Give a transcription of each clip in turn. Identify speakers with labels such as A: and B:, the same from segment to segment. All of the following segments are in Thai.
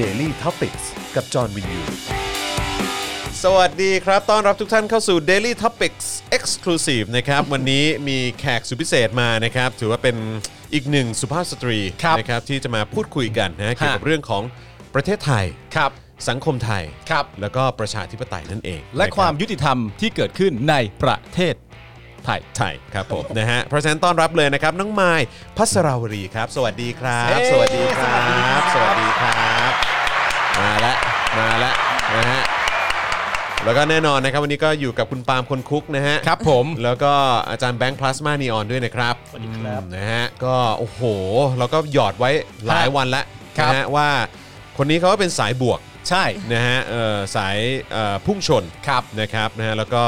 A: Daily t o p i c กกับจอห์นวินยู
B: สวัสดีครับ ต้อนรับทุกท่านเข้าสู่ Daily Topics Exclusive นะครับ วันนี้มีแขกสุดพิเศษมานะครับ ถือว่าเป็นอีกหนึ่งสุภาพสตรี
C: ครับ
B: นะครับที่จะมาพูดคุยกันนะเกี่ยวกับเรื่องของประเทศไทย
C: ครับ
B: สังคมไทย
C: ครับ
B: แล้วก็ประชาธิปไตยนั่นเอง
C: และ
B: นรับ
C: ความยุติธรรมที่เกิดขึ้นในประเทศไทย
B: ไทยครับผม นะฮะเพราะฉะนั้นต้อนรับเลยนะครับ น้องไมายพัสราวรีครับ สวัสดีครับ
C: เอ้ย
B: สวัสดีครับ ส
C: สวั
B: วัส
C: สดี
B: ดีค
C: ครั
B: รับ มาแล้วมาแล้วนะฮะแล้วก็แน่นอนนะครับวันนี้ก็อยู่กับคุณปาล์มคนคุกนะฮะ
C: ครับผม
B: แล้วก็อาจารย์แบงค์พลาสมานีออนด้วยนะครับสวัสดีครับนะฮะก็โอ้โห เราก็หยอดไว้หลายวันแล้ว
C: ครับ
B: นะฮะว่าคนนี้เขาก็เป็นสายบวก
C: ใช่
B: นะฮะเอ่อสายเอ่อพุ่งชนครับนะครับนะฮะแล้วก็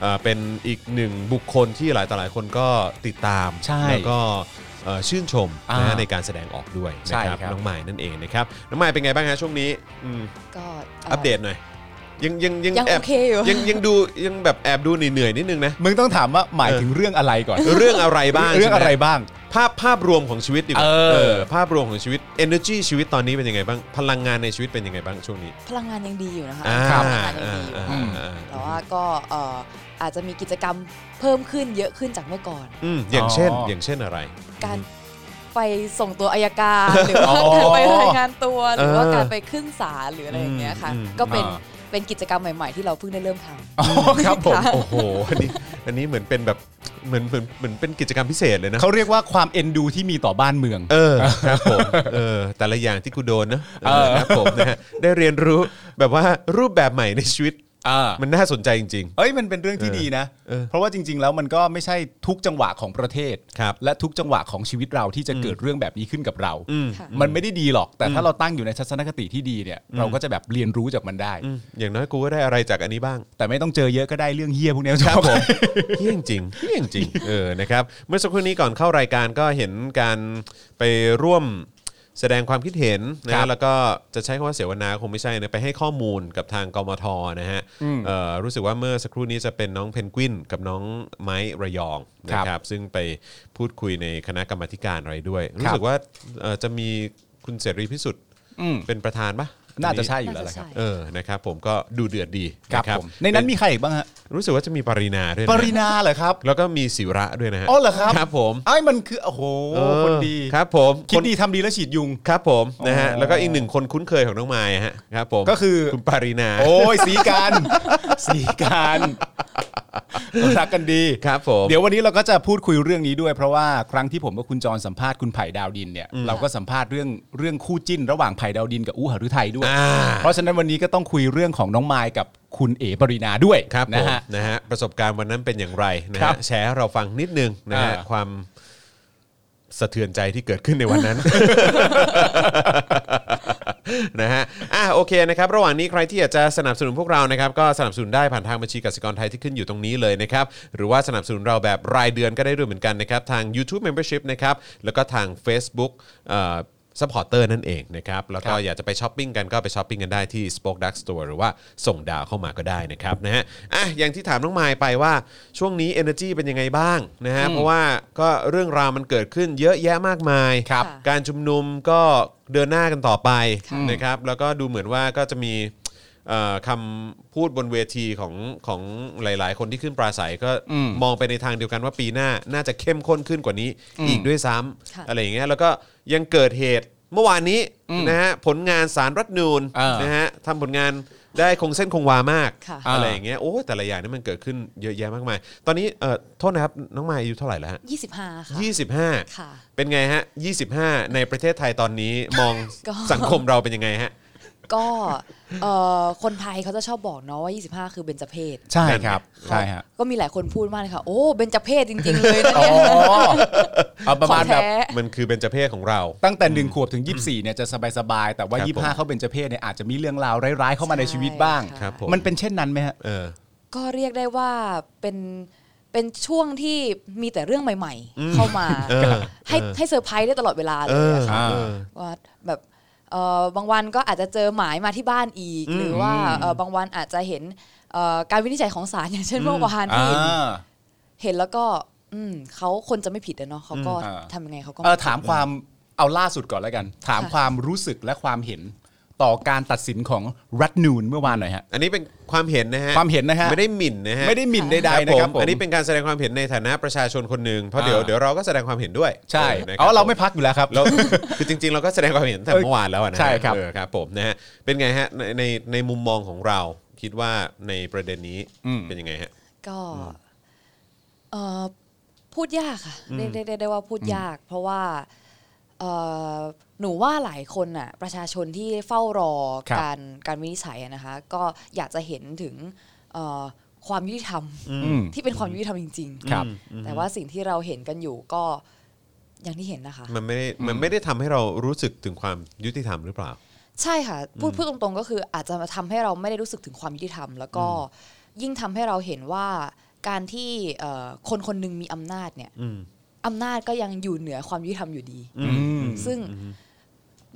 B: เอ่อเป็นอีกหนึ่งบุคคลที่หลายต่อหลายคนก็ติดตาม
C: ใช่
B: แล้วก็เอ่อชื่นชม
C: อ่า
B: นะฮะในการแสดงออกด้วย
C: ใช่
B: นะครับ
C: ครับ
B: น้องใหม่นั่นเองนะครับน้องใหม่เป็นไงบ้างฮะช่วงนี้อืม
D: ก็
B: อัปเดตหน่อยยังยังยัง
D: ยัง
B: แอ
D: โอบ เคอยู่
B: ยังยังดูยังแบบแอบดูเหนื่อยๆนิดนึงนะ
C: มึงต้องถามว่าหมายถึงเรื่องอะไรก่อน
B: เรื่องอะไรบ้าง
C: เรื่องอะไร
B: ใช่หม
C: บ้าง
B: ภาพภาพรวมของชีวิตดีกว่า
C: เออ
B: ภาพรวมของชีวิต energy ชีวิตตอนนี้เป็นยังไงบ้าง พลังงานในชีวิตเป็นยังไงบ้างช่วงนี้
D: พลังงานยังดีอยู่นะคะ
B: อ่า
D: พลังงานยังดีอยู่
B: อ่าอ่า
D: แต่ว่าก็เอ่ออาจจะมีกิจกรรมเพิ่มขึ้นเยอะขึ้นจากเมื่อก่อน
B: อืมอย่างเช่น
C: อ๋อ
B: อ
C: อ
B: ย่างเช่นอะไร
D: การไปส่งตัวอายการ หรือว่า
C: อ๋อ
D: การไปรายงานตัวหรือว่า
B: เออ
D: การไปขึ้นศาลหรืออะไรอย่างเงี้ยค่ะ
B: อืมอืม
D: ก็เป็น
C: อ่า
D: เป็นกิจกรรมใหม่ๆ ที่เราเพิ่งได้เริ่มทำ
C: อ๋อครับผม
D: ค่ะ
B: โอ้โหอันนี้อันนี้เหมือนเป็นแบบเหมือนเหมือนเหมือนเป็นกิจกรรมพิเศษเลยนะ
C: เขาเรียกว่าความเอ็นดูที่มีต่อบ้านเมือง
B: เออครับผมเออแต่ละอย่างที่กูโดนนะเออ
C: เออ
B: ครับผมนะฮะได้เรียนรู้แบบว่ารูปแบบใหม่ในชีวิตมันน่าสนใจจริง
C: เอ้ยมันเป็นเรื่องที่ดีนะ
B: เออ
C: เพราะว่าจริง ๆ แล้วมันก็ไม่ใช่ทุกจังหวะของประเทศ
B: ครับ
C: และทุกจังหวะของชีวิตเราที่จะเกิดเรื่องแบบนี้ขึ้นกับเรา
B: อืม
D: ค่ะ
C: มันไม่ได้ดีหรอก แต่ถ้าเราตั้งอยู่ในทัศนคติที่ดีเนี่ย เราก็จะแบบเรียนรู้จากมันได้
B: ๆอืมอย่างน้อยกูก็ได้อะไรจากอันนี้บ้าง
C: แต่ไม่ต้องเจอเยอะก็ได้เรื่องเฮี้ยพวกเนี้ย
B: ครับผมเฮี้ยงจริงเฮี้ยงจริงเออนะครับเมื่อสักครู่นี้ก่อนเข้ารายการก็เห็นการไปร่วมแสดงความคิดเห็นนะ
C: ครั
B: ฮะ
C: บ
B: แล้วก็จะใช้คำว่าเสวนาคงไม่ใช่นะไปให้ข้อมูลกับทางกมทนะฮะเอ่อรู้สึกว่าเมื่อสักครู่นี้จะเป็นน้องเพนกวินกับน้องไม้ระยองนะค
C: ครั
B: รับบ ซึ่งไปพูดคุยในคณะกรรมาธิการอะไรด้วย รู้
C: ครับ
B: สึกว่าเอ่อจะมีคุณเสรีพิสุทธิ์
C: อืม
B: เป็นประธานปะ
C: น่าจะใช่อยู่แล้วแหละครับ
B: เออนะครับผมก็ดูเดือดดี
C: ครับ
B: นะ
C: ผมในนั้นมีใครอีกบ้างฮะ
B: รู้สึกว่าจะมีปรินาด้วยนะ
C: ปรินาเหรอครับ
B: แล้วก็มีสิวระด้วยนะฮะ
C: อ๋อเหรอครับ
B: ครับผม
C: ไอ้ยมันคือโอ้โห
B: เออ
C: คนดี
B: ครับผม
C: คิด
B: น
C: ดีทำดีแล้วฉีดยุง
B: ครับผมนะฮะ
C: อ๋อ
B: แล้วก็อีกหนึ่งคนคุ้นเคยของน้องมายฮะครับผม
C: ก็คือ
B: คุณปารีนา
C: โอ้ยสีการ สีการรักกันดี
B: ครับผม
C: เดี๋ยววันนี้เราก็จะพูดคุยเรื่องนี้ด้วยเพราะว่าครั้งที่ผมกับคุณจรสัมภาษณ์คุณไผ่ดาวดินเนี่ยเราก็สัมภาษณ์เรื่องเรื่องคู่จิ้น ระหว่างไผ่ดาวดินกับอู้หฤทัยด้วย
B: อ่า
C: เพราะฉะนั้นวันนี้ก็ต้องคุยเรื่องของน้องมายกับคุณเอ๋ปรินาด้วย
B: ครับผม
C: นะฮะ
B: นะฮะประสบการณ์วันนั้นเป็นอย่างไรนะ
C: ครั
B: ฮะ
C: บ
B: แชร์ให้เราฟังนิดนึงนะฮะ
C: อ่า
B: ความสะเทือนใจที่เกิดขึ้นในวัน นั้น นะฮะ อ่ะโอเคนะครับ ระหว่างนี้ใครที่อยากจะสนับสนุนพวกเรานะครับ ก็สนับสนุนได้ผ่านทางบัญชีกสิกรไทยที่ขึ้นอยู่ตรงนี้เลยนะครับ หรือว่าสนับสนุนเราแบบรายเดือนก็ได้ด้วยเหมือนกันนะครับ ทาง YouTube Membership นะครับ แล้วก็ทาง Facebook เอ่อซัพพอร์เตอร์นั่นเองนะครับ แล้วก็
C: ครับ
B: อยากจะไปช้อปปิ้งกันก็ไปช้อปปิ้งกันได้ที่ Spoke Dark Store หรือว่าส่งดาวเข้ามาก็ได้นะครับนะฮะ อ่ะอย่างที่ถามน้องมายไปว่าช่วงนี้ Energy เป็นยังไงบ้างนะฮะ เพราะว่าก็เรื่องราวมันเกิดขึ้นเยอะแยะมากมาย
D: ครับ
B: การชุมนุมก็เดินหน้ากันต่อไป
D: ค่ะ
B: นะครับ แล้วก็ดูเหมือนว่าก็จะมีเอ่อคำพูดบนเวทีของของหลาย ๆ คนที่ขึ้นปราศัยก็มองไปในทางเดียวกันว่าปีหน้าน่าจะเข้มข้นขึ้นกว่านี้อีกด้วยซ้ำอะไรอย่างเงี้ยแล้วก็ยังเกิดเหตุเมื่อวานนี้นะฮะผลงานสารรัฐธรรมนูน
C: เออ
B: นะฮะทำผลงานได้คงเส้นคงวามาก
D: ค่ะ
B: อะไรอย่างเงี้ยโอ้ยแต่ละอย่างนี่มันเกิดขึ้นเยอะแยะมากมาย ตอนนี้เอ่อโทษนะครับน้องมายอายุเท่าไหร่แล้วฮะ
D: 25 ค่ะ
B: ยี่สิบห้า
D: ค่ะ
B: เป็นไงฮะ 25 ในประเทศไทยตอนนี้ ม อง
D: ก็
B: สังคมเราเป็นยังไงฮะ
D: ก็เอ่อคนไทยเขาจะชอบบอกเนาะว่า 25 คือเบญจเพศ
C: ใช่ครับใช่ฮะ
D: ก็มีหลายคนพูดมากเลยค่ะ โอ้เบญจเพศจริง ๆ เลยนะ
C: อ๋อ
D: เนี่ย
C: เอาประมาณ
D: ของ
C: แบ
D: ท้
C: บ
B: มันคือเบญจเพศของเรา
C: ตั้งแต่ 1 ขวบถึง 24เนี่ยจะสบายๆ แต่ว่า
B: ครับผม
C: 25 เข้าเป็นเจเพศเนี่ยอาจจะมีเรื่องราวร้ายๆ เข้ามาในชีวิตบ้าง
D: ใช่
B: ครับผม
C: มันเป็นเช่นนั้นไหมฮะ
B: เออ
D: ก็เรียกได้ว่าเป็นเป็นช่วงที่มีแต่เรื่องใหม่ ๆ เข้ามา
B: เออ
D: ให้
B: เออ
D: ให้เซอร์ไพรส์ได้ตลอดเวลา
B: เอ
D: เลย
B: อ
D: อะค่ะ
B: เออ
D: ว่าแบบเอ่อบางวันก็อาจจะเจอหมายมาที่บ้านอีก หรือว่าเอ่อบางวันอาจจะเห็นเอ่อการวินิจฉัยของศาล อย่างเช่นเมื่อวานที่เห็นแล้วก็อืมเขาคนจะไม่ผิดอะเนาะเขาก็
C: อืมอ่า
D: ทำยังไงเขาก็
C: เออถามความเอาล่าสุดก่อนแล้วกัน ถามความรู้สึกและความเห็น ต่อการตัดสินของรัฐนูนเมื่อวานหน่อยฮะ
B: อันนี้เป็นความเห็นนะฮะ
C: ความเห็นนะฮะ
B: ไม่ได้หมิ่นนะฮะ
C: ไม่ได้หมิ่นใดๆนะ
B: ผม
C: ครับผม
B: อันนี้เป็นการแสดงความเห็นในฐานะประชาชนคนหนึ่งเพราะเดี๋ยว
C: อ่า
B: เดี๋ยวเราก็แสดงความเห็นด้วย
C: ใช่
B: นะคบ
C: อ๋อเราไม่
B: ผ
C: พักอยู่แล้วครับ
B: เรา คือจริง ๆ เราก็แสดงความเห็นตั้งแต่
C: เอ้ย
B: เมื่อวานแล้วอะนะฮะ
C: ใช่ครับ
B: เออครับผมนะฮะเป็นไงฮะในในในมุมมองของเราคิดว่าในประเด็นนี้เป็นยังไงฮะ
D: ก็เอ่อพูดยากค่ะเรียกได้ได้ได้ว่าพูดยาก เพราะว่าเอ่อหนูว่าหลายคนน่ะประชาชนที่เฝ้ารอ
C: ครับ
D: การการวินิจฉัยอะนะคะ ก็อยากจะเห็นถึงเอ่อความยุติธรรม
C: อืม
D: ที่เป็นความยุติธรรมจริง ๆ
C: ครับ
D: แต่ว่าสิ่งที่เราเห็นกันอยู่ก็อย่างที่เห็นนะคะ
B: มันไม่ได้มันไม่ได้ทำให้เรารู้สึกถึงความยุติธรรมหรือเปล่า
D: ใช่ค่ะ พูดพูดตรงๆก็คืออาจจะทำให้เราไม่ได้รู้สึกถึงความยุติธรรม แล้วก็ยิ่งทำให้เราเห็นว่าการที่เอ่อคนคนหนึงมีอำนาจเนี่ย
B: อืม
D: อำนาจก็ยังอยู่เหนือความยุติธรรมอยู่ดี
C: อืม
D: ซึ่ง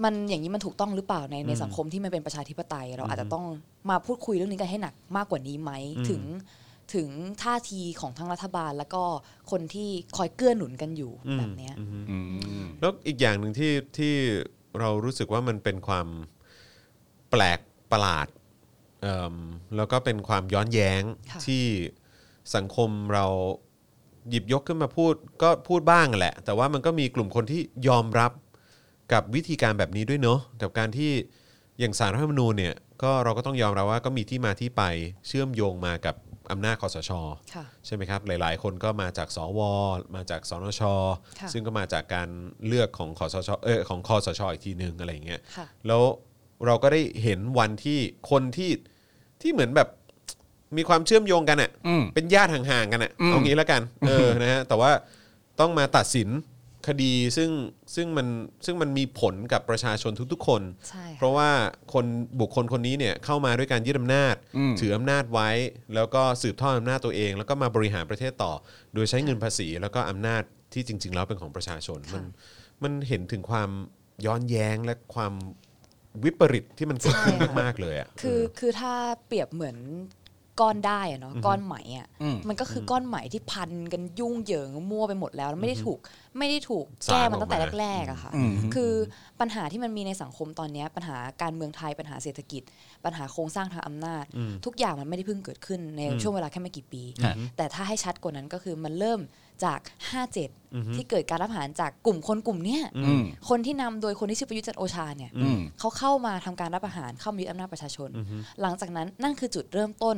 D: มันอย่างนี้มันถูกต้องหรือเปล่าในในสังคมที่มันเป็นประชาธิปไตย เราอาจจะต้องมาพูดคุยเรื่องนี้กันให้หนักมากกว่านี้ไหมถึงถึงท่าทีของทั้งรัฐบาล แล้วก็คนที่คอยเกื้อหนุนกันอยู่แบบเนี้ย
C: อืม
B: แล้วอีกอย่างหนึ่งที่ที่เรารู้สึกว่ามันเป็นความแปลกประหลาดเอิ่มแล้วก็เป็นความย้อนแย้ง
D: ค่ะ
B: ที่สังคมเราหยิบยกขึ้นมาพูดก็พูดบ้างแหละ แต่ว่ามันก็มีกลุ่มคนที่ยอมรับกับวิธีการแบบนี้ด้วยเนาะกับการที่อย่างสารรัฐธรรมนูญเนี่ยก็เราก็ต้องยอมรับว่าก็มีที่มาที่ไปเชื่อมโยงมากับอำนาจคอสช
D: ค่ะ
B: ใช่ไหมครับ หลายๆ คนก็มาจากสว มาจากสนช
D: ค่ะ
B: ซึ่งก็มาจากการเลือกของคอสชเออของคอสชอีกทีหนึ่งอะไรอย่างเงี้ย
D: ค่ะ
B: แล้วเราก็ได้เห็นวันที่คนที่ที่เหมือนแบบมีความเชื่อมโยงกันอะ
C: อืม
B: เป็นญาติห่างๆกันอะ
C: อืม
B: เอางี้แล้วกันเออนะฮะแต่ว่าต้องมาตัดสินคดีซึ่งซึ่งมันซึ่งมันมีผลกับประชาชนทุกๆ คน
D: ใช่
B: เพราะว่าคนบุคคลคนนี้เนี่ยเข้ามาด้วยการยึดอำนาจ
C: อืม
B: ถืออำนาจไว้ แล้วก็สืบทอดอำนาจตัวเอง แล้วก็มาบริหารประเทศต่อ โดยใช้เงินภาษี แล้วก็อำนาจที่จริง ๆ แล้วเป็นของประชาชน มันมันเห็นถึงความย้อนแย้งและความวิปริตที่มันเกิดขึ้นมากๆเลยอ่ะ
D: คือคือถ้าเปรียบเหมือนก้อนได้อะเนาะก้อนไหมอะ
C: อืม
D: มันก็คือก้อนไหมที่พันกันยุ่งเหยิงมั่วไปหมดแล้วแล้วไม่ได้ถูกไม่ได้ถูกแก้มันตั้งแต่แรกๆอะค่ะ คือปัญหาที่มันมีในสังคมตอนเนี้ยปัญหาการเมืองไทยปัญหาเศรษฐกิจ ปัญหาโครงสร้างทางอำนาจ ทุกอย่างมันไม่ได้เพิ่งเกิดขึ้นในช่วงเวลาแค่ไม่กี่ปี
C: ฮะ
D: แต่ถ้าให้ชัดกว่านั้นก็คือมันเริ่มจาก 57 ที่เกิดการรัฐประหารจากกลุ่มคนกลุ่มเนี้ย
C: อืม
D: คนที่นำโดยคนที่ชื่อประยุทธ์จันทร์โอชาเนี่ย
C: อืม
D: เขาเข้ามาทำการรับอาหารเข้ามายึดอำนาจประชาชน หลังจากนั้นนั่นคือจุดเริ่มต้น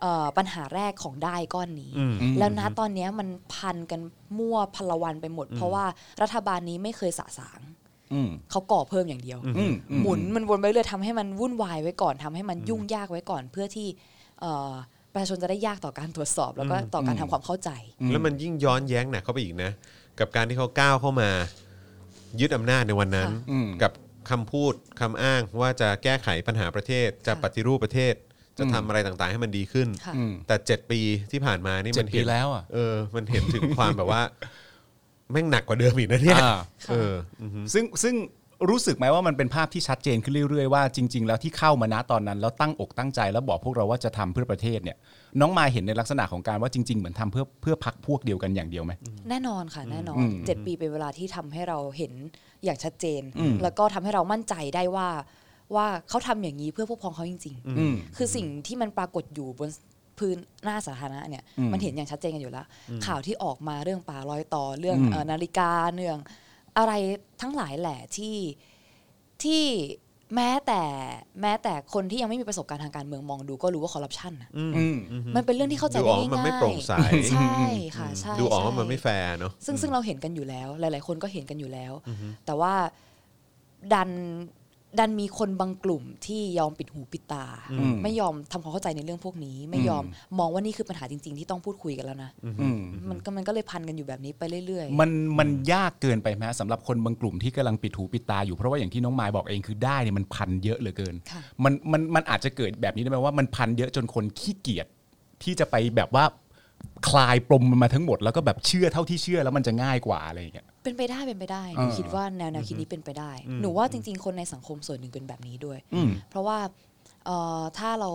D: เอ่อปัญหาแรกของได้ก้อนนี้ แล้วนะตอนเนี้ยมันพันกันมั่วพลวันไปหมด เพราะว่ารัฐบาลนี้ไม่เคยสะสาง
C: อืม
D: เขาก่อเพิ่มอย่างเดียว
C: อืมอืม
D: หมุนมันวนไปเรื่อยทำให้มันวุ่นวายไว้ก่อนทำให้มันยุ่งยากไว้ก่อน เพื่อที่เอ่อประชาชนจะได้ยากต่อการตรวจสอบ แล้วก็ต่อการทำความเข้าใจ
B: แล้วมันยิ่งย้อนแย้งหนักเข้าไปอีกนะ กับการที่เขาก้าวเข้ามา ยึดอำนาจในวันนั้น
D: ค่ะ
C: อืม
B: กับคำพูดคำอ้างว่าจะแก้ไขปัญหาประเทศ จะ
D: ค่ะ
B: ปฏิรูปประเทศ จะทำอะไรต่างๆ ให้มันดีขึ้น
D: ค่ะ
C: อืม
B: แต่ 7 ปีที่ผ่านมานี่
C: เจ็
B: มั
C: ด
B: น
C: ปี
B: เห็น
C: แล้วอ่ะ
B: เออ มันเห็นถึงความแบบว่า แม่งหนักกว่าเดิมอีกนะเนี่ย
C: อ่า
B: เอออืม
C: ซึ่งซึ่งรู้สึกไหมว่ามันเป็นภาพที่ชัดเจนขึ้นเรื่อยๆว่าจริง ๆ แล้วที่เข้ามาณตอนนั้น แล้วตั้งอกตั้งใจแล้วบอกพวกเราว่าจะทำเพื่อประเทศเนี่ย น้องมายเห็นในลักษณะของการว่าจริง ๆ เหมือนทำเพื่อเพื่อพักพวกเดียวกันอย่างเดียวไหม
D: แน่นอนค่ะแน่นอ
C: อื
D: น
C: ม
D: เจ็ดปีเป็นเวลาที่ทำให้เราเห็นอย่างชัดเจน แล้วก็ทำให้เรามั่นใจได้ว่าว่าเขาทำอย่างนี้เพื่อพวกพ้องเขาจริง
C: อืม
D: ๆ คือสิ่งที่มันปรากฏอยู่บนพื้นหน้าสาธารณะเนี่ย
C: อืม
D: มันเห็นอย่างชัดเจนกันอยู่แล้ว ข่าวที่ออกมาเรื่องป่าลอยต่อเรื่องเอ่อนาฬิกาเรื่องอะไรทั้งหลายแหละที่ที่แม้แต่แม้แต่คนที่ยังไม่มีประสบการณ์ทางการเมืองมองดูก็รู้ว่าคอร์รัปชันน่ะ
C: อืม
D: มันเป็นเรื่องที่เข้าใจ
B: ดูอ
D: ได้
B: อก
D: ง่าย
B: ว่ามันไม่โปร่งใส
D: ใช่ค่ะใช่
B: ดูออกว่า
D: ใช่
B: มันไม่แฟร์เนาะ
D: ซึ่งซึ่งเราเห็นกันอยู่แล้ว หลาย ๆ คนก็เห็นกันอยู่แล้ว แต่ว่าดันดันมีคนบางกลุ่มที่ยอมปิดหูปิดตา
C: อืม
D: ไม่ยอมทำความเข้าใจในเรื่องพวกนี้ ไม่ยอมมองว่านี่คือปัญหาจริง ๆ ที่ต้องพูดคุยกันแล้วนะ
C: อืม
D: มันก็มันก็เลยพันกันอยู่แบบนี้ไปเรื่อย
C: มันมันยากเกินไปไหมสำหรับคนบางกลุ่มที่กำลังปิดหูปิดตาอยู่เพราะว่าอย่างที่น้องมายบอกเองคือได้เนี่ยมันพันเยอะเหลือเกิน
D: ค่ะ
C: มันมันมันอาจจะเกิดแบบนี้ได้ไหมว่ามันพันเยอะจนคนขี้เกียจที่จะไปแบบว่าคลายปมมันมาทั้งหมดแล้วก็แบบเชื่อเท่าที่เชื่อแล้วมันจะง่ายกว่าอะไรอย่างเงี้ย
D: ๆ เป็นไปได้เป็นไปได้หนู
C: อ่า
D: คิดว่าแนวแนวคิดนี้เป็นไปได้ หนูว่าจริง ๆ คนในสังคมส่วนหนึ่งเป็นแบบนี้ด้วย
C: อืม
D: เพราะว่า เอ่อถ้าเรา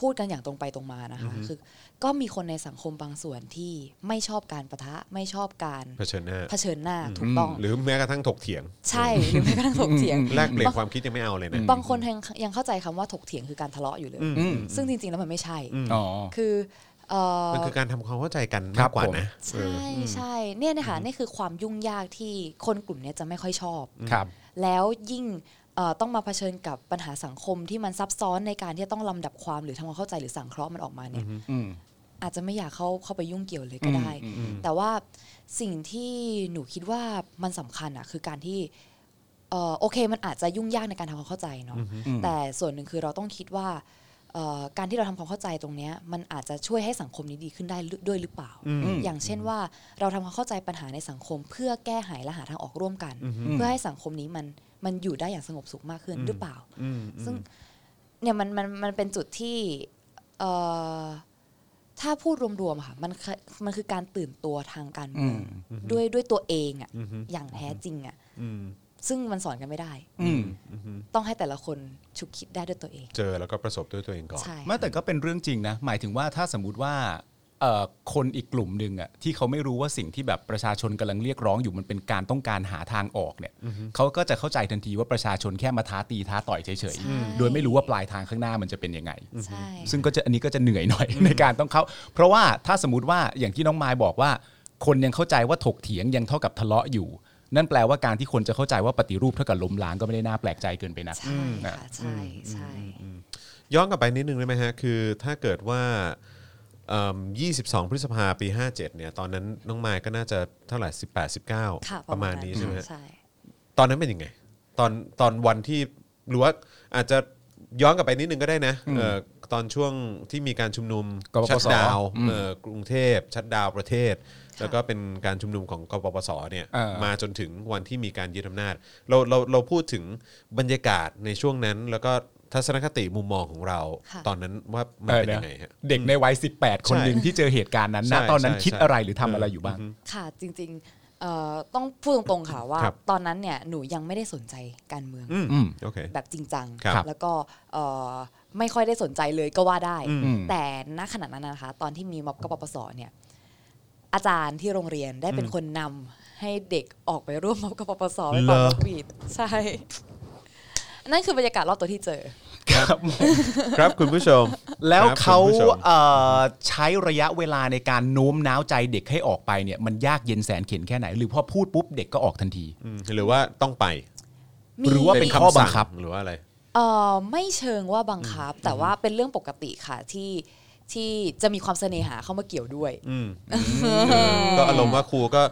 D: พูดกันอย่างตรงไปตรงมานะคะคือก็มีคนในสังคมบางส่วนที่ไม่ชอบการประทะไม่ชอบการ
B: เผชิญหน้า
D: เผชิญหน้าถูกต้อง
B: หรือแม้กระทั่งถกเถียง
D: ใช่หรือแม้กระทั่งถกเถียง
B: แลกเปลี่ยนความคิดยังไม่เอาเลยนะ
D: บางคนยังยังเข้าใจคำว่าถกเถียงคือการทะเลาะอยู่เลย
C: อืม
D: ซึ่งจริงๆแล้วมันไม่ใช่
C: อ๋อ
D: คือเอ่อ
B: มันคือการทำความเข้าใจกัน
C: ครั
B: มา
C: บ
B: กกว่า
C: ผม
B: นะเอ
D: ใช่
B: อ
D: ใช่เนี่ยนะคะนี่คือความยุ่งยากที่คนกลุ่มเนี้ยจะไม่ค่อยชอบ
C: ครับ
D: แล้วยิ่งเอ่อต้องมาเผชิญกับปัญหาสังคมที่มันซับซ้อนในการที่จะต้องลำดับความหรือทำความเข้าใจหรือสังเคราะห์มันออกมาเนี่ย
C: อืม
D: อาจจะไม่อยากเข้าเข้าไปยุ่งเกี่ยวเลยก็ได้
C: อืม
D: แต่ว่าสิ่งที่หนูคิดว่ามันสำคัญอะคือการที่เอ่อโอเคมันอาจจะยุ่งยากในการทำความเข้าใจเนาะ
C: อืม
D: แต่ส่วนหนึ่งคือเราต้องคิดว่าเอ่อการที่เราทำความเข้าใจตรงเนี้ยมันอาจจะช่วยให้สังคมนี้ดีขึ้นได้ด้วยหรือเปล่า
C: อืม
D: อย่างเช่นว่าเราทำความเข้าใจปัญหาในสังคม เพื่อแก้ไขและหาทางออกร่วมกัน เพื่อให้สังคมนี้มันมันอยู่ได้อย่างสงบสุขมากขึ้นหรือเปล่า
B: อืม
D: ซึ่งเนี่ยมันมันมันเป็นจุดที่เอ่อถ้าพูดรวมๆอะค่ะมันคือมันคือการตื่นตัวทางการเมืองด้วยด้วยตัวเองอะอย่างแท้จริงอะ
B: อืม
D: ซึ่งมันสอนกันไม่ได้
C: อืม
D: ต้องให้แต่ละคนฉุกคิดได้ด้วยตัวเอง
B: เจอแล้วก็ประสบด้วยตัวเองก่อน
D: ใช่
C: ไม่แต่ก็เป็นเรื่องจริงนะ หมายถึงว่าถ้าสมมติว่าเอ่อคนอีกกลุ่มหนึ่งอะที่เขาไม่รู้ว่าสิ่งที่แบบประชาชนกำลังเรียกร้องอยู่มันเป็นการต้องการหาทางออกเนี่ยเขาก็จะเข้าใจทันทีว่าประชาชนแค่มาท้าตีท้าต่อยเฉยๆ โดยไม่รู้ว่าปลายทางข้างหน้ามันจะเป็นยังไง
D: ใช่
C: ซึ่งก็จะอันนี้ก็จะเหนื่อยหน่อย ในการต้องเข้า เพราะว่าถ้าสมมติว่าอย่างที่น้องไม้บอกว่า คนยังเข้าใจว่าถกเถียงยังเท่ากับทะเลาะอยู่ นั่นแปลว่าการที่คนจะเข้าใจว่าปฏิรูปเท่ากับล้มล้างก็ไม่ได้น่าแปลกใจเกินไปนะ
D: ใช่
C: นะ
D: ค่ะใช่ใช่
B: ย้อนกลับไปนิดนึงได้ไหมฮะ คือถ้าเกิดว่าเอิ่ม22 พฤษภาปี 57 เนี่ย ตอนนั้นน้องมายก็น่าจะเท่าไหร่ 18
D: ค่ะ
B: 19 ประมาณนี้ใช่ไหมฮะ
D: ใช่
B: ตอนนั้นเป็นยังไง ตอนตอนวันที่หรือว่าอาจจะย้อนกลับไปนิดนึงก็ได้นะเอ่อตอนช่วงที่มีการชุมนุม
C: กป
B: ชั
C: ป
B: ด
C: ส
B: ดาวน์
C: อืม
B: เอ่อกรุงเทพชัดดาวน์ประเทศ แล้วก็เป็นการชุมนุมของกปปสเนี่ย
C: เออ
B: มาจนถึงวันที่มีการยึดอำนาจ เราเราเราพูดถึงบรรยากาศในช่วงนั้น แล้วก็ทัศนคติมุมมองของเรา
D: ค่ะ
B: ตอนนั้นว่ามันเป็นยังไงฮะ
C: เด็กในวัย 18 คน
B: ใช่
C: หนึ่งที่เจอเหตุการณ์นั้นนะ
B: ใช่
C: ตอนนั้น
B: ใช่
C: คิด
B: ใช่
C: อะไรหรือทำอะไรอยู่บ้าง
D: ค่ะจริงๆเอ่อต้องพูดตรงๆค่ะว่า
B: ครับ
D: ตอนนั้นเนี่ยหนูยังไม่ได้สนใจการเมือง
B: อืม
C: อืม
B: โอเค
D: แบบจริงจัง
B: ครับ
D: แล้วก็เอ่อไม่ค่อยได้สนใจเลยก็ว่าได้
C: อืม
D: แต่ณขณะนั้นนะคะ ตอนที่มีม็อบกปปสเนี่ยอาจารย์ที่โรงเรียนได้เป็นคนนำให้เด็กออกไปร่วมม็อบกปปสไปเป่านกหวีดใช่ นั่นคือบรรยากาศรอบตัวที่เจอ
C: ครับ
B: ครับคุณผู้ชม
C: แล้ว
B: ครับ
C: เขา
B: คุณผู้ชม
C: เอ่อใช้ระยะเวลาในการโน้มน้าวใจเด็กให้ออกไปเนี่ยมันยากเย็นแสนเข็นแค่ไหน หรือพอพูดปุ๊บเด็กก็ออกทันที
B: อืมหรือว่าต้องไป
D: มี
C: หรือว่าเป็นข้อบังคับ
B: หรือว่าอะไร
D: เอ่อไม่เชิงว่าบังคับ แต่ว่าเป็นเรื่องปกติค่ะที่ที่จะมีความเสน่หาเข้ามาเกี่ยวด้วย
B: อืมเออก็อารมณ์ว่าครูก็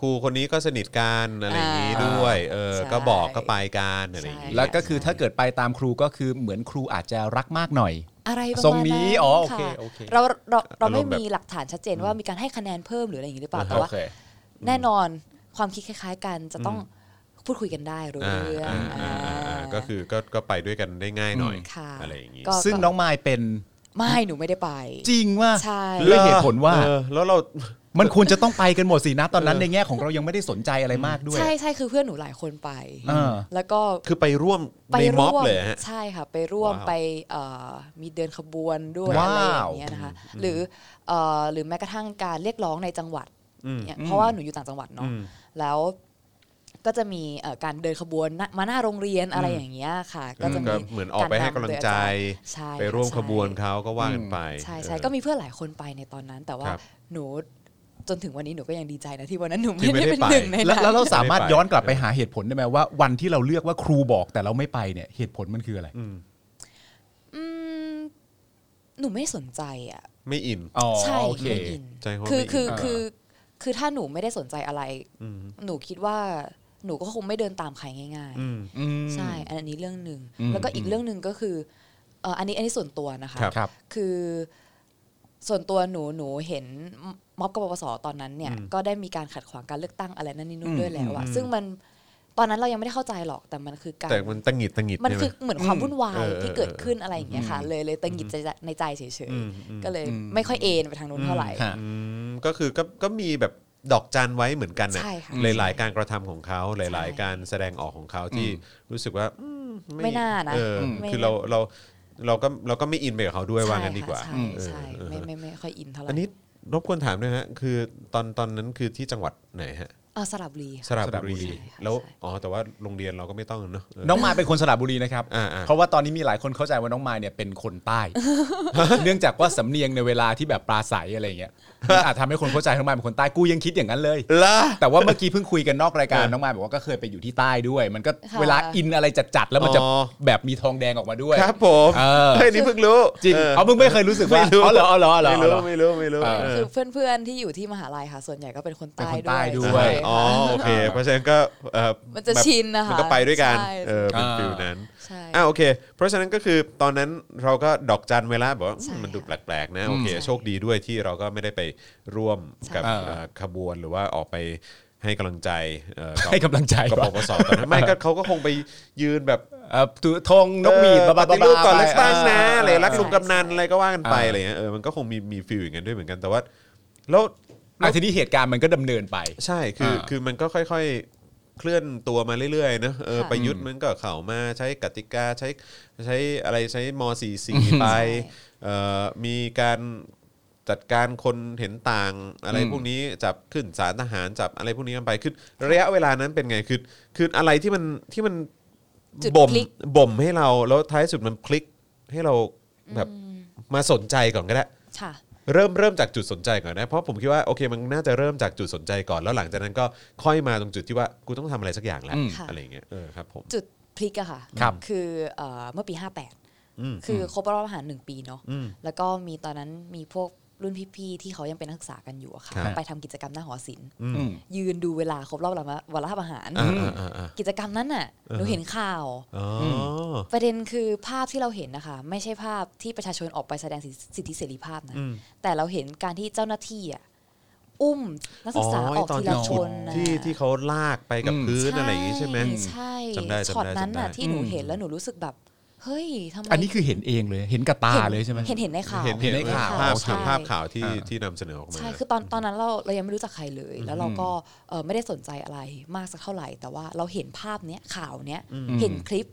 B: ครูคนนี้ก็สนิทกันอะไรอย่างนี้ด้วยเออ
D: ใช่
B: ก็บอกก็ไปกันอะไรอย่างนี้
D: ใช่
C: แล้วก็คือถ้าเกิดไปตามครูก็คือเหมือนครูอาจจะรักมากหน่อย
D: อะไรประมาณ
C: ทรงนี้อ๋อโอเคะ โอเค
D: เราเราเรา
B: าร
D: ไม่
B: มณ์แบบ
D: มีหลักฐานชัดเจนว่ามีการให้คะแนนเพิ่มหรืออะไรอย่างนี้หรือเปล่าแต่
C: โอ
D: ว่า
C: เค
D: แน่นอนความคิดคล้ายๆกันจะต้องพูดคุยกันได้รู้เรื่อง
B: อ่าอ่าอ่าอ่า
D: อ่า
B: ก็คือก็ก็ไปด้วยกันได้ง่ายหน่อย
D: ค่ะ
B: อะไรอย่างนี้
D: ก็
C: ซึ่งน้องมายเป็น
D: ไม่หนูไม่ได้ไป
C: จริงว่า
D: ใช่
C: ด้วยเหตุผลว่า
B: เออแล้วเรา
C: มันควรจะต้องไปกันหมดสินะตอนนั้นในแง่ของเรายังไม่ได้สนใจอะไรมากด้วย
D: ใช่ใช่คือเพื่อนหนูหลายคนไป
C: เออ
D: แล้วก็
B: คือไปร่วม
D: ไป
B: ในม็
D: ร่
B: อบ
D: วม
B: เลยฮะ
D: ใช่ค่ะไปร่วม
B: ว้าว
D: ไปเอ่อมีเดินขบวนด้วยอะไรอย่างเงี้ยนะคะหรือเอ่อหรือแม้กระทั่งการเรียกร้องในจังหวัด
B: อืม
D: เนี่ยเพราะว่าหนูอยู่ต่างจังหวัดเนาะ
B: อืม
D: แล้วก็จะมีเอ่อการเดินขบวนหน้ามาหน้าโรงเรียนอะไรอย่างเงี้ยค่ะ ก็จะ
B: ก็
D: มี
B: เหมือนออกไปให้กำลังใจ
D: ใช่
B: ไปร่วม
D: ใช่
B: ขบวนเขาก็ว่ากันไป
D: ใช่
B: เออ
D: ใช่ก็มีเพื่อนหลายคนไปในตอนนั้น แต่ว่า
B: ครับ
D: หนูจนถึงวันนี้หนูก็ยังดีใจนะที่วันนั้นหนู
B: ที่
D: ไม่
B: ไม่
D: ได้
B: ได้ไป
D: เป็นหนึ่งใน
C: แล้ว
D: นั้น
C: แล้วเราสามารถย้อนกลับไปหาเหตุผลได้ไหมว่าวันที่เราเลือกว่าครูบอกแต่เราไม่ไปเนี่ยเหตุผลมันคืออะไร
B: อืม
D: อืมหนูไม่สนใจอ่ะ
B: ไม่อิน
C: อ๋อ
D: ใช่
C: โอเค
D: ไม่อิน
B: ใจเขา
D: คือ
B: ไม่
D: คือ
B: อิน
D: คือคือถ้าหนูไม่ได้สนใจอะไร
B: อืม
D: หนูคิดว่าหนูก็คงไม่เดินตามใครง่าย ๆ
B: อืม
C: อืม
D: ใช่ อันนี้เรื่องหนึ่ง
C: อืม
D: แล้วก็อี
C: อื
D: ก
C: ม
D: เรื่องหนึ่งก็คือเอ่ออันนี้อันนี้ส่วนตัวนะคะ
B: ครับ
C: ครับ
D: คือส่วนตัวหนูหนูเห็นม็อบกบปสตอนนั้นเนี่ย ก็ได้มีการขัดขวางการเลือกตั้งอะไรนั่นนี่นู่น
C: อืม
D: ด้วยแล้วอะ
B: อืม
D: ซึ่งมันตอนนั้นเรายังไม่ได้เข้าใจหรอก แต่มันคือการ
B: แต่มันตังหงิดตังหงิด
D: มัน
B: ใช่ไหม
D: คือเหมือนความ
C: อืม
D: วุ่นวาย
B: เออเออ
D: ที่เกิดขึ้นอะไรอย่างเงี้ยค่ะ เลยเลยตึงหงิดใจในใจเฉย
B: อืมอืม
D: ๆ ก็เลย
C: อืม
D: ไม่ค่อยเอนไปทางนู้นเท่าไหร่
C: ฮะ
B: อืมก็คือก็ก็มีแบบดอกจันไว้เหมือนกันนะ
D: ใช่ค่ะ
B: หลาย ๆ การกระทำของเขาหลาย
D: ใช่
B: ๆ การแสดงออกของเขาที่รู้สึกว่าอื
D: ไม่น่านะ
B: เออ
D: ไม่
B: คือเราเรา เราก็เราก็ไม่อินไปกับเขาด้วยว่างั้นดีกว่า
D: ใช่ค่ะใช่ใช่ไม่ไม่ไม่ไม่ค่อยอินเท่าไหร่
B: อันนี้รบกวนถามด้วยฮะ คือตอนตอนนั้นคือที่จังหวัดไหนฮะ
D: เออสระบุรี
B: ส
D: ค่ะ
B: ระ
C: สระบุ
B: บุ
C: รี
B: รี
D: ใช่ค่ะ
B: แล้ว
D: ใช่
B: อ๋อ แต่ว่าโรงเรียนเราก็ไม่ต้องเนอะเออ
C: น้องมายเป็นคนสระบุรีนะครับ
B: อ่าๆ
C: เพราะว่าตอนนี้มีหลายคนเข้าใจว่าน้องมายเนี่ยเป็นคนใต้ เนื่องจากว่าสำเนียงในเวลาที่แบบปราศัยอะไรอย่างเงี้ยมันอาจทำให้คนเข้าใจน้องมายเป็นคนใต้กูยังคิดอย่างนั้นเลย
B: ละ
C: แต่ว่าเมื่อกี้เพิ่งคุยกันนอกรายการ
B: เออ
C: น้องมายบอกว่าก็เคยไปอยู่ที่ใต้ด้วย มันก็
D: ค่ะ
C: เวลาอินอะไรจัดๆแล้วมันจะ
B: อ๋อ
C: แบบมีทองแดงออกมาด้วย
B: ครับผม
C: เออ
B: เฮ้ยนี่เพิ่งรู้
C: จริง
B: ออ
C: เอามึงไม่เคยรู้สึกว่า
B: ไม่รู้
C: อ๋อเหรออ๋อเหรออ๋อเหรอ
B: ไม่
C: อ๋อเหร
B: รู้
C: อ
B: ไม่รู้ไม่รู้
C: เออ
B: เออ
D: คือเพื่อนๆที่อยู่ที่มหาลัยค่ะ ส่วนใหญ่ก็เป็นคนใต้
C: เป็นคน
D: ด้
C: ใต้
D: วย
C: ด้
B: ใช่
C: วย
D: ใช่ค่ะ
B: อ๋อ โอเค เพราะฉะนั้นก็เอ่อ
D: มันจะ
B: แบบ
D: ชินนะคะ
B: มันก็ไปด้วยกัน
D: ใช่
B: เออ เป็น
C: อ่า
B: ฟิลนั้น
D: ใช่
B: อ่าโอเค เพราะฉะนั้นก็คือตอนนั้นเราก็ดอกจันไว้แล้วบอกว่า
D: ใช่
B: อืมมันดูแปลกๆนะ
C: อืม
B: โอเค
D: ใช่
B: โชคดีด้วยที่เราก็ไม่ได้ไปร่วมกับ
C: ใช่
B: เอ่อขบวนหรือว่าออกไปให้กำลังใจเอ่อ
C: ให้กำลังใจ
B: กับป
C: ว่ะ
B: ปสตอนนั้นไม่ก็เขาก็คงไปยืนแบบ
C: เอ่อถือธงนกหวีด
B: เอ่อ
C: บ้าๆ
B: ปฏิ
C: บ้าๆ
B: รูปก่อนเลือก
C: ไป
B: ตั้งนะ
C: เออ
B: อะไรรักลุง
D: ใช่
B: กำนัน
D: ใช่
B: อะไรก็ว่ากันไปอะไรเงี้ยเออมันก็คงมีมีฟิลอย่างนั้นด้วยเหมือนกันแต่ว่าแล้ว
C: อ่ะทีนี้เหตุการณ์มันก็ดำเนินไป
B: ใช่คือ
C: อ่า
B: คือมันก็ค่อยๆเคลื่อนตัวมาเรื่อยๆนะเออ
D: ค่ะ
B: ประยุทธ์มันก็เข้ามาใช้กติกาใช้ใช้อะไรใช้ม .44 ไป
D: ใช่
B: เอ่อมีการจัดการคนเห็นต่างอะไร
C: อืม
B: พวกนี้จับขึ้นสารทหารจับอะไรพวกนี้กันไปคือระยะเวลานั้นเป็นไงคือคืออะไรที่มันที่มัน
D: จุด
B: บ่ม
D: คลิก
B: บ่มให้เราแล้วท้ายสุดมันคลิกให้เราแบบมาสนใจก่อนก็ได้
D: ค่ะ
B: เริ่มเริ่มจากจุดสนใจก่อนนะเพราะผมคิดว่าโอเคมันน่าจะเริ่มจากจุดสนใจก่อนแล้วหลังจากนั้นก็ค่อยมาตรงจุดที่ว่ากูต้องทำอะไรสักอย่างแล้ว
C: อืม
D: ค่ะ
B: อะไรอย่างเงี้ยเออครับผม
D: จุดพลิกอะค่ะ
C: ครับ
D: คือเอ่อเมื่อปี
B: อืม
D: 58 คือครบรอบอาหารหนึ่งปีเนาะ
B: อืม
D: แล้วก็มีตอนนั้นมีพวกรุ่นพี่ๆที่เขายังเป็นนักศึกษากันอยู่อะค่ะ
B: ครับ
D: ไปทำกิจกรรมหน้าหอศิลป์
B: อืม
C: อืม
D: ยืนดูเวลาครบรอบวันละอาหาร
B: อ่าอ่าอ่าอ่า
D: กิจกรรมนั้นน่ะหนูเห็นข่าว
B: อ๋ออ
D: ประเด็นคือภาพที่เราเห็นนะคะ ไม่ใช่ภาพที่ประชาชนออกไปแสดงสิสิทธิเสรีภาพนะ
B: อืม
D: แต่เราเห็นการที่เจ้าหน้าที่อ่ะอุ้มนักศึกษาออก
B: ตน
D: ทีละ
B: ที่
D: ค
B: ฉุด
D: นน่ะ
B: ที่ที่เขาลากไปกับ
C: อืม
B: พื้นอะไรอย่างงี้ใช่ไหม
D: ใช่
B: จำได้จำได้
D: ช็อตนั้นน่ะ
B: จำได้
D: ที่หนูเห็นแล้วหนูรู้สึกแบบ เฮ้ยทำไม
C: อันนี้คือเห็นเองเลยเห็นกับตา
D: ห็น
C: เลยใช่ไหม
D: เห็นเห็นในข่าว
B: เห็น
C: เห็นในข่าว
B: ภาพ
D: ใช่
B: ภาพข่าวที่
C: อ่า
B: ที่นำเสนอออกมา
D: ใช่คือตอนตอนนั้นเราเรายังไม่รู้จักใครเลย แล้วเราก็เอ่อไม่ได้สนใจอะไรมากสักเท่าไหร่ แต่ว่าเราเห็นภาพเนี้ยข่าวเนี้ยเห็นคลิป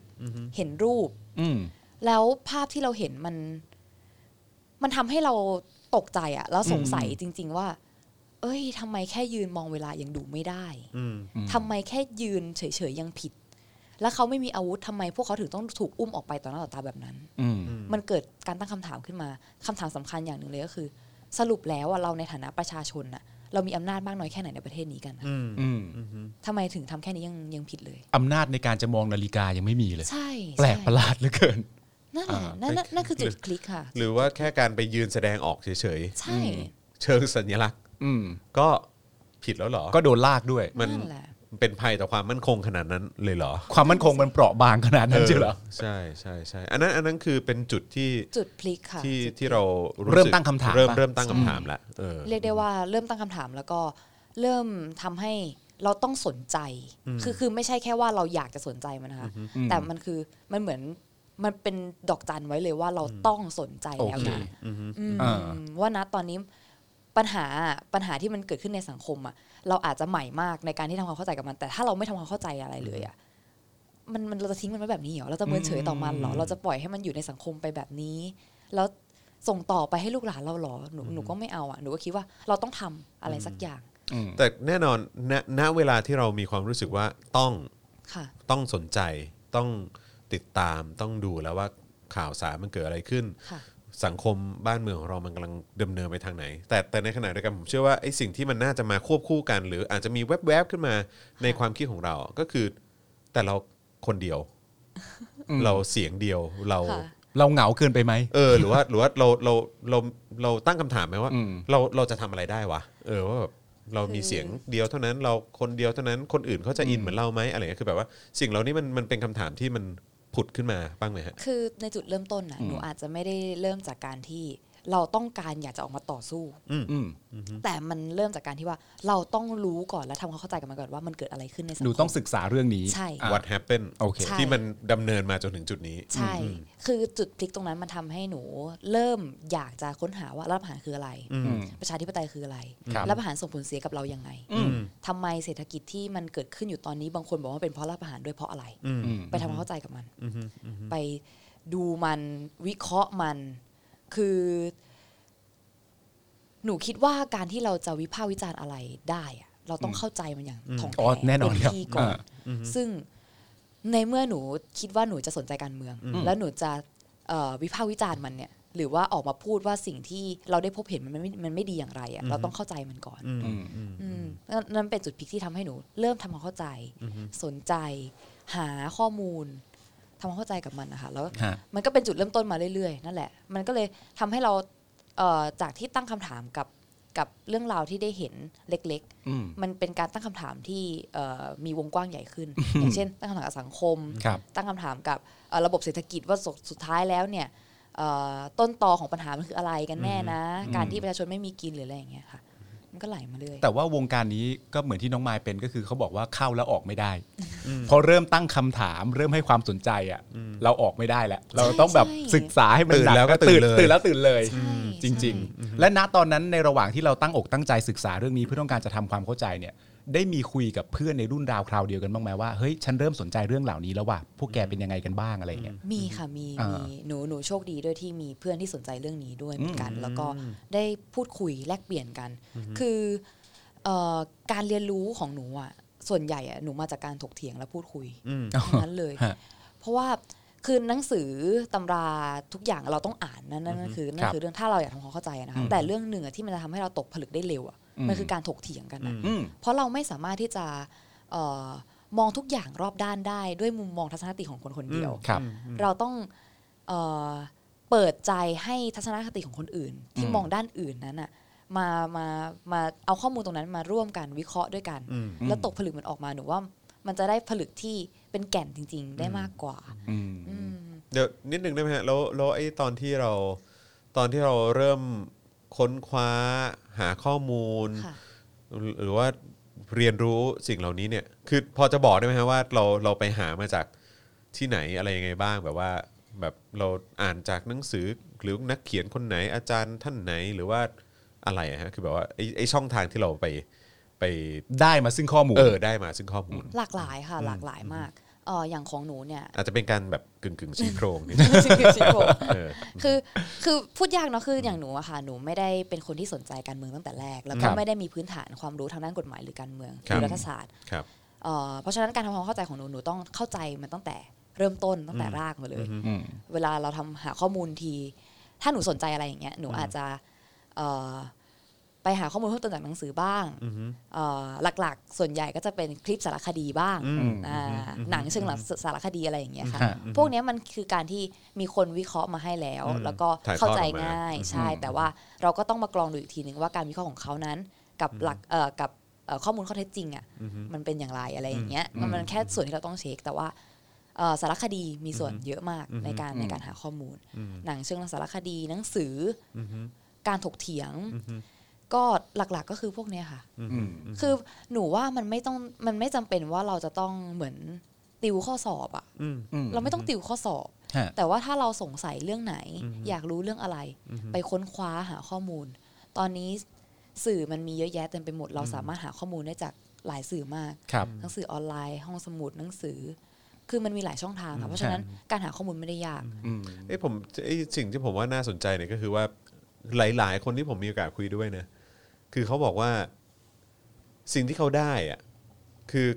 D: เห็นรูป
C: อืม
D: แล้วภาพที่เราเห็นมัน มันทำให้เราตกใจอะแล้วสงสัยจริง ๆ ว่า เอ้ยทำไมแค่ยืนมองเวลายังดูไม่ได้
B: อืม
D: ทำไมแค่ยืนเฉยๆยังผิด แล้วเขาไม่มีอาวุธทำไมพวกเขาถึงต้องถูกอุ้มออกไปต่อหน้าต่อตาแบบนั้น
C: อืม
D: มันเกิดการตั้งคำถามขึ้นมาคำถามสำคัญอย่างหนึ่งเลยก็คือ สรุปแล้วอะเราในฐานะประชาชนอะเรามีอำนาจมากน้อยแค่ไหนในประเทศนี้กันอะ
B: อืม
C: อืม
D: ทำไมถึงทำแค่นี้ยังยังผิดเลย
C: อำนาจในการจะมองนาฬิกายังไม่มีเลย
D: ใช่
C: แปลกประหลาดเหลือเกิน
D: นั่นแหละนั่นนั่นนั่นคือจุดคลิกค่ะ
B: หรือว่าแค่การไปยืนแสดงออกเฉย
D: ใช่
B: ๆ เชิงสัญลักษณ์
C: อืม
B: ก็ผิดแล้วเหรอ
C: ก็โดนลากด้วย
B: มัน
D: นั่นแหละ
B: เป็นภัยต่อความมั่นคงขนาดนั้นเลยเหรอ
C: ความมั่นคงมันเปราะบางขนาดนั้นใช่เหรอ
B: ใช่ใช่ใช่อันนั้นอันนั้นคือเป็นจุดที่
D: จุดพลิกค่ะ
B: ที่
D: จุดพลิก
B: ที่เรา
C: เริ่ม
B: สึก
C: ตั้งคำถาม
B: เริ่ม
C: ปะ
B: เริ่มตั้งคำถามละเออ
D: เรียกได้ว่าเริ่มตั้งคำถามแล้วก็เริ่มทำให้เราต้องสนใจ คือคือไม่ใช่แค่ว่าเราอยากจะสนใจมันนะคะแต่มันคือมันเหมือนมันเป็นดอกจันไว้เลยว่าเราต้องสนใจแล้วนะ
C: โอเค
D: อืม
C: อ่า
D: ว่านะตอนนี้ปัญหาปัญหาที่มันเกิดขึ้นในสังคมอ่ะเราอาจจะใหม่มากในการที่ทำความเข้าใจกับมัน แต่ถ้าเราไม่ทำความเข้าใจอะไรเลยอ่ะมันมันเราจะทิ้งมันไว้แบบนี้เหรอเราจะเมินเฉยต่อมันเหรอเราจะปล่อยให้มันอยู่ในสังคมไปแบบนี้ แล้ว ส่งต่อไปให้ลูกหลานเราเหรอหนูหนูก็ไม่เอาอ่ะหนูก็คิดว่าเราต้องทำอะไรสักอย่าง
B: แต่แน่นอนณณเวลาที่เรามีความรู้สึกว่าต้อง
D: ค่ะ
B: ต้องสนใจต้องติดตามต้องดูแล้วว่าข่าวสารมันเกิดอะไรขึ้น
D: ค่ะ
B: สังคมบ้านเมืองของเรามันกำลังดำเนินไปทางไหน แต่แต่ในขณะเดียวกันผมเชื่อว่าไอ้สิ่งที่มันน่าจะมาควบคู่กัน หรืออาจจะมีแวบๆขึ้นมาในความคิดของเราก็คือ แต่เราคนเดียว เราเสียงเดียวเรา
D: ค่ะ
C: เราเหงาเกินไปไหม
B: เออหรือว่าหรือว่าเราเราเราเราตั้งคำถามไหมว่า
C: อืม
B: เราเราจะทำอะไรได้วะเออว่าแบบเรามีเสียงเดียวเท่านั้น เราคนเดียวเท่านั้นคนอื่นเขาจะอินเหมือนเราไหมอะไรเงี้ยคือแบบว่าสิ่งเหล่านี้มันมันเป็นคำถามที่มันผุดขึ้นมาบ้างไหมฮะ
D: คือในจุดเริ่มต้นน่ะหนูอาจจะไม่ได้เริ่มจากการที่เราต้องการอยากจะออกมาต่อสู้
C: อืม
D: แต่มันเริ่มจากการที่ว่าเราต้องรู้ก่อนและทำความเข้าใจกับมันก่อนว่ามันเกิดอะไรขึ้นในสัง
C: ห
D: ค
C: นู
D: ม
C: ต้องศึกษาเรื่องนี้
D: ใช่
C: อ่ะ
B: What happened
C: โอเค
D: ใช่
B: ที่มันดำเนินมาจนถึงจุดนี้
D: ใช่ คือจุดพลิกตรงนั้นมันทำให้หนูเริ่มอยากจะค้นหาว่ารัฐประหารคืออะไร
C: อืม
D: ประชาธิปไตยคืออะไร
C: ครับ
D: รัฐประหารส่งผลเสียกับเรายังไง
C: อืม
D: ทำไมเศรษฐกิจที่มันเกิดขึ้นอยู่ตอนนี้บางคนบอกว่าเป็นเพราะรัฐประหารด้วยเพราะอะไร
B: อืม
C: อืม
D: ไปทำความเข้าใจกับมัน ไป ดูมันวิเคราะห์มัน คือ หนูคิดว่าการที่เราจะวิพากษ์วิจารณ์อะไรได้อะเราต้องเข้าใจมันอย่างถ่อง
C: อ๋
D: แท้
C: อแน่นอน
D: เต็ม
C: ครับ
D: ที่ก่อน
C: อ่า
D: ซึ่งในเมื่อหนูคิดว่าหนูจะสนใจการเมือง แล้วหนูจะเอ่อวิพากษ์วิจารณ์มันเนี่ย หรือว่าออกมาพูดว่าสิ่งที่เราได้พบเห็นมันไม่มันไม่ดีอย่างไรอะเราต้องเข้าใจมันก่อน
C: อืม
D: อืมนั่นนั่นเป็นจุดพลิกที่ทำให้หนู เริ่มทำความเข้าใจ สนใจ หาข้อมูลทำความเข้าใจกับมันนะคะแล้ว
C: ฮะ
D: มันก็เป็นจุดเริ่มต้นมาเรื่อยๆนั่นแหละ มันก็เลยทำให้เราเอ่อจากที่ตั้งคำถามกับกับเรื่องราวที่ได้เห็นเล็ก
C: อืม
D: ๆ มันเป็นการตั้งคำถามที่เอ่อมีวงกว้างใหญ่ขึ้น อย่างเช่น ตั้งคำถามกับสังคม
C: ครับ
D: ตั้งคำถามกับเอ่อระบบเศรษฐกิจว่าสุดสุดท้ายแล้วเนี่ยเอ่อต้นตอของปัญหามันคืออะไรกันแน่นะ การที่ประชาชนไม่มีกินหรืออะไรอย่างเงี้ยค่ะ มันก็ไหลมาเรื่อย
C: แต่ว่าวงการนี้ก็เหมือนที่น้องมายเป็นก็คือเขาบอกว่าเข้าแล้วออกไม่ได้ พอเริ่มตั้งคำถาม เริ่มให้ความสนใจอ่ะ เราออกไม่ได้แล้วเราต้องแบบ
D: ใช่
C: ศึกษาให้มัน
B: ตื่น
C: หก
B: แล้วก็ตื่นเลย
C: ตื่นแล้วตื่นเลย
D: ใช่
C: จริง
D: ใช่
C: ๆ และณตอนนั้นในระหว่างที่เราตั้งอกตั้งใจศึกษาเรื่องนี้เพื่อต้องการจะทำความเข้าใจเนี่ย ได้มีคุยกับเพื่อนในรุ่นราวคราวเดียวกันบ้างไหมว่าเฮ้ยฉันเริ่มสนใจเรื่องเหล่านี้แล้วว่ะพวกแกเป็นยังไงกันบ้างอะไรเงี้ย
D: มีค่ะมี
C: อ่ามี
D: มีหนูหนูโชคดีด้วยที่มีเพื่อนที่สนใจเรื่องนี้ด้วยเหมือนกัน
C: อืม
D: แล้วก็ได้พูดคุยแลกเปลี่ยนกัน คือเอ่อการเรียนรู้ของหนูอ่ะส่วนใหญ่อะหนูมาจากการถกเถียงและพูดคุย
B: อืม
D: ทั้งนั้นเลย
C: ฮะ
D: เพราะว่าคือหนังสือตำราทุกอย่างเราต้องอ่านนั่นนั่นนั่นคือ
C: คน
D: นั่
C: รับ
D: คือเรื่องถ้าเราอยากทำความเข้าใจอะนะคะ
C: อืม
D: แต่เรื่องหนึ่งอะที่มันจะทำให้เราตกผลึกได้เร็วอะ
C: อืม
D: มันคือการถกเถียงกันอะ
C: อืม
D: เพราะเราไม่สามารถที่จะเออมองทุกอย่างรอบด้านได้ด้วยมุมมองทัศนคติของคนคนเดียว
C: อืมครับ
D: เราต้องเอ่อเปิดใจให้ทัศนคติของคนอื่น ที่
C: อืม
D: มองด้านอื่นนั้นอะมามามาเอาข้อมูลตรงนั้นมาร่วมกันวิเคราะห์ด้วยกัน แล้วตกผลึกมันออกมาหนูว่ามันจะได้ผลึกที่เป็นแก่นจริง ๆ ได้มากกว่า
C: อืม
D: อืม
B: เดี๋ยวนิดหนึ่งได้ไหมฮะแล้วแล้วไอ้ตอนที่เราตอนที่เราเริ่มค้นคว้าหาข้อมูล
D: ค่ะ
B: หรือว่าเรียนรู้สิ่งเหล่านี้เนี่ย คือพอจะบอกได้ไหมฮะว่าเราเราไปหามาจากที่ไหนอะไรยังไงบ้างแบบว่าแบบเราอ่านจากหนังสือหรือนักเขียนคนไหนอาจารย์ท่านไหนหรือว่าอะไรอะฮะคือแบบว่าไอ้ไอ้ช่องทางที่เราไปไป
C: ได้มาซึ่งข้อมูล
B: เออได้มาซึ่งข้อมูล
D: หลากหลายค่ะหลากหลายมากเอออย่างของหนูเนี่ย
B: อาจจะเป็นการแบบกึ่งกึ่งๆชี้โครงนิด เออ
D: คือคือพูดยากเนาะคืออย่างหนูอะค่ะหนูไม่ได้เป็นคนที่สนใจการเมืองตั้งแต่แรก แล้ว
C: ครับ
D: ก็ไม่ได้มีพื้นฐานความรู้ทางด้านกฎหมายหรือการเมืองห
B: ครับ
D: รือรัฐศาสตร์
B: ครับ
D: เอ่อเพราะฉะนั้นการทำความเข้าใจของหนูหนูต้องเข้าใจมันตั้งแต่เริ่มต้นตั้งแต่รากมาเลย
C: อืม
D: เวลาเราทำหาข้อมูลที ถ้าหนูสนใจอะไรอย่างเงี้ยหนูอาจจะเอ่อไปหาข้อมูลเพิ่มเติมจากหนังสือบ้างเอ่อหลักๆ ส่วนใหญ่ก็จะเป็นคลิปสารคดีบ้างอ่าหนังเชิงหลักสารคดีอะไรอย่างเงี้ยค่ะ
C: ฮะ
D: พวกเนี้ยมันคือการที่มีคนวิเคราะห์มาให้แล้ว
B: อืม
D: แล้วก็
B: ถ่ายทอดออกมา
D: เข้าใจง่ายใช่ แต่ว่าเราก็ต้องมากรองดูอีกทีหนึ่งว่าการวิเคราะห์ของเขานั้น กับหลักเอ่อกับเอ่อข้อมูลข้อเท็จจริงอ่ะมันเป็นอย่างไรอะไรอย่างเงี้ยมันมันแค่ส่วนที่เราต้องเช็คแต่ว่า เอ่อสารคดีมีส่วนเยอะมากในการในการหาข้อมูล หนังเชิงสารคดีหนังสืออการถกเถียง ก็หลักๆก็คือพวกเนี้ยค่ะ
C: อืม
D: คือหนูว่ามันไม่ต้องมันไม่จำเป็นว่าเราจะต้องเหมือนติวข้อสอบอะ
B: อืม
C: อืม
D: เราไม่ต้องติวข้อสอบ
C: ฮะ
D: แต่ว่าถ้าเราสงสัยเรื่องไหน อยากรู้เรื่องอะไร ไปค้นคว้าหาข้อมูล ตอนนี้สื่อมันมีเยอะแยะเต็มไปหมดเราสามารถหาข้อมูลได้จากหลายสื่อมาก
C: ครับ
D: หนังสือออนไลน์ ห้องสมุดหนังสือ คือมันมีหลายช่องทางค่ะเพราะฉะนั้นการหาข้อมูลไม่ได้ยาก
C: อืม
B: เอ้ยผมไอ้สิ่งที่ผมว่าน่าสนใจเนี่ยก็คือว่าหลาย ๆ คนที่ผมมีโอกาสคุยด้วยนะคือเขาบอกว่าสิ่งที่เขาได้อะคือ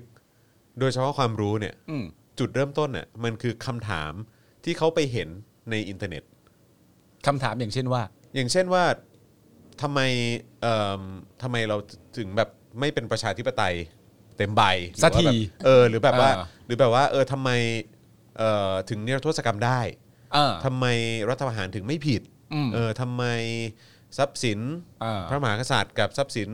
B: โดยเฉพาะความรู้เนี่ย
C: อืม
B: จุดเริ่มต้นเนี่ยมันคือคำถามที่เขาไปเห็นในอินเทอร์เน็ต
C: คำถามอย่างเช่นว่า
B: อย่างเช่นว่าทำไมเอิ่มทำไมเราถึงแบบไม่เป็นประชาธิปไตยเต็มใบหรือ
C: สักที
B: ว่าแบบเออ หรือแบบว่า
C: เออ
B: หรือแบบว่า เออทำไมเอ่อถึงนิรโทษกรรมได้
C: เออ
B: ทำไมรัฐประหารถึงไม่ผิด
C: อืม
B: เออทำไมทรัพย์สิน
C: อ่า
B: พระมหากษัตริย์กับทรัพย์สิน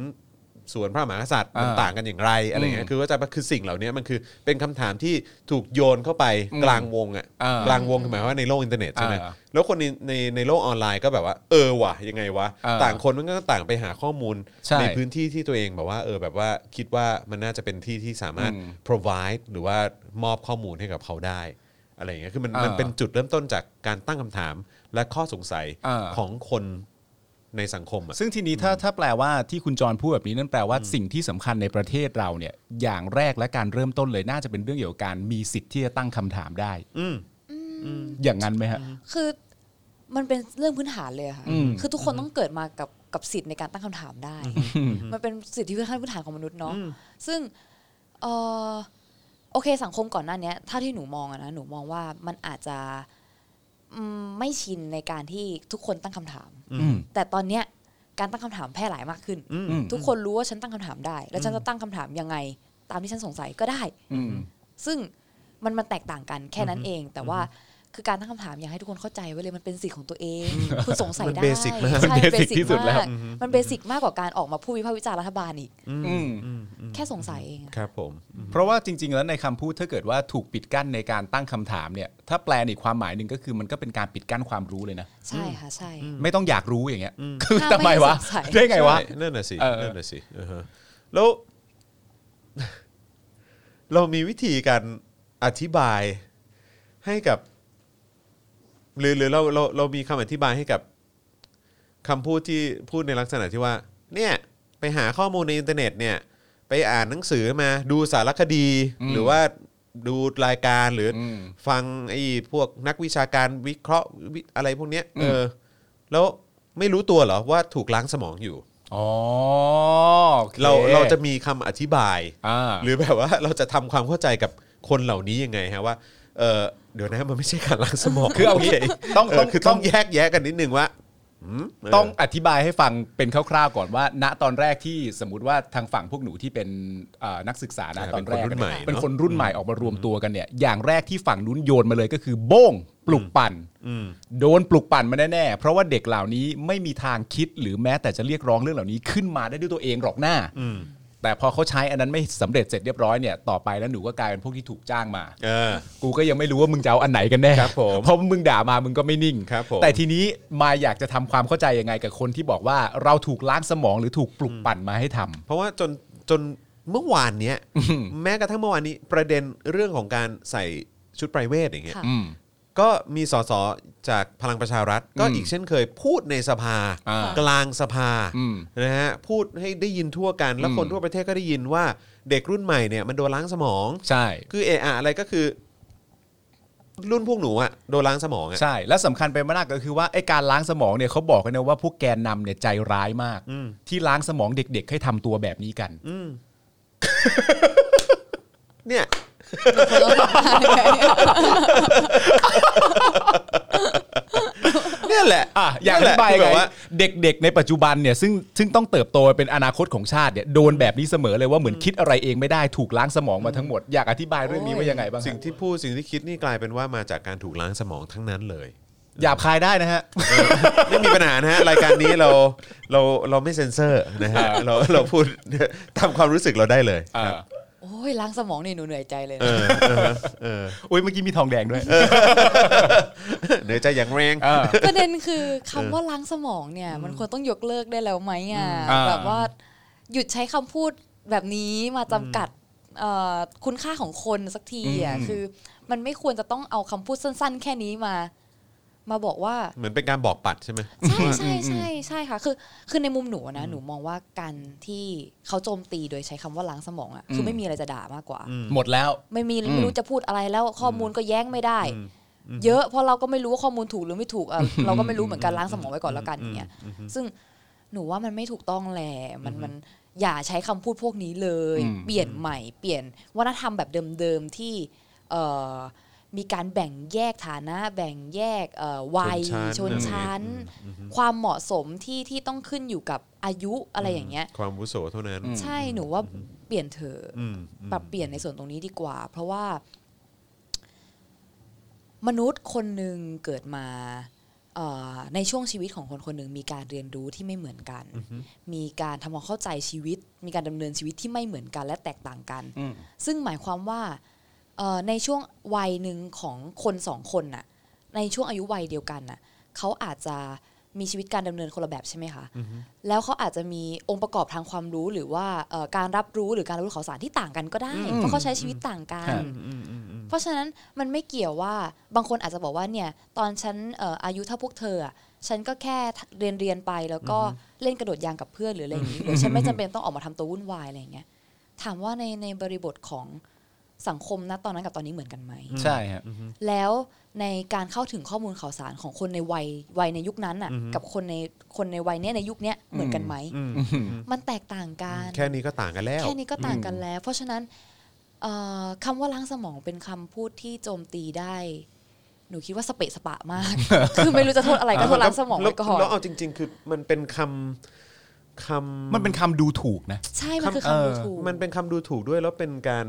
B: ส่วนพระมหากษัตริย์
C: อ่ามั
B: มันต่างกันอย่างไรอะไรเงี้ย
C: อืม
B: คือว่าใจะคือสิ่งเหล่านี้มันคือเป็นคำถามที่ถูกโยนเข้าไป
C: อืม
B: กลางวงอ่ะ
C: อ่าก
B: ลางวงคือหมายว่าในโลกอินเทอร์เน็ตใช่ไหม
C: อ่า
B: แล้วคนในในในโลกออนไลน์ก็แบบว่า เออว่ะยังไงวะ
C: อ่า
B: ต่างคนมันก็ต่างไปหาข้อมูล
C: ใช่
B: พื้นที่ที่ตัวเองแบบว่า เออแบบว่าคิดว่ามันน่าจะเป็นที่ที่สามารถ
C: อืม
B: provide หรือว่ามอบข้อมูลให้กับเขาได้อะไรอย่างเงี้ย คือมันมัน
C: อ่า
B: เป็น จุดเริ่มต้นจากการตั้งคำถามและข้อสงสัย
C: อ่า
B: ของคนในสังคมอ่ะ
C: ซึ่งทีนี้ถ้าถ้าแปลว่าที่คุณจรพูดแบบนี้นั่นแปลว่าสิ่งที่สำคัญในประเทศเราเนี่ย อย่างแรกและการเริ่มต้นเลยน่าจะเป็นเรื่องเกี่ยวกับการมีสิทธิ์ที่จะตั้งคำถามได้
B: อืม
D: ม
C: อย่างนั้นไหมฮะ
D: คือมันเป็นเรื่องพื้นฐานเลยอะค่ะ
C: อืม
D: คือทุกคนต้องเกิดมากับกับสิทธิ์ในการตั้งคำถามได้ มันเป็นสิทธิขั้นพื้นฐานของมนุษย์เนาะ ซึ่งเอ่อโอเคสังคมก่อนหน้าเนี้ยถ้าที่หนูมองอะนะ หนูมองว่ามันอาจจะอืมไม่ชินในการที่ทุกคนตั้งคำถาม
C: อืม
D: แต่ตอนเนี้ยการตั้งคำถามแพร่หลายมากขึ้น
C: อืม
D: ทุกคนรู้ว่าฉันตั้งคำถามได้ แล้วฉันจะตั้งคำถามยังไง ตามที่ฉันสงสัยก็ได้
C: อืม
D: ซึ่งมันมันแตกต่างกันแค่นั้นเอง แต่ว่าคือการตั้งคำถามอยากให้ทุกคนเข้าใจไว้เลยมันเป็นสิทธิ์ของตัวเอง คุณสงสัย
B: มัน
D: ได้
B: เบสิกมาก
D: ใช่
B: มันเบสิก
D: มัน
B: ที่สุดแล้ว
D: มากมันเบสิกมากกว่าการออกมาพูดวิพากษ์วิจารณ์รัฐบาลอีก
C: อืม
D: แค่สงสัยเองอะ
B: ครับผม
C: เพราะว่าจริง ๆ แล้วในคำพูดถ้าเกิดว่าถูกปิดกั้นในการตั้งคำถามเนี่ย ถ้าแปลในความหมายหนึ่งก็คือมันก็เป็นการปิดกั้นความรู้เลยนะ
D: ใช่ค่ะใช่
C: ไม่ต้องอยากรู้อย่างเงี้ย คือ
D: ถ้า
C: ทำไมวะ
D: ไม่สงสัย
C: ได้ไงวะ
B: ใช่นั่นน่ะสิ
C: เออ
B: นั่นน่ะสิอ่าฮะแล้ว เรามีวิธีการอธิบายให้กับ หรือหรือเราเราเรามีคำอธิบายให้กับคำพูดที่พูดในลักษณะที่ว่า เนี่ย ไปหาข้อมูลในอินเทอร์เน็ต เนี่ย ไปอ่านหนังสือมาดูสารคดี หรือว่าดูรายการหรืออ
C: ม
B: ฟังไอ้พวกนักวิชาการวิเคราะห์วิอะไรพวกเนี้ยเออ แล้วไม่รู้ตัวเหรอว่าถูกล้างสมองอยู่
C: อ๋อโอค
B: เราเราจะมีคำอธิบาย
C: อ่า
B: หรือแบบว่าเราจะทำความเข้าใจกับคนเหล่านี้ยังไงฮะว่าเออเดี๋ยวนะมันไม่ใช่การล้างสมอง
C: คือเอางี้ต้องต้อง
B: โเคือ
C: ต้
B: ต้อ
C: อง
B: งแยกแยะกันนิดนึงว่าหืมเ
C: ต้องอธิบายให้ฟังเป็นคร่าวๆก่อนว่า ณตอนแรกที่สมมติว่าทางฝั่งพวกหนูที่เป็นเอ่อนักศึกษานะ
B: ใช่
C: ตอนแรก
B: เป็นคนรุ่นใหม่เนอะ
C: เป็นคนรุ่นใหม่ออกมารวมตัวกันเนี่ยอย่างแรกที่ฝั่งนู้นโยนมาเลยก็คือ โบ้งปลุกปั่น
B: ม
C: โดนปลุกปั่นมาแน่ๆ เพราะว่าเด็กเหล่านี้ไม่มีทางคิดหรือแม้แต่จะเรียกร้องเรื่องเหล่านี้ขึ้นมาได้ด้วยตัวเองหรอกหน้า
B: อืม
C: แต่พอเขาใช้อันนั้นไม่สำเร็จเสร็จเรียบร้อยเนี่ยต่อไปแล้วหนูก็กลายเป็นพวกที่ถูกจ้างมา
B: เออ
C: กูก็ยังไม่รู้ว่ามึงจะเอาอันไหนกันแน่
B: ครับผม
C: เพราะมึงด่ามามึงก็ไม่นิ่ง
B: ครับผม
C: แต่ทีนี้มายอยากจะทำความเข้าใจยังไงกับคนที่บอกว่าเราถูกล้างสมองหรือถูกปลุกปั่นมาให้ทำ
B: เพราะว่าจนจนเมื่อวานเนี้ยแม้กระทั่งเมื่อวานนี้ประเด็นเรื่องของการใส่ชุดไพรเวทอย่างเงี้ย
D: ค่ะ
C: อืม
B: ก็มีสสจากพลังประชารัฐ ก็อีกเช่นเคยพูดในสภา
C: อ่าก
B: ลางสภา
C: อืม
B: นะฮะพูดให้ได้ยินทั่วกัน แล้ว
C: อืม
B: คนทั่วประเทศก็ได้ยินว่าเด็กรุ่นใหม่เนี่ยมันโดนล้างสมอง
C: ใช่
B: คือเออะอะไรก็คือ รุ่นพวกหนูอะโดนล้างสมองอะ
C: ใช่ และสำคัญไปมากก็คือว่าไอ้การล้างสมองเนี่ยเขาบอกกันนะว่าพวกแกนนำเนี่ยใจร้ายมาก
B: อืม
C: ที่ล้างสมองเด็ก ๆ ให้ทำตัวแบบนี้กัน
B: เนี่ย
C: เนี่ยแหละอ่ะอยากอธิบาย
B: นั่นแหละคือแบ
C: ไง
B: บว่า
C: เด็กๆ ในปัจจุบันเนี่ยซึ่งซึ่งต้องเติบโตเป็นอนาคตของชาติเนี่ยโดนแบบนี้เสมอเลยว่าเหมือนคิดอะไรเองไม่ได้ถูกล้างสมองมาทั้งหมด อยากอธิบายเรื่องนี้ว่ายังไงบ้างฮะ
B: สิ่งที่พูดสิ่งที่คิดนี่กลายเป็นว่ามาจากการถูกล้างสมองทั้งนั้นเลย
C: หยาบคายได้นะฮะ
B: ไม่มีปัญหานะฮะ รายการนี้เราเราเราไม่เซ็นเซอร์นะฮะเราเราพูด ตามความรู้สึกเราได้เลยครับ
D: โอ้ยล้างสมองนี่หนูเหนื่อยใจเลยนะ
B: เออเออเออ
C: อุ้ยเมื่อกี้มีทองแดงด้วย
B: เหนือใจอย่างแรง
C: เออ
D: ประเด็นคือคำว่าล้างสมองเนี่ย มันควรต้องยกเลิกได้แล้วไหมอ่ะ
C: อืม
D: แบบ
C: อ่า
D: ว่าหยุดใช้คำพูดแบบนี้มาจำกัดเอ่อคุณค่าของคนสักทีอ่ะคือ มันไม่ควรจะต้องเอาคำพูดสั้น ๆ แค่นี้มา มาบอกว่า
B: เหมือนเป็นการบอกปัดใช่ไหม
D: ใช่ใช่ใช่ใช่ค่ะคือคือในมุมหนูนะหนูมองว่าการที่เขาโจมตีโดยใช้คำว่าล้างสมองอ่ะคือไม่มีอะไรจะด่ามากกว่า
C: หมดแล้ว
D: ไม่มีไม่รู้จะพูดอะไรแล้วข้อมูลก็แย้งไม่ได้ เยอะเพราะเราก็ไม่รู้ว่าข้อมูลถูกหรือไม่ถูกอ่ะเราก็ไม่รู้เหมือนกันล้างสมองไว้ก่อนแล้วกันอย่างเงี้ยซึ่งหนูว่ามันไม่ถูกต้องแหละมันมันอย่าใช้คำพูดพวกนี้เลย
C: อืม
D: เปลี่ยนใหม่ เปลี่ยนวัฒนธรรมแบบเดิมๆที่เอ่อมีการแบ่งแยกฐานะ แบ่งแยกเอ่อวัย
B: ช
D: ช
B: น
D: น
B: ชั้
D: ชั้
B: น
D: น ความเหมาะสมที่ที่ต้องขึ้นอยู่กับอายุอะไรอย่างเงี้ย
B: ความวุโสเท่านั้น
D: ใช่หนูว่าเปลี่ยนเถอะ
B: อืมอืม
D: ปรับเปลี่ยนในส่วนตรงนี้ดีกว่า เพราะว่า มนุษย์คนหนึ่งเกิดมาเอ่อในช่วงชีวิตของคนคนหนึ่งมีการเรียนรู้ที่ไม่เหมือนกัน มีการทำความเข้าใจชีวิต มีการดำเนินชีวิตที่ไม่เหมือนกันและแตกต่างกัน
C: อืม
D: ซึ่งหมายความว่าเอ่อในช่วงวัยหนึ่งของคนสองคนน่ะ ในช่วงอายุวัยเดียวกันน่ะเขาอาจจะมีชีวิตการดำเนินคนละแบบใช่ไหมคะ แล้วเขาอาจจะมีองค์ประกอบทางความรู้หรือว่าเอ่อการรับรู้หรือการรับรู้ข่าวสารที่ต่างกันก็ได้
C: อืม
D: เพราะเขาใช้ชีวิตต่างกัน
C: ครับ
B: อืมอืมอืม
D: เพราะฉะนั้นมันไม่เกี่ยวว่าบางคนอาจจะบอกว่าเนี่ยตอนฉันเอ่ออายุเท่าพวกเธออะฉันก็แค่เรียนเรียนไปแล้วก็เล่นกระโดดยางกับเพื่อนหรืออะไรอย่างนี้หรือฉันไม่จำเป็นต้องออกมาทำตัววุ่นวายอะไรอย่างเงี้ยถามว่าในในบริบทของ สังคมณตอนนั้นกับตอนนี้เหมือนกันไหม
C: ใช่ฮะ
D: แล้วในการเข้าถึงข้อมูลข่าวสารของคนในวัยวัยในยุคนั้นน่ะ กับคนในคนในวัยเนี้ยในยุคเนี้ยเหมือนกันไหม
B: อืม
D: มันแตกต่างกัน
B: แค่นี้ก็ต่างกันแล้ว
D: แค่นี้ก็ต่างกันแล้ว เพราะฉะนั้นเอ่อคำว่าล้างสมองเป็นคำพูดที่โจมตีได้ หนูคิดว่าสเปะสปะมาก คือไม่รู้จะโทษอะไรก็โทษล้างสมอง
B: แล้ว
D: ไปก่อน
B: แล้วเอาจริง ๆ คือมันเป็นคำคำ
C: มันเป็นคำดูถูกนะ
D: ใช่ มันคือ
C: เออ
D: คำดูถูก
B: มันเป็นคำดูถูกด้วยแล้วเป็นการ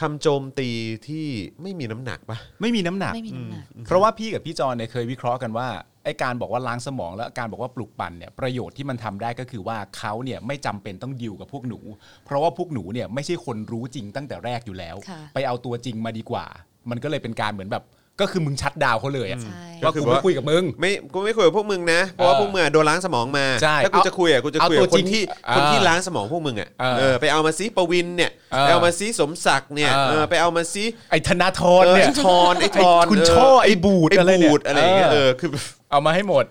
B: คำโจมตีที่ไม่มีน้ำหนักปะ
C: ไม่มีน้ำหนัก
D: ไม่มีน้ำหนัก
C: เพราะว่าพี่กับพี่จอนเนี่ยเคยวิเคราะห์กันว่าไอการบอกว่าล้างสมองและการบอกว่าปลุกปั่นเนี่ยประโยชน์ที่มันทำได้ก็คือว่าเขาเนี่ยไม่จำเป็นต้องดิวกับพวกหนู เพราะว่าพวกหนูเนี่ยไม่ใช่คนรู้จริงตั้งแต่แรกอยู่แล้ว
D: ค่ะ
C: ไปเอาตัวจริงมาดีกว่า มันก็เลยเป็นการเหมือนแบบ ก็คือมึงชัดดาวน์เขาเลยอะ
D: ใช่
B: ก็
C: ว่า
B: คือ
C: กู
B: ว่า
C: ไม่คุยกับมึง
B: ไม่กูไม่คุยกับพวกมึงนะ เพราะว่าพวกมึงอะโดนล้างสมองมา
C: ใช่
B: ถ้ากูจะคุยอ่ะกูจะคุยกับ
C: เอาตัว
B: ค
C: จริ
B: น
C: ง
B: ที่
C: อ่า
B: คนที่ล้างสมองพวกมึงอ่ะ
C: เออ
B: เออไปเอามาซิปวินเนี่ย
C: เอ
B: ไป
C: อ
B: เอามาซิสมศักดิ์เนี่ย
C: เออ
B: เออไปเอามาซิ
C: ไอธนาธร
B: เออ
C: เนี่
B: ไอย ทอนไอทอน
C: ไอ้คุณ
B: เ
C: ช่อไอ้บูด
B: ไอ
C: อะไรเนี่ย
B: บูดอะไรอย่างเงี้ย
C: เอ
B: เอ
C: อ
B: อคือ
C: เอามาให้หมด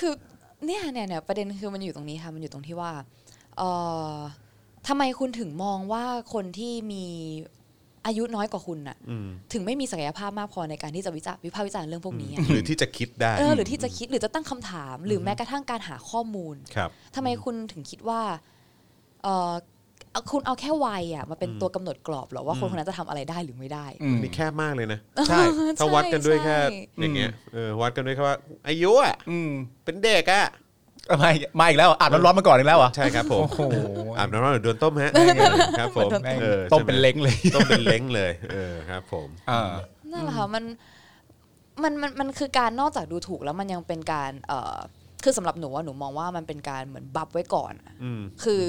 D: คือเนี่ยเนี่ยเนี่ยประเด็นคือมันอยู่ตรงนี้ค่ะ มันอยู่ตรงที่ว่าเอ่อทำไมคุณถึงมองว่าคนที่มีอายุน้อยกว่าคุณน่ะ ถึงไม่มีศักยภาพมากพอในการที่จะวิจารณ์วิพากษ์วิจารณ์เรื่องพวกนี้อะ
B: หรือที่จะคิดได้
D: เออหรือที่จะคิดหรือจะตั้งคำถาม หรือแม้กระทั่งการหาข้อมูล
B: ครับ
D: ทำไมคุณถึงคิดว่าเออเอาคุณเอาแค่วัยอ่ะมาเป็นตัวกำหนดกรอบเหรอว่าคนคนนั้นจะทำอะไรได้หรือไม่ได้
C: อืม
B: นี่แคบมากเลยนะ
C: ใช่
B: ถ้าวัดกันด้วย
D: ใช่
B: แค่อย่างเงี้ยเออวัดกันด้วยแค่ว่าอายุอ่ะ
C: อืม
B: เป็นเด็กอ่ะ
C: เอามาอีกมาอีกแล้วเหรออาบน้ำร้อนมาก่อนอีกแล้วเหรอ
B: ใช่ครับผ
C: โอ้
B: ม
C: โห
B: อาบน้ำร้อนหรือโดนต้มฮะครับผม
C: แม่ง
B: ออ
C: ต้มเป็นเล้งเลย
B: ต้มเป็นเล้งเลยเออครับผม
C: อ่า
D: นั่นแหละค่ะมันมันมันมันคือการนอกจากดูถูกแล้วมันยังเป็นการเออคือสำหรับหนูว่าหนูมองว่ามันเป็นการเหมือนบัฟไว้ก่อนอะ
B: อืม
D: คือ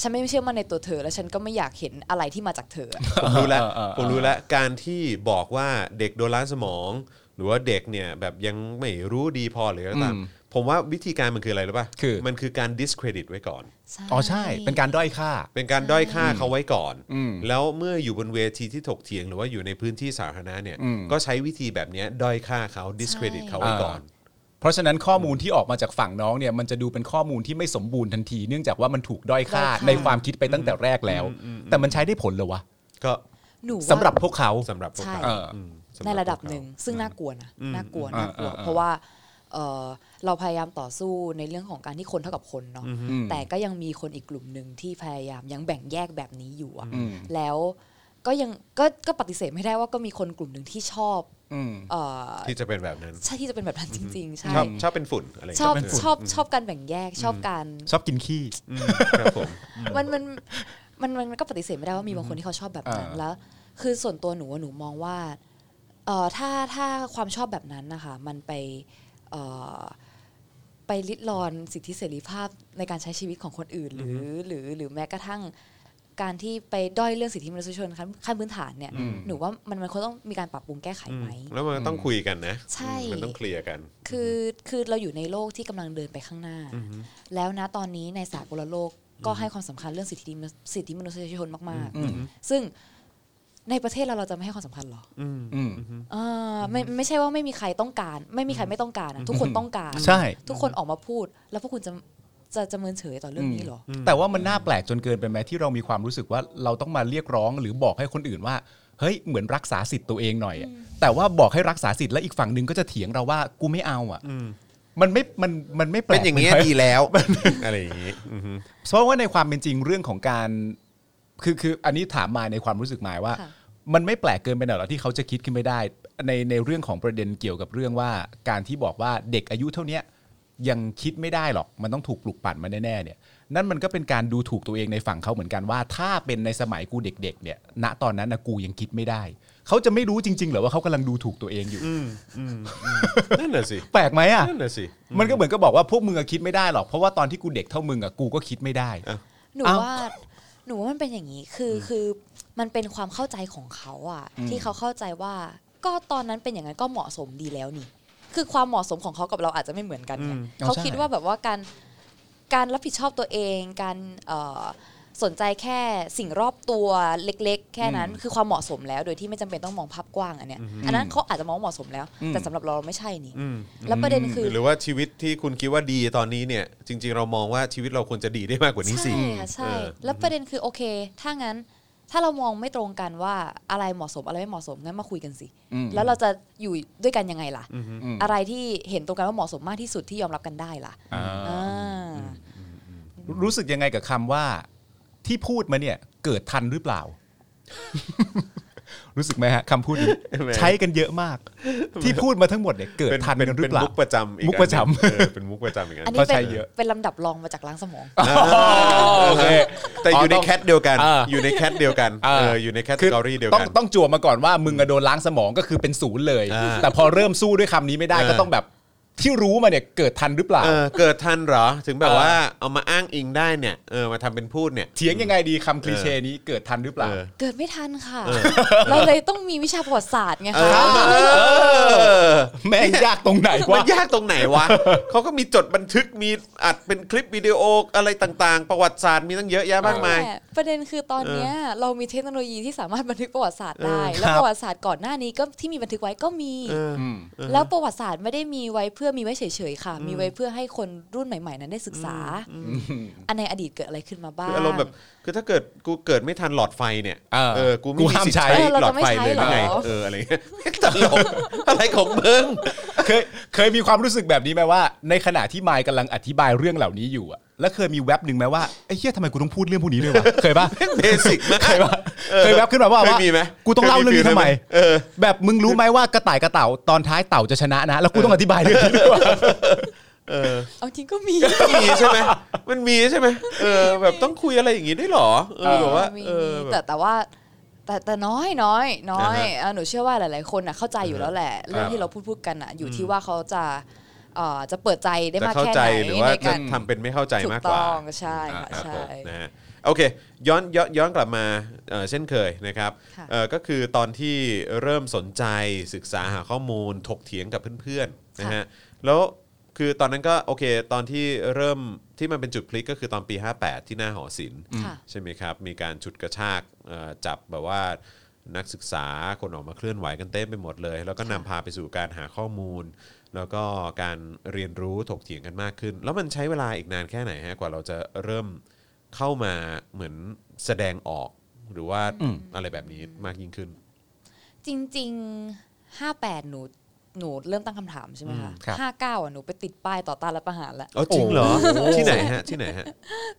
D: ฉันไม่เชื่อมั่นในตัวเธอ แล้วฉันก็ไม่อยากเห็นอะไรที่มาจากเธออะ
B: ผมรู้แล้ว
C: เออเออเออ
B: ผมรู้แล้วการที่บอกว่าเด็กโดนล้างสมอง หรือว่าเด็กเนี่ยแบบยังไม่รู้ดีพอหรืออะไรก็ตามผมว่าวิธีการมันคืออะไรรู้ป่ะ
C: คือ
B: มันคือการ discredit ไว้ก่อน
C: อ๋อใช่ เป็นการด้อยค่า
B: เป็นการด้อยค่าเขาไว้ก่อน
C: อืม
B: แล้วเมื่ออยู่บนเวทีที่ถกเถียง หรือว่าอยู่ในพื้นที่สาธารณะเนี่ย
C: อืม
B: ก็ใช้วิธีแบบเนี้ยด้อยค่าเขา discredit
D: ใช่
B: เขาไว้ก่อน
C: เพราะฉะนั้นข้อมูลที่ออกมาจากฝั่งน้องเนี่ยมันจะดูเป็นข้อมูลที่ไม่สมบูรณ์ทันที เนื่องจากว่ามันถูกด้อยค่า
D: ด้อยค่า
C: ในความคิดไปตั้งแต่แรกแล้ว แต่มันใช้ได้ผลเหรอวะ
B: ก็
D: หนูว่า
C: สำหรับพวกเขา
B: สำหรับพวกเขา
D: ใช่
B: อืมสำ
D: ใน
B: บ
D: ระดับ
B: พวกเขา
D: หนึ่งซึ่งน่ากลัวนะ
B: อืม
D: น่ากลัว
C: อืม
D: น่าก
C: อ่า
D: ลัว
C: อ่าอ่า
D: เพราะว่าเอ่อเราพยายามต่อสู้ในเรื่องของการที่คนเท่ากับคนเนาะ
C: อืม
D: แต่ก็ยังมีคนอีกกลุ่มหนึ่งที่พยายามยังแบ่งแยกแบบนี้อยู่อะ
C: อืม
D: แล้วก็ยังก็ก็ปฏิเสธไม่ได้ว่าก็มีคนกลุ่มหนึ่งที่ชอบ
C: อืม
D: เอ่อ
B: ที่จะเป็นแบบนั้น
D: ใช่ที่จะเป็นแบบนั้นจริง ๆ ใช่
B: ชอบชอบเป็นฝุ่นอะไร
D: ชอบ
B: แบบนั้น
D: ชอบชอบการแบ่งแยกชอบการ
C: ชอบกินขี้
B: อืมครับผม
D: มันมันมันมันก็ปฏิเสธไม่ได้ว่ามีบางคนที่เขาชอบแบบนั้น
C: อ่า
D: แล้ว คือส่วนตัวหนูอะหนูมองว่า เอ่อถ้าถ้าความชอบแบบนั้นนะคะมันไปเอ่อไปลิดรอนสิทธิเสรีภาพในการใช้ชีวิตของคนอื่น หรือหรือหรือแม้กระทั่งการที่ไปด้อยเรื่องสิทธิมนุษยชนขั้นขั้นพื้นฐานเนี่ยหนูว่ามันมันควรต้องมีการปรับปรุงแก้ไขไหม
B: แล้วมันต้องคุยกันนะ
D: ใช่
B: มันต้องเคลียร์กัน
D: คือคือเราอยู่ในโลกที่กำลังเดินไปข้างหน้า แล้วนะตอนนี้ในสากลโลกก็ให้ความสำคัญเรื่องสิทธิมนุษสิทธิมนุษยชนมาก ๆ ซึ่งในประเทศเราเราจะไม่ให้ความสำคัญเหรอ
C: อืม
D: เออไม่ไม่ใช่ว่าไม่มีใครต้องการ ไม่มีใครไม่ต้องการนะทุกคนต้องการ
C: ใช่
D: ทุกคนออกมาพูด แล้วพวกคุณจะจะจะเมินเฉยต่อเรื่องนี้เหรอ
C: แต่ว่ามันน่าแปลกจนเกินไปไหมที่เรามีความรู้สึกว่าเราต้องมาเรียกร้องหรือบอกให้คนอื่นว่า เฮ้ยเหมือนรักษาสิทธิ์ตัวเองหน่อยอะแต่ว่าบอกให้รักษาสิทธิ์แล้วอีกฝั่งหนึ่งก็จะเถียงเราว่ากูไม่เอาอ่ะมันไม่มันมันไม่แปลก
B: เป็นอย่างนี้ย
C: ไหม
B: ดีแล้ว อะไรอย่างนี้อือฮึ
C: เพราะว่าในความเป็นจริงเรื่องของการคือคืออันนี้ถามมาในความรู้สึกหมายว่า
D: ค่ะ
C: มันไม่แปลกเกินไปหน่อยหรอที่เขาจะคิดขึ้นไม่ได้ ในในเรื่องของประเด็นเกี่ยวกับเรื่องว่า การที่บอกว่าเด็กอายุเท่าเนี้ยยังคิดไม่ได้หรอก มันต้องถูกปลุกปั่นมาแน่ๆเนี่ย นั่นมันก็เป็นการดูถูกตัวเองในฝั่งเขาเหมือนกันว่า ถ้าเป็นในสมัยกูเด็ก ๆ เนี่ย ณตอนนั้นนะกูยังคิดไม่ได้ เขาจะไม่รู้จริงๆเหรอว่าเขากำลังดูถูกตัวเองอยู่
B: นั่นน่ะสิ
C: แปลกไหมอ่ะ
B: นั่นน่ะสิ
C: มันก็เหมือนก็บอกว่าพวกมึงอะคิดไม่ได้หรอกเพราะว่าตอนที่กูเด็กเท่ามึงอะกูก็คิดไม่ได้
D: หนู
C: อ้าว
D: ว่าหนูว่ามันเป็นอย่างนี้คืออคือมันเป็นความเข้าใจของเขาอะที่เขาเข้าใจว่าก็ตอนนั้นเป็นอย่างนั้นก็เหมาะสมดีแล้วนี่ คือความเหมาะสมของเขากับเราอาจจะไม่เหมือนกันไง
C: เอา
D: เขา
C: ใช่
D: คิดว่าแบบว่าการการรับผิดชอบตัวเอง การเอ่อสนใจแค่สิ่งรอบตัวเล็ก ๆ แค่นั้น คือความเหมาะสมแล้วโดยที่ไม่จำเป็นต้องมองภาพกว้างอันเนี้ยอันนั้นเขาอาจจะมองว่าเหมาะสมแล้ว แต่สำหรับเราเราไม่ใช่นี่แล้วประเด็นคือ
B: หรือว่าชีวิตที่คุณคิดว่าดีตอนนี้เนี่ย จริง ๆ เรามองว่าชีวิตเราควรจะดีได้มากกว่านี้สิ
D: ใช่ค่ะใช่
B: เออ
D: แล้วประเด็นคือโอเค ถ้างั้น ถ้าเรามองไม่ตรงกันว่าอะไรเหมาะสมอะไรไม่เหมาะสมงั้นมาคุยกันสิ
C: อืม
D: แล้วเราจะอยู่ด้วยกันยังไงล่ะ
C: อืม
D: อะไรที่เห็นตรงกันว่าเหมาะสมมากที่สุดที่ยอมรับกันได้ล่ะ
C: อ่า
D: อ่า
C: รู้สึกยังไงกับคำว่าที่พูดมาเนี่ยเกิดทันหรือเปล่า รู้สึกไหมฮะคำ พูดนี้
B: แหม่
C: ใช้กันเยอะ มาก ที่พูดมาทั้งหมดเนี่ยเกิด
B: เป็น
C: ทัน
B: เป็น
C: กันหรื
B: เป็
C: อน เปล่า
B: มุกประจำอีก
C: มุกประจำ
B: อันหนึ่งเออเป็นมุกประจำอีกอันห
D: อัน
B: นึ่ง
D: นี้
C: เขาใช้
D: เป็น
C: เยอะ
D: เป็นลำดับรองมาจากล้างสมอง
C: โอเค
B: แต่อยู่ในแคทเดียวกัน
C: อ่า
B: อยู่ในแคทเดียวกัน
C: อ่า
B: เอออยู่ในแคตตากรีเดียว
C: ต้อง
B: กัน
C: ต้องจั่วมาก่อนว่ามึงอะโดนล้างสมองก็คือเป็นศูนย์เลย
B: อ่า
C: แต่พอเริ่มสู้ด้วยคำนี้ไม่ได้
B: อ่า
C: ก็ต้องแบบที่รู้มาเนี่ยเกิดทันหรือเปล่า
B: เออเกิดทันเหรอถึงแบบ
C: เออ
B: ว่าเอามาอ้างอิงได้เนี่ยเออมาทำเป็นพูดเนี่ย
C: เถียงยังไงดีคำคลีเช่นี้เกิดทันหรือเปล่า
B: เออ
D: เกิดไม่ทันค่ะ เราเลยต้องมีวิชาประวัติศาสตร์ไง
B: เอ
D: คะ
B: อ
C: แม่งยากตรงไหน
B: มั
C: วะ
B: นยากตรงไหนวะ เขาก็มีจดบันทึกมีอัดเป็นคลิปวิดีโออะไรต่างๆ ประวัติศาสตร์มีตั้งเยอะแยะมากมาย
D: แต่ประเด็นคือตอนเนี้ยเรามีเทคโนโลยีที่สามารถบันทึกประวัติศาสตร์ได้
C: เออ
D: แล้ว
C: ครับ
D: ประวัติศาสตร์ก่อนหน้านี้ก็ที่มีบันทึกไว้ก็มี
C: ม
D: แล้วประวัติศาสตร์ไม่ได้มีไว้เพื่อมีไว้เฉยๆค่ะ มีไว้เพื่อให้คนรุ่นใหม่ๆ นั้นได้ศึกษา อันในอดีตเกิดอะไรขึ้นมาบ้าง
B: คืออารมณ์แบบคือถ้าเกิดกูเกิดไม่ทันหลอดไฟเนี่ย
C: เออ
B: กู
C: กู
B: ไม่มี
C: ห้าม
B: สิทธิ์
C: ใช้
B: ใช้
D: เออ
B: หล
D: เรา
B: อ
D: จะ
B: ด
D: ไม่
B: ไฟ
D: ใช้
B: เลยหรือไง
D: เหรอ
B: เอออะไรเงี้ยตลกอะไรของมึง
C: เคยเคยมีความรู้สึกแบบนี้ไหมว่า ในขณะที่ไมค์กำลังอธิบายเรื่องเหล่านี้อยู่อะแล้วเคยมีแว็บหนึ่งไหมว่าไอ้เหี้ยทำไมกูต้องพูดเรื่องพวกนี้ด้วย วะเคยปะ
B: เบสิกมาก
C: เคยปะเคยแว็บขึ้นมาว่า
B: เคย
C: ว่า
B: มีไหม
C: กูต้องเล่าเรื่องนี้ทำไม
B: เคยมีฟิลนั้นไหมเออ
C: แบบมึงรู้ไหมว่ากระต่ายกระเต่าตอนท้ายเต่าจะชนะนะ แล้วกูต้องอธิบายเรื่องนี้ด้วยวะ
D: เอาจริงก็มี
B: มีใช่ไหมมันมีใช่ไหมเออ แบบต้องคุยอะไรอย่างงี้ด้วยเหรอเออแบบว่า
D: มี
B: เออ
D: มี
B: แบ
D: แต่
B: บ
D: แต่ว่าแต่แต่น้อยน้อยน้อย
B: อ่าฮะ
D: เอ่อหนูเชื่อว่าหลาย ๆ คนน่ะเข้าใจอยู่แล้วแหละ เรื่องที่เราพูดพูดกันอ่ะอยู่ที่ว่าเขาจะเอ่อจะเปิดใจได้
B: จะ
D: มาก
B: เข้า
D: แค่
B: ใจ
D: ไหน
B: หรือว่า
D: ใน
B: จะ
D: การ
B: ทำเป็นไม่เข้าใจ
D: ถู
B: มาก กกว่า
D: ต้องใช่ค่ะ
B: อ่าครับ
D: ใช่
B: ผมนะฮะโอเคย้อนย้อนย้อนกลับมาเอ่อเช่นเคยนะครับ
D: ค่ะ
B: เอ่อก็คือตอนที่เริ่มสนใจศึกษาหาข้อมูลถกเถียงกับเพื่อนๆนะฮะแล้วคือตอนนั้นก็โอเค ตอนที่เริ่มที่มันเป็นจุดพลิกก็คือตอนปี 58 ที่หน้าหอศิลป์
D: ค่ะ
B: ใช่ไหมครับ มีการฉุดกระชากเอ่อจับแบบว่านักศึกษาคนออกมาเคลื่อนไหวกันเต็มไปหมดเลย แล้วก็นำพาไปสู่การหาข้อมูล แล้วก็การเรียนรู้ถกเถียงกันมากขึ้น แล้วมันใช้เวลาอีกนานแค่ไหนฮะ กว่าเราจะเริ่มเข้ามาเหมือนแสดงออก หรือว่าอะไรแบบนี้มากยิ่งขึ้น
D: จริงๆห้าแปดหนูหนูเริ่มตั้งคำถามใช่ไหมคะ
C: ครับ
D: ห้าเก้าอ่ะหนูไปติดป้ายต่อต้านรัฐประหารแล้ว
B: เอาจริงเหรอ ที่ไหนฮะ ที่ไหนฮะ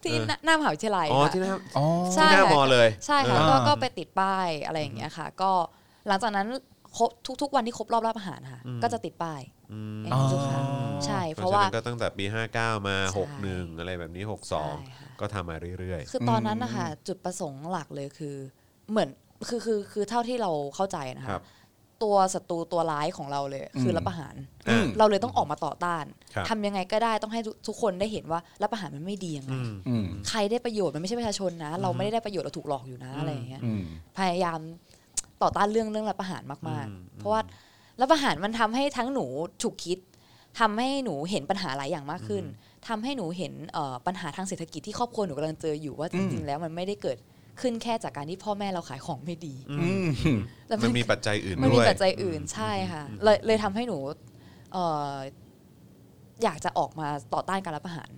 D: ที่หน้าหน้ามหาวิทยาลัย
B: อ๋อ
D: ค่ะ
B: ที่หน้า
C: อ๋อ
D: ใช่
B: ที่หน้ามอเลย
D: ใช่ค่ะ
B: เออ
D: ก็
C: อ่า
D: ก็ไปติดป้ายอะไรอย่างเงี้ยค่ะ ก็หลังจากนั้นครบทุกๆวันที่ครบรอบรับอาหารค่ะ ก็จะติดป้ายเองทุกครั้งใช่เพราะว่า
B: ฉนั้นก็ตั้งแต่ปี 59 มา
D: ใช่
B: 61 อะไรแบบนี้
D: ใช่ค่ะ
B: 62 ก็ทำมาเรื่อย
D: คือตอนนั้นนะคะจุดประสงค์หลักเลยคือ เหมือนคือคือคือเท่าที่เราเข้าใจนะ
B: ครั
D: คะ
B: บ
D: ตัวศัตรูตัวร้ายของเราเลยคือรัฐประหาร
B: อืม
D: เราเลยต้องออกมาต่อต้าน
B: ครับ
D: ทำยังไงก็ได้ต้องให้ทุกทุกคนได้เห็นว่ารัฐประหารมันไม่ดียังไง
C: อืม
D: ใครได้ประโยชน์มันไม่ใช่ประชาชนนะ เราไม่ได้ได้ประโยชน์เราถูกหลอกอยู่นะอะไรอย่างเงี้ย
C: อืม
D: พยายามต่อต้านเรื่องเรื่องรัฐประหารมาก ๆ เพราะว่ารัฐประหารมันทำให้ทั้งหนูฉุกคิดทำให้หนูเห็นปัญหาหลายอย่างมากขึ้นทำให้หนูเห็นเอ่อปัญหาทางเศรษฐกิจที่ครอบครัวหนูกำลังเจออยู่ว่าจริง ๆ แล้วมันไม่ได้เกิดขึ้นแค่จากการที่พ่อแม่เราขายของไม่ดีแต่
B: ๆ มันมีปัจจัยอื่น
D: มัน
B: ด้
D: มี
B: วย
D: ปัจจัยอื่นใช่ค่ะ เลยเลยทำให้หนูเอ่ออยากจะออกมาต่อต้านการรัฐประหาร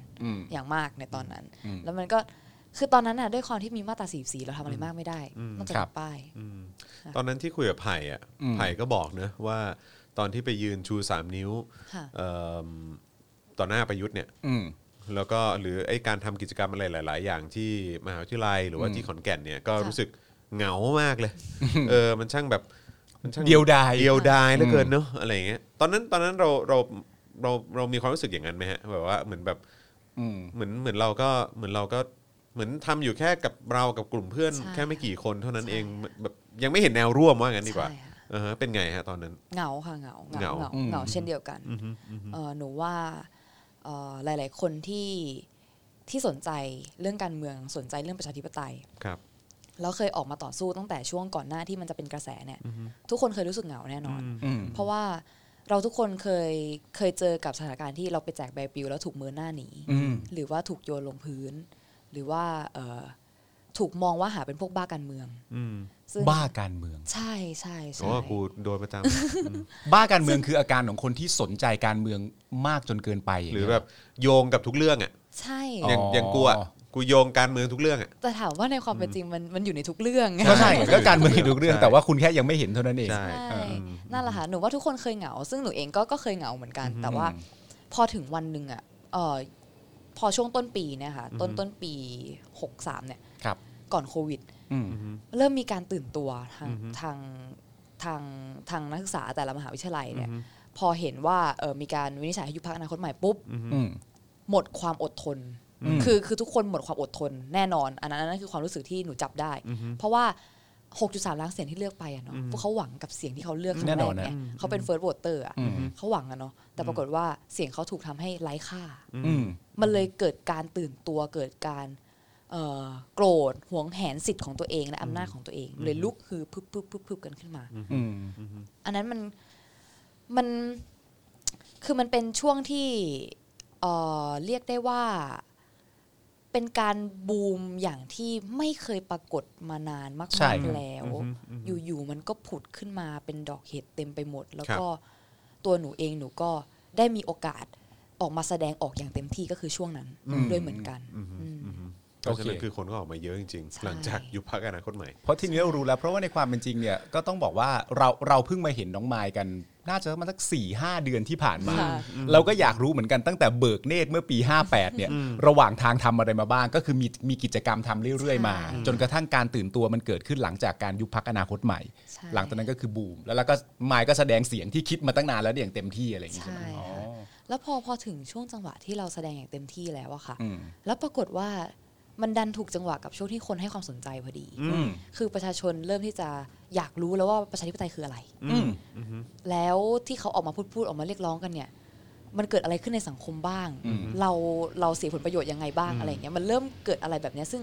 D: อย่างมากในตอนนั้น
C: อืม
D: แล้วมันก็คือตอนนั้นน่ะด้วยความที่มีมาตราสีสีเราทำอะไรมากไม่ได้นอกจาก
C: ครับ
D: ป้าย
B: ตอนนั้นที่คุยกับไผ่อะไผ่ก็บอกเนะว่าตอนที่ไปยืนชู 3 นิ้ว
D: ค่ะ
B: เอิ่มต่อหน้าประยุทธ์เนี่ย
C: อืม
B: แล้วก็หรือไอ้การทำกิจกรรมอะไรหลาย ๆ อย่างที่มหาวิทยาลัยหรือว่าที่ขอนแก่นเนี่ยก็
D: ค่ะ
B: รู้สึกเหงามากเลย เออมันช่างแบบมันช่าง
C: เดียวดาย
B: เดียวดายเหลือเกินเนอะอะไรอย่างเงี้ยตอนนั้นตอนนั้นเราเราเราเรามีความรู้สึกอย่างนั้นไหมฮะแบบว่าเหมือนแบบ
C: อืม
B: เหมือนเหมือนเราก็เหมือนเราก็เหมือนทำอยู่แค่กับเรากับกลุ่มเพื่อน
D: ใช่
B: แค่ไม่กี่คนเท่านั้น
D: ใช่
B: เองแบบยังไม่เห็นแนวร่วมว่างั้นดีกว่า
D: ใช่ค่ะ
B: อ่าฮะเป็นไงฮะตอนนั้น
D: เหงาค่ะเหงาเห
B: เหงา
D: งาเหงาเหงาเช่นเดียวกันเอ่อหนูว่าเอ่อหลาย ๆ คนที่ที่สนใจเรื่องการเมืองสนใจเรื่องประชาธิปไตย
B: ครับ
D: แล้วเคยออกมาต่อสู้ตั้งแต่ช่วงก่อนหน้าที่มันจะเป็นกระแสเนี่ย ทุกคนเคยรู้สึกเหงาแน่นอน
C: อืม
D: เพราะว่าเราทุกคนเคยเคยเจอกับสถานการณ์ที่เราไปแจกใบปลิวแล้วถูกมือหน้าหนี
C: อืม
D: หรือว่าถูกโยนลงพื้น หรือว่าเอ่อถูกมองว่าหาเป็นพวกบ้าการเมือง
B: อืม
D: ซึ่ง
C: บ้าการเมือง
D: ใช่ใช่ใช่
B: โอ้กูโดนประจำ
C: บ้าการเมืองคืออาการของคนที่สนใจการเมืองมากจนเกินไปย่าง
B: ห
C: เงี้ย
B: รือแบบโยงกับทุกเรื่องอ่ะ
D: ใช่
B: อย่าง
C: อ๋อ
B: อย่างกูอ่ะ กูโยงการเมืองทุกเรื่องอ่ะ
D: แต่ถามว่าในความเป็นจริงมันมันอยู่ในทุกเรื่องไง
C: ก็ใช่ไง
B: ใช่
C: ก็การเมืองอยู่ทุกเรื่อง
B: ใช่
C: แต่ว่าคุณแค่ยังไม่เห็นเท่านั้นเอง
B: ใช่
D: ใช่นั่นแหละค่ะหนูว่าทุกคนเคยเหงา ซึ่งหนูเองก็ก็เคยเหงาเหมือนกัน
B: อืม
D: แต่ว่าพอถึงวันหนึ่งอ่ะเออพอช่วงต้นปีเนี่ยค่ะต้นต้นปี63เนี่ย
C: ครับ
D: ก่อนโควิด
C: อืม
D: เริ่มมีการตื่นตัวทาง
B: อือฮึ
D: ทางทางทางนักศึกษาแต่ละมหาวิทยาลัยเนี่ย
B: อือฮึ
D: พอเห็นว่าเอ่อมีการวินิจฉัยให้ยุบพักอนาคตใหม่ปุ๊บ
C: อืม
D: หมดความอดทน
C: อืม
D: คือคือทุกคนหมดความอดทนแน่นอน อันนั้นอันนั้นคือความรู้สึกที่หนูจับได้ เพราะว่า 6.3 ล้านเสียงที่เลือกไปอะเนาะพวกเขาหวังกับเสียงที่เขาเลือกครั้ง
C: แน่
D: แร
C: นอก นนะ
D: เนี่ยเขาเป็นเฟิร์สโหวตเตอร์อะ
C: อืม
D: เขาหวังอะเนาะแต่ปรากฏว่าเสียงเขาถูกทำให้ไร้ค่า
C: อืม
D: มันเลยเกิดการตื่นตัวเกิดการเอ่อโกรธหวงแหนสิทธิ์ของตัวเองและอำนาจของตัวเอง เลยลุกฮือพึบพึบพึบพึบกันขึ้นมา
C: อืม
D: อันนั้นมันมันคือมันเป็นช่วงที่เอ่อเรียกได้ว่าเป็นการบูมอย่างที่ไม่เคยปรากฏมานานม
C: ใช่
D: าก
C: ครับ
D: ๆแล้ว อยู่ๆมันก็ผุดขึ้นมาเป็นดอกเห็ดเต็มไปหมด แล้ว
B: ครับ
D: ก็ตัวหนูเองหนูก็ได้มีโอกาสออกมาแสดงออกอย่างเต็มที่ก็คือช่วงนั้นด้วยเหมือนกันอืม
B: เพราะฉะนั้น
C: โอเค
B: คือคนก็ออกมาเยอะจริง
D: ใช่
B: ๆ หลังจากยุบพักอนาคตใหม่
C: เพราะทีนี้เรารู้แล้วเพราะว่าในความเป็นจริงเนี่ยก็ต้องบอกว่าเราเราเพิ่งมาเห็นน้องมายกัน น่าจะประมาณสักสี่ห้าเดือนที่ผ่านมา
D: ค่ะ
C: เราก็อยากรู้เหมือนกันตั้งแต่เบิกเนตรเมื่อปี 58เนี่ยระหว่างทางทำอะไรมาบ้าง ก็คือมีมีกิจกรรมทำเรื่อยๆมา จนกระทั่งการตื่นตัวมันเกิดขึ้นหลังจากการยุบพักอนาคตใหม่
D: ใช่
C: หลังจากนั้นก็คือบูม แล้วเราก็มายก็แสดงเสียงที่คิดมาตั้งนานแล้วอย่างเต็มที่อะไรอย่างงี้ใช่ไหม
D: ใช่
C: อ๋อ
D: ค่ะ แล้วพอพอถึงช่วงจังหวะที่เราแสดงอย่างเต็มที่แล้วอะค่ะ
C: อืม
D: แล้วปรากฏว่ามันดันถูกจังหวะกับช่วงที่คนให้ความสนใจพอดี
C: อืม
D: คือประชาชนเริ่มที่จะอยากรู้แล้วว่าประชาธิปไตยคืออะไร
C: อืม
D: แล้วที่เขาออกมาพูดพูดออกมาเรียกร้องกันเนี่ย มันเกิดอะไรขึ้นในสังคมบ้าง
C: อืม
D: เราเราเสียผลประโยชน์ยังไงบ้างอะไรอย่างเงี้ย มันเริ่มเกิดอะไรแบบเนี้ยซึ่ง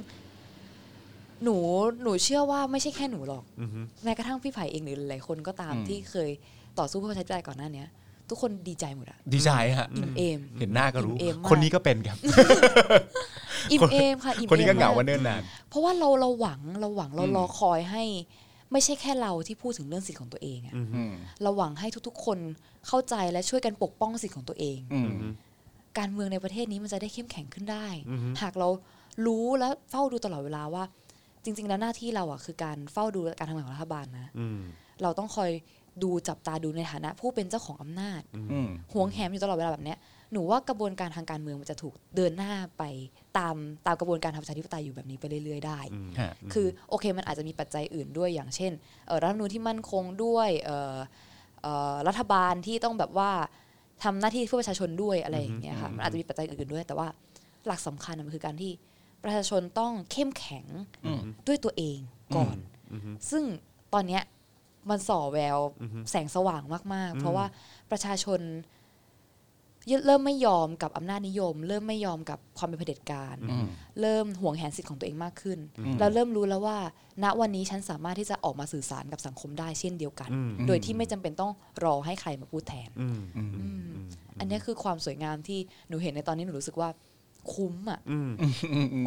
D: หนูหนูเชื่อว่าไม่ใช่แค่หนูหรอก แม้กระทั่งพี่ไผ่เองหรือหลายๆคนก็ตามที่เคยต่อสู้เพื่อประชาธิปไตยก่อนหน้าเนี้ย ทุกคนดีใจหมดอะ
C: ดีใจฮะ
D: อิ่มเอม
C: เห็นหน้าก็รู้
D: อิ่มเอมมาก
C: คนนี้ก็เป็นครับ
D: อิ่มเอมค่ะอิ่มเอม
C: คนนี้ก็เหงาม ว่าเนิ่นนาน
D: เพราะว่าเราเราหวังเราหวังเรา
C: อืม
D: รอคอยให้ ไม่ใช่แค่เราที่พูดถึงเรื่องสิทธิ์ของตัวเองอะ
C: อืม
D: เราหวังให้ทุกๆ คนเข้าใจและช่วยกันปกป้องสิทธิ์ของตัวเอง
C: อืม
D: การเมืองในประเทศนี้มันจะได้เข้มแข็งขึ้นได้ หากเรารู้และเฝ้าดูตลอดเวลาว่า จริง ๆ แล้วหน้าที่เราอะคือการเฝ้าดูการทำงานของรัฐบาลนะ
B: อืม
D: เราต้องคอยดูจับตาดูในฐานะผู้เป็นเจ้าของอำนาจ
C: อืม
D: หวงแหนอยู่ตลอดเวลาแบบเนี้ยหนูว่ากระบวนการทางการเมืองมันจะถูกเดินหน้าไปตามตามกระบวนการทางประชาธิปไตยอยู่แบบนี้ไปเรื่อยๆได้
C: ฮะ
D: คือโอเคมันอาจจะมีปัจจัยอื่นด้วยอย่างเช่นเอ่อรัฐธรรมนูญที่มั่นคงด้วยเอ่อเอ่อรัฐบาลที่ต้องแบบว่าทำหน้าที่เพื่อประชาชนด้วยอะไรอย่างเงี้ยค่ะมันอาจจะมีปัจจัยอื่นๆด้วย แต่ว่าหลักสำคัญน่ะมันคือการที่ประชาชนต้องเข้มแข็ง
C: อืม
D: ด้วยตัวเองก่อน ซึ่งตอนเนี้ยมันส่อแววแสงสว่างมาก ๆ เพราะว่าประชาชนเริ่มไม่ยอมกับอำนาจนิยม เริ่มไม่ยอมกับความเป็นเผด็จการ
C: อืม
D: เริ่มห่วงแหนสิทธิ์ของตัวเองมากขึ้น
C: อืม
D: เราเริ่มรู้แล้วว่า ณวันนี้ฉันสามารถที่จะออกมาสื่อสารกับสังคมได้เช่นเดียวกัน
B: อืม
D: โดยที่ไม่จำเป็นต้องรอให้ใครมาพูดแทนอืมอันเนี้ยคือความสวยงามที่หนูเห็นในตอนนี้หนูรู้สึกว่า คุ้มอ่ะ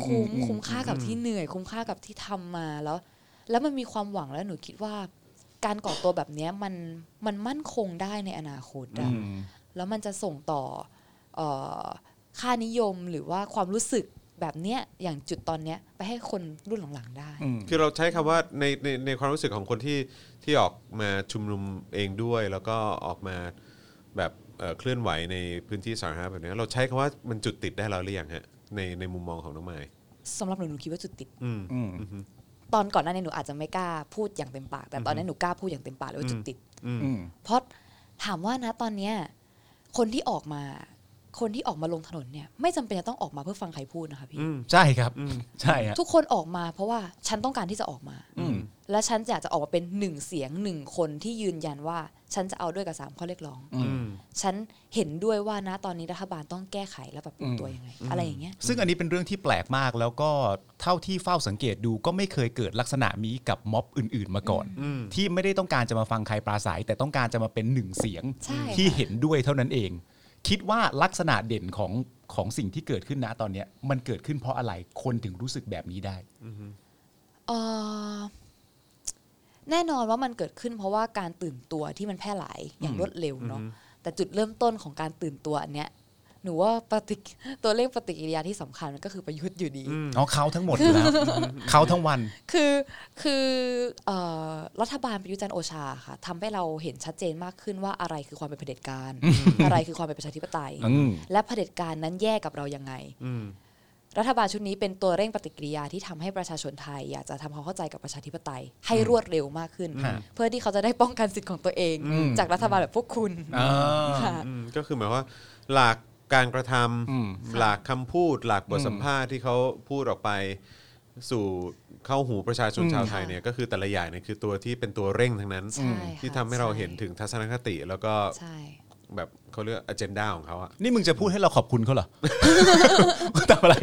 D: คุ้มคุ้มค่ากับที่เหนื่อย คุ้มค่ากับที่ทำมาแล้ว แล้วมันมีความหวังแล้วหนูคิดว่า การก่อตัวแบบเนี้ยมันมันมั่นคงได้ในอนาคตอะแล้วมันจะส่งต่อเอ่อค่านิยมหรือว่าความรู้สึกแบบเนี้ยอย่างจุดตอนเนี้ยไปให้คนรุ่นหลังๆได้
B: คือเราใช้คำว่าในในในความรู้สึกของคนที่ที่ออกมาชุมนุมเองด้วย แล้วก็ออกมาแบบเอ่อเคลื่อนไหวในพื้นที่สาธารณะแบบนี้เราใช้คำว่ามันจุดติดได้แล้วหรือยังฮะในในมุมมองของน้องไม้
D: สำหรับหนูหนูคิดว่าจุดติด
B: อืม
C: อืม
D: ตอนก่อนหน้านี้หนูอาจจะไม่กล้าพูดอย่างเต็มปาก แต่ตอนนี้หนูกล้าพูดอย่างเต็มปากเลยว่าจุดติด
C: อืม
D: เพราะถามว่านะตอนเนี้ยคนที่ออกมา คนที่ออกมาลงถนนเนี่ย ไม่จำเป็นจะต้องออกมาเพื่อฟังใครพูดนะคะพี่
B: อืม
C: ใช่ครับ ใช่ฮะ
D: ทุกคนออกมาเพราะว่าฉันต้องการที่จะออกมา
C: อืม
D: และฉันอยากจะออกมาเป็นหนึ่งเสียงหนึ่งคนที่ยืนยันว่า ฉันจะเอาด้วยกับสามข้อเรียกร้อง ฉันเห็นด้วยว่านะตอนนี้รัฐบาลต้องแก้ไขและปรับปรุงตัวยังไง อะไรอย่างเงี้ย
C: ซึ่งอันนี้เป็นเรื่องที่แปลกมากแล้วก็เท่าที่เฝ้าสังเกตดูก็ไม่เคยเกิดลักษณะนี้กับม็อบอื่น ๆ มาก่อน ที่ไม่ได้ต้องการจะมาฟังใครปราศัย แต่ต้องการจะมาเป็นหนึ่งเสียง
D: ใช่ค่ะ
C: ที่เห็นด้วยเท่านั้นเอง คิดว่าลักษณะเด่นของของสิ่งที่เกิดขึ้นนะตอนเนี้ยมันเกิดขึ้นเพราะอะไรคนถึงรู้สึกแบบนี้ได้
D: เอ่อแน่นอนว่ามันเกิดขึ้นเพราะว่าการตื่นตัวที่มันแพร่หลายอย่างรวดเร็วเนาะแต่จุดเริ่มต้นของการตื่นตัวอันเนี้ย หนูว่าปฏิกิตัวเลขปฏิกิริยาที่สำคัญมันก็คือประยุทธ์อยู่ดี
C: อ๋อเขาทั้งหมดอยู่แล้ว เขาทั้งวัน
D: คือคือเอ่อรัฐบาลประยุทธ์จันทร์โอชาค่ะทำให้เราเห็นชัดเจนมากขึ้นว่าอะไรคือความเป็นเผด็จการ อะไรคือความเป็นประชาธิปไตย
C: อืม
D: และเผด็จการนั้นแย่กับเรายังไง
B: อืม
D: รัฐบาลชุดนี้เป็นตัวเร่งปฏิกิริยาที่ทำให้ประชาชนไทย อยากจะทำความเข้าใจกับประชาธิปไตย ให้รวดเร็วมากขึ้น
C: ฮะ
D: เพื่อที่เขาจะได้ป้องกันสิทธิ์ของตัวเอง
C: อืม
D: จากรัฐบาลแบบพวกคุณ
C: อ่า
D: ค่ะ
B: อืมก็คือหมายว่าหลักการกระทำ
C: อืม
B: หลักคำพูด หลักบทสัมภาษณ์ที่เขาพูดออกไปสู่เข้าหูประชาชนชาวไทยเนี่ยก็คือแต่ละอย่างเนี่ยคือตัวที่เป็นตัวเร่งทั้งนั้น
D: ใช่ค่ะ
B: ที่ทำให้เราเห็น
D: ใช่
B: ถึงทัศนคติ แล้วก็
D: ใช่
B: แบบเขาเรียก a เจนดาของเขาอะ
C: นี่มึงจะพูดให้เราขอบคุณเขาเหร อ ทำอะไร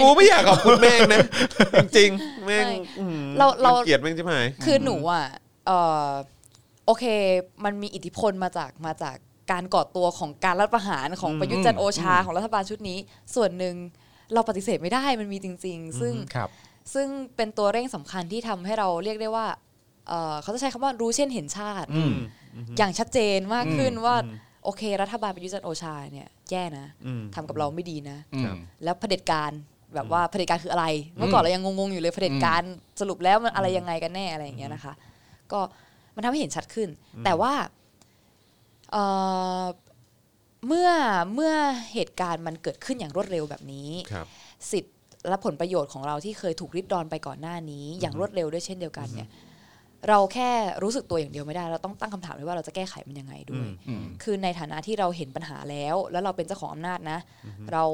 B: กูไม่อยากขอบคุณแม่งนะ จริงๆแม่ง
D: ใช่
B: อืม
D: เราเรา
B: งเกลียดแม่งใช่ไหม
D: คือหนูอ่ะเอ่อโอเค มันมีอิทธิพลมาจากมาจากการก่อตัวของการรัฐประหารของ
B: อืม
D: ประยุทธ์จันทร์โอชาของรัฐบาลชุดนี้ ส่วนหนึ่งเราปฏิเสธไม่ได้มันมีจริง ๆ ซึ่ง
C: ครับ
D: ซึ่งเป็นตัวเร่งสำคัญที่ทำให้เราเรียกได้ว่าเอ่อเขาจะใช้คำว่ารู้เช่นเห็นชาติ
C: อืม
D: อย่างชัดเจนมากขึ้นว่า
B: อืม
D: โอเค รัฐบาลประยุทธ์จันทร์โอชาเนี่ยแย่นะ
B: อืม
D: ทำกับเราไม่ดีนะ
C: อืม
D: แล้วเผด็จการแบบว่าเผด็จการคืออะไร เมื่อก่อนเรายังงงๆอยู่เลยเผด็จการสรุปแล้วมันอะไรยังไงกันแน่อะไรอย่างเงี้ยนะคะ ก็มันทำให้เห็นชัดขึ้น แต่ว่าเอ่อเมื่อเมื่อเหตุการณ์มันเกิดขึ้นอย่างรวดเร็วแบบนี้
B: ครับ
D: สิทธิ์และผลประโยชน์ของเราที่เคยถูกริดรอนไปก่อนหน้านี้ อย่างรวดเร็วด้วยเช่นเดียวกันเนี่ยเราแค่รู้สึกตัวอย่างเดียวไม่ได้ เราต้องตั้งคำถามด้วยว่าเราจะแก้ไขมันยังไงด้วย
C: อืม
D: คือในฐานะที่เราเห็นปัญหาแล้ว แล้วเราเป็นเจ้าของอำนาจนะ เรา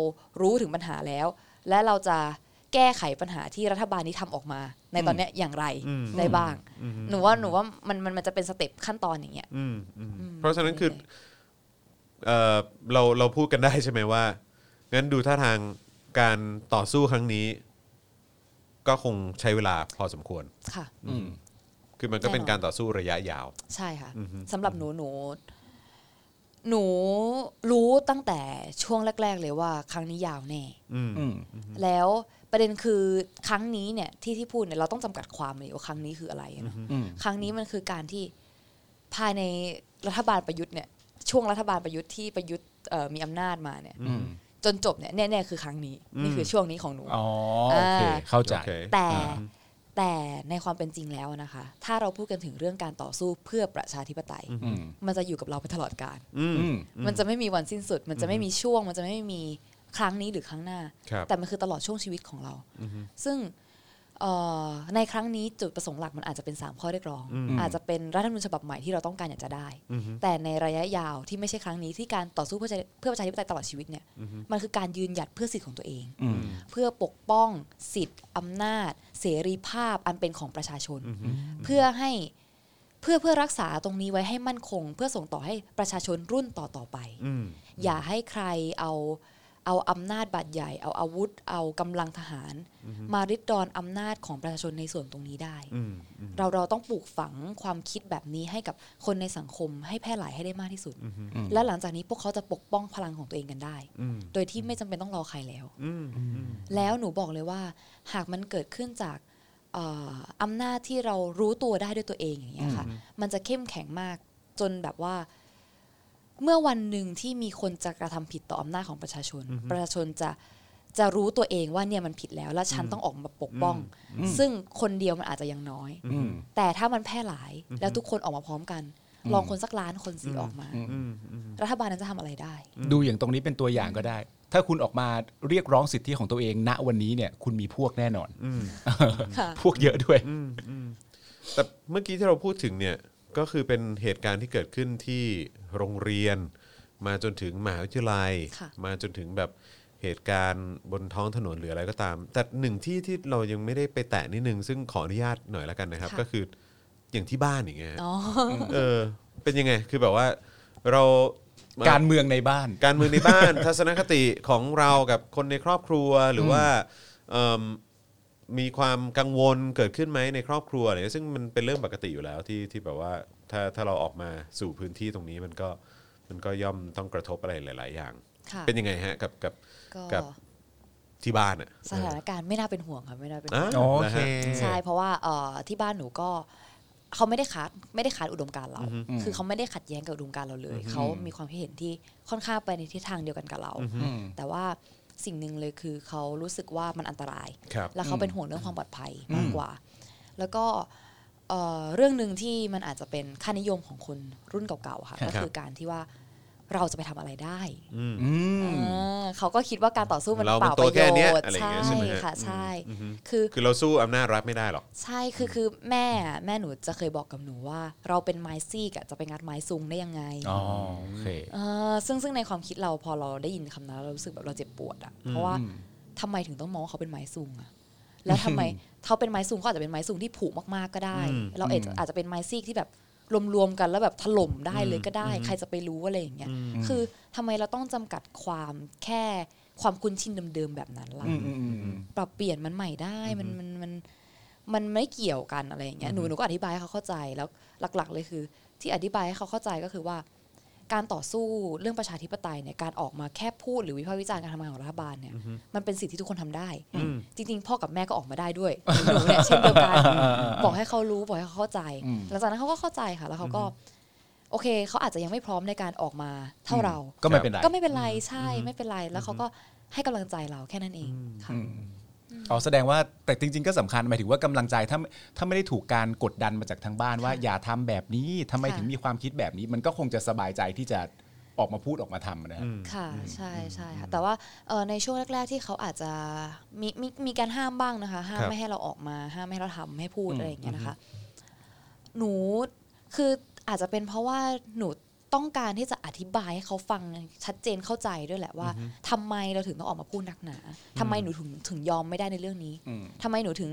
D: รู้ถึงปัญหาแล้ว และเราจะแก้ไขปัญหาที่รัฐบาลนี้ทำออกมา ในตอนเนี้ยอย่างไร
B: อืม
D: ได้บ้าง หนูว่าหนูว่ามันมันมันจะเป็นสเต็ปขั้นตอนอย่างเงี้ย
B: อืมอืม
D: อืม
B: เพราะฉะนั้นคือ
D: โอเค
B: เอ่อเราเราพูดกันได้ใช่ไหมว่า งั้นดูท่าทางการต่อสู้ครั้งนี้ ก็คงใช้เวลาพอสมควร
D: ค่ะ
C: อืม
B: คือมันก็เป็น
D: แน่นอน
B: การต่อสู้ระยะยาว
D: ใช่ค่ะ
B: อือฮึ
D: สำหรับหนูหนูหนูรู้ตั้งแต่ช่วงแรก ๆ เลยว่าครั้งนี้ยาวแน่
B: อืม
C: อืม
D: แล้วประเด็นคือครั้งนี้เนี่ยที่ที่พูดเนี่ยเราต้องจำกัดความเลยว่าครั้งนี้คืออะไรนะ
C: อืม
D: ครั้งนี้มันคือการที่ภายในรัฐบาลประยุทธ์เนี่ยช่วงรัฐบาลประยุทธ์ที่ประยุทธ์เอ่อมีอำนาจมาเนี่ย
C: อืม
D: จนจบเนี่ยแน่ๆคือครั้งนี้นี่คือช่วงนี้ของหนู
C: อ๋อ โอเค
D: อ่า
C: เข้าใจ
B: โอเค
D: แต่แต่ในความเป็นจริงแล้วนะคะ ถ้าเราพูดกันถึงเรื่องการต่อสู้เพื่อประชาธิปไตย
C: อืม
D: มันจะอยู่กับเราไปตลอดกาล
B: อืม
C: อืม
D: มันจะไม่มีวันสิ้นสุด มันจะไม่มีช่วง มันจะไม่มีครั้งนี้หรือครั้งหน้า
B: ครับ
D: แต่มันคือตลอดช่วงชีวิตของเรา ซึ่งเอ่อในครั้งนี้จุดประสงค์หลักมันอาจจะเป็น 3 ข้อเรียกร้อง อาจจะเป็นรัฐธรรมนูญฉบับใหม่ที่เราต้องการอยากจะได้ แต่ในระยะยาวที่ไม่ใช่ครั้งนี้ที่การต่อสู้เพื่อจะเพื่อประชาธิปไตยตลอดชีวิตเนี่ย มันคือการยืนหยัดเพื่อสิทธิของตัวเอง
C: อืม
D: เพื่อปกป้องสิทธิ์อำนาจ เสรีภาพอันเป็นของประชาชน เพื่อให้เพื่อเพื่อรักษาตรงนี้ไว้ให้มั่นคง เพื่อส่งต่อให้ประชาชนรุ่นต่อต่อๆไป
B: อืม
D: อย่าให้ใครเอาเอาอำนาจบาดใหญ่ เอาอาวุธ เอากำลังทหาร มาริดรอนอำนาจของประชาชนในส่วนตรงนี้ได้
B: อืมอืม
D: เราเราต้องปลูกฝังความคิดแบบนี้ให้กับคนในสังคมให้แพร่หลายให้ได้มากที่สุด และหลังจากนี้พวกเขาจะปกป้องพลังของตัวเองกันได้
B: อืม
D: โดยที่ไม่จำเป็นต้องรอใครแล้ว
B: อืมอืม
D: แล้วหนูบอกเลยว่าหากมันเกิดขึ้นจากเอ่ออำนาจที่เรารู้ตัวได้ด้วยตัวเองอย่างเงี้ยค่ะ มันจะเข้มแข็งมากจนแบบว่า เมื่อวันหนึ่งที่มีคนจะกระทำผิดต่ออำนาจของประชาชน ประชาชนจะจะรู้ตัวเองว่าเนี่ยมันผิดแล้ว และฉันต้องออกมาปกป้อง ซึ่งคนเดียวมันอาจจะยังน้อย
C: อืม
D: แต่ถ้ามันแพร่หลายแล้วทุกคนออกมาพร้อมกัน ลองคนสักล้านคนสีออกมา
B: อืมอืม
D: รัฐบาลนั้นจะทำอะไรได้
C: ดูอย่างตรงนี้เป็นตัวอย่างก็ได้ ถ้าคุณออกมาเรียกร้องสิทธิของตัวเอง ณ วันนี้เนี่ย คุณมีพวกแน่นอน
B: อืม
D: ค่ะ
C: พวกเยอะด้วย
B: อืมอืมแต่เมื่อกี้ที่เราพูดถึงเนี่ยก็คือเป็นเหตุการณ์ที่เกิดขึ้นที่โรงเรียน มาจนถึงมหาวิทยาลัย
D: ค่ะ
B: มาจนถึงแบบเหตุการณ์บนท้องถนนหรืออะไรก็ตาม แต่หนึ่งที่ที่เรายังไม่ได้ไปแตะนิดนึง ซึ่งขออนุญาตหน่อยละกันนะครับ ก็คืออย่างที่บ้านอย่างเงี้ยฮะ
D: อ๋อ
B: เออเป็นยังไงคือแบบว่าเรากา
C: การ รเมืองในบ้าน
B: การเมืองในบ้าน ทัศนคติของเรากับคนในครอบครัวหรือว่าเอิ่ม มีความกังวลเกิดขึ้นไหมในครอบครัวอะไรเงี้ยซึ่งมันเป็นเรื่องปกติอยู่แล้วที่ที่แบบว่าถ้าถ้าเราออกมาสู่พื้นที่ตรงนี้มันก็มันก็ย่อมต้องกระทบอะไรหลาย ๆ อย่าง
D: ค่ะ
B: เป็นยังไงฮะกับกับ
D: ก็
B: กับที่บ้านอ่ะ
D: สถานการณ์ไม่น่าเป็นห่วงค่ะไม่น่าเป็นห่วง
B: อ่ะ
C: โอเค
B: นะฮะ
D: ใช่ เพราะว่าเอ่อที่บ้านหนูก็ เขาไม่ได้ขาดไม่ได้ขาดอุดมการณ์เรา คือเขาไม่ได้ขัดแย้งกับอุดมการณ์เราเลย เขามีความคิดเห็นที่ค่อนข้างไปในทิศทางเดียวกันกับเรา
C: อืม
D: แต่ว่าสิ่งหนึ่งเลยคือเขารู้สึกว่ามันอันตราย
B: ครับ
D: แล้วเขาเป็นห่วงเรื่องความปลอดภัยมากกว่า แล้วก็เอ่อเรื่องหนึ่งที่มันอาจจะเป็นค่านิยมของคนรุ่นเก่าๆค่ะ
B: ครับ
D: ก็คือการที่ว่าเราจะไปทำอะไรได้
B: อืม
C: อืม
D: เออเขาก็คิดว่าการต่อสู้มัน
B: เรา
D: เป
B: มัน
D: ล่า
B: โต
D: ประ
B: แค่
D: โย
B: เนี้ย
D: ชน์
B: อะไรอย่าง
D: ใช่
B: เงี้ยใช่ไหมฮะ
D: ค่ะใช่ คือ
B: คือเราสู้อำนาจรัฐไม่ได้หรอก
D: ใช่ คือคือแม่อะแม่หนูจะเคยบอกกับหนูว่า เราเป็นไม้ซีกอะจะไปงัดไม้ซุงได้ยังไง
C: อ๋อโอเค
D: เออซึ่งซึ่งในความคิดเราพอเราได้ยินคำนั้นเรารู้สึกแบบเราเจ็บปวดอะเพราะว่าทำไมถึงต้องมองว่าเขาเป็นไม้ซุงอะแล้วทำไมเขาเป็นไม้ซุงก็อาจจะเป็นไม้ซุงที่ผุมากๆก็ได้
B: อืม
D: เราเอจจะอาจจะเป็นไม้ซีกที่แบบรวมๆกันแล้วแบบถล่มได้เลยก็ได้ ใครจะไปรู้อะไรอย่างเงี้ยคือทำไมเราต้องจำกัดความแค่ความคุ้นชินเดิมๆแบบนั้นล่ะ
C: อืมอืมอืมอืม
D: ปรับเปลี่ยนมันใหม่ได้มันมันมันมันไม่เกี่ยวกันอะไรอย่างเงี้ยหนูหนูก็อธิบายให้เขาเข้าใจแล้วหลัก ๆ เลยคือ ที่อธิบายให้เขาเข้าใจก็คือว่า การต่อสู้เรื่องประชาธิปไตยเนี่ยการออกมาแค่พูดหรือวิพากษ์วิจารณ์การทำงานของรัฐบาลเนี่ยมันเป็นสิ่งที่ทุกคนทำได้ จริงๆ พ่อกับแม่ก็ออกมาได้ด้วย หนูเนี่ยเช่นเดียวกันบอกให้เขารู้บอกให้เขาเข้าใจ
C: อืม
D: หลังจากนั้นเขาก็เข้าใจค่ะ แล้วเขาก็ โอเคเขาอาจจะยังไม่พร้อมในการออกมาเท่าเรา
C: ก็ไม่เป็นไร
D: ก็ไม่เป็นไรใช่ไม่เป็นไรแล้วเขาก็ให้กำลังใจเราแค่นั้นเองค่ะ
C: อืมอ๋อแสดงว่าแต่จริง ๆ ก็สำคัญหมายถึงว่ากำลังใจถ้าถ้าไม่ได้ถูกการกดดันมาจากทางบ้านว่า อย่าทำแบบนี้ทำไม
D: ค่ะ
C: ถึงมีความคิดแบบนี้ มันก็คงจะสบายใจที่จะออกมาพูดออกมาทำนะครับ
D: ค่ะใช่ใช่ค่ะแต่ว่าเอ่อในช่วงแรก ๆ ที่เขาอาจจะมีมีมีการห้ามบ้างนะคะ ห้าม
B: ครับ
D: ไม่ให้เราออกมาห้ามไม่ให้เราทำให้พูด
C: อืม
D: อะไรอย่างเงี้ยนะคะ หนูคืออาจจะเป็นเพราะว่าหนูต้องการที่จะอธิบายให้เขาฟังชัดเจนเข้าใจด้วยแหละว่าทำไมเราถึงต้องออกมาพูดนักหนาทำไมหนูถึงถึงยอมไม่ได้ในเรื่องนี้
C: อืม
D: ทำไมหนูถึง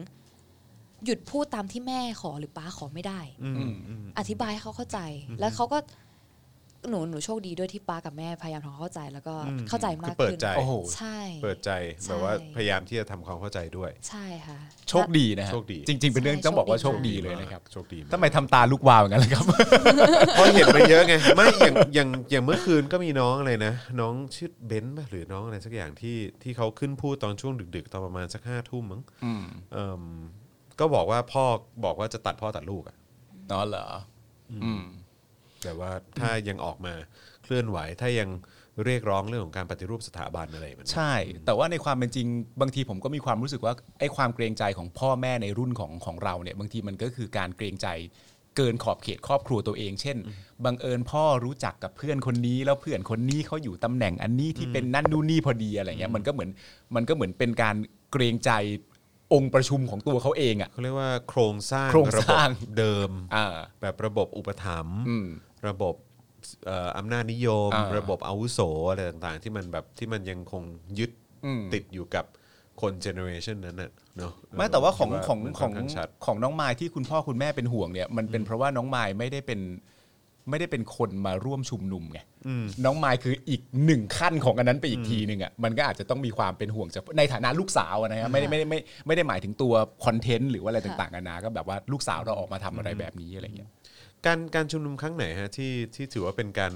D: หยุดพูดตามที่แม่ขอหรือป้าขอไม่ได้
B: อืม
C: อืม
B: อืม
D: อธิบายให้เขาเข้าใจ แล้วเขาก็หนูหนูโชคดีด้วยที่ป้ากับแม่พยายามทำความเข้าใจแล้วก็
B: อืม
D: เข้าใจมา
B: คื
D: ก
B: อเปิด
D: ขึ้น
B: ใจ
C: โอ้โห
D: ใช่
B: เปิดใจ
D: ใช่
B: แบบว่าพยายามที่จะทำความเข้าใจด้วย
D: ใช่ค่ะ
C: โชคดีนะฮะ
B: โชคดี
C: จริง ๆ เป็นเรื่อง
D: ใช่
C: ต้องบอกว่าโช
D: โช
C: ค
D: คดี
C: ดีเลยนะครับ
B: โชคดีาก
C: ทำไมทำตาลุกวาวอย่างนั้นเลยครับ
B: เพราะเห็นไปเยอะไงไม่อย่างอย่างอย่างเมื่อคืนก็มีน้องอะไรนะ น้องชื่อเบนซ์ป่ะหรือน้องอะไรสักอย่างที่ที่เขาขึ้นพูดตอนช่วงดึก ๆ ตอนประมาณสักห้าทุ่มมั้ง
C: อืม
B: เอิ่มก็บอกว่าพ่อบอกว่าจะตัดพ่อตัดลูกอะ
C: อ๋อเหรออืม
B: แต่ว่าถ้ายังออกมาเคลื่อนไหวถ้ายังเรียกร้องเรื่องของการปฏิรูปสถาบันอะไรแบบนี้
C: ใช่ แต่ว่าในความเป็นจริงบางทีผมก็มีความรู้สึกว่าไอ้ความเกรงใจของพ่อแม่ในรุ่นของของเราเนี่ยบางทีมันก็คือการเกรงใจเกินขอบเขตครอบครัวตัวเอง เช่นบังเอิญพ่อรู้จักกับเพื่อนคนนี้ แล้วเพื่อนคนนี้เขาอยู่ตำแหน่งอันนี้ที่เป็นนั่นนู่นนี่พอดีอะไรเงี้ยมันก็เหมือนมันก็เหมือนเป็นการเกรงใจองค์ประชุมของตัวเขาเองอ่ะ
B: เขาเรียกว่าโครงสร้าง
C: โครง
B: ระ
C: ส
B: บบ
C: ร้าง
B: เดิม
C: อ่า
B: แบบระบบอุปถัมภ์
C: อืม
B: ระบบเอ่ออำนาจนิยม
C: อ่า
B: ระบบอาวุโสอะไรต่างๆ ที่มันแบบที่มันยังคงยึด
C: อืม
B: ติดอยู่กับคนเจเนอเรชันนั้นน่ะเนาะ
C: ไม่แต่ว่าของ
B: คิด
C: ของ
B: มัน
C: ข
B: ค่
C: อน ง
B: ข้าชัด
C: ของน้องมายที่คุณพ่อคุณแม่เป็นห่วงเนี่ยมันเป็นเพราะว่าน้องมายไม่ได้เป็นไม่ได้เป็นคนมาร่วมชุมนุมไงน้องมายคืออีกหนึ่งขั้นของอันนั้นไปอีกทีหนึ่งอ่ะมันก็อาจจะต้องมีความเป็นห่วงจากในฐานะลูกสาวอะนะครับไม่ได้ไม่ได้ไม่ไม่ได้หมายถึงตัวคอนเทนต์หรือว่าอะไรต่างๆกันานะก็แบบว่าลูกสาวเราออกมาทำอะไรแบบนี้อะไรเงี้ย
B: การการชุมนุมครั้งไหนฮะที่ที่ถือว่าเป็นการ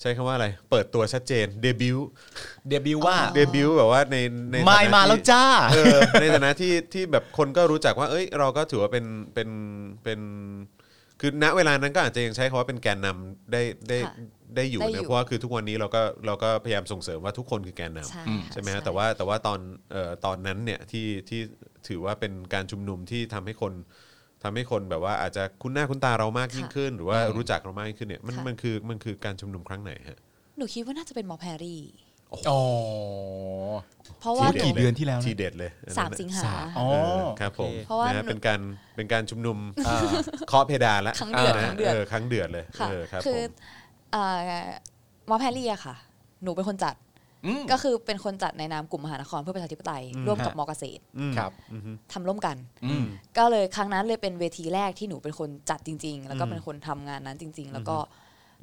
B: ใช้คำว่าอะไร เปิดตัวชัดเจนเดบิวต์
C: เดบิวต์ว่า
B: เดบิวต์แบบว่าในใน
C: มา
B: ฐ
C: ย
B: นะ
C: มาแล้ว
B: ที่
C: จ้า
B: เออในฐานะที่ที่แบบคนก็รู้จักว่า เอ้ย เราก็ถือว่าเป็นเป็นเป็นคือณเวลานั้นก็อาจจะยังใช้คำว่าเป็นแกนนำได้ได้
D: ค่ะ
B: ได้อยู่
D: ได้อยู่
B: นะเพราะว่าคือทุกวันนี้เราก็เราก็พยายามส่งเสริมว่าทุกคนคือแกนนำ
D: ใช่ค่ะ
B: ไหมฮะแต่ว่าแต่ว่าตอนเอ่อตอนนั้นเนี่ยที่ที่ถือว่าเป็นการชุมนุมที่ทำให้คนทำให้คนแบบว่าอาจจะคุ้นหน้าคุ้นตาเรามากยิ่งขึ้น หรือว่ารู้จักเรามากยิ่งขึ้นเนี่ยมันมันคือมันคือการชุมนุมครั้งไหนฮะ
D: หนูคิดว่าน่าจะเป็นหมอแพรรี่
C: อ๋อ
D: เพราะว่าห
C: กี่
D: นู
C: เดือนที่แล้วนะ
B: ทีเด็ดเลยอันนั้น
D: สาม
B: น่ะ
D: สิงหา
C: สามอ๋อ
B: เออครับผม
D: เพราะว่า
B: ฮ
D: หนู
B: เป็นการเป็นการชุมนุมเคาะเพดานละ
D: ครั้งเดือ
B: า
D: ดครั้งเดือด
B: ครั้งเดือดเลย
D: ค่ะ
B: เออครับ
D: คือ
B: ผม
D: เอ่อหมอแพรรี่อะค่ะ หนูเป็นคนจัด
C: อืม
D: ก็คือเป็นคนจัดในนามกลุ่มมหานครเพื่อประชาธิปไตย ร่วมกับ
C: ฮะ
D: มอเกษตร
B: ม
C: ครับ
B: อืมฮึ
D: ทำร่วมกัน
C: อืม
D: ก็เลยครั้งนั้นเลยเป็นเวทีแรกที่หนูเป็นคนจัดจริง ๆ แล้วก็เป็นคนทำงานนั้นจริง ๆ แล้วก็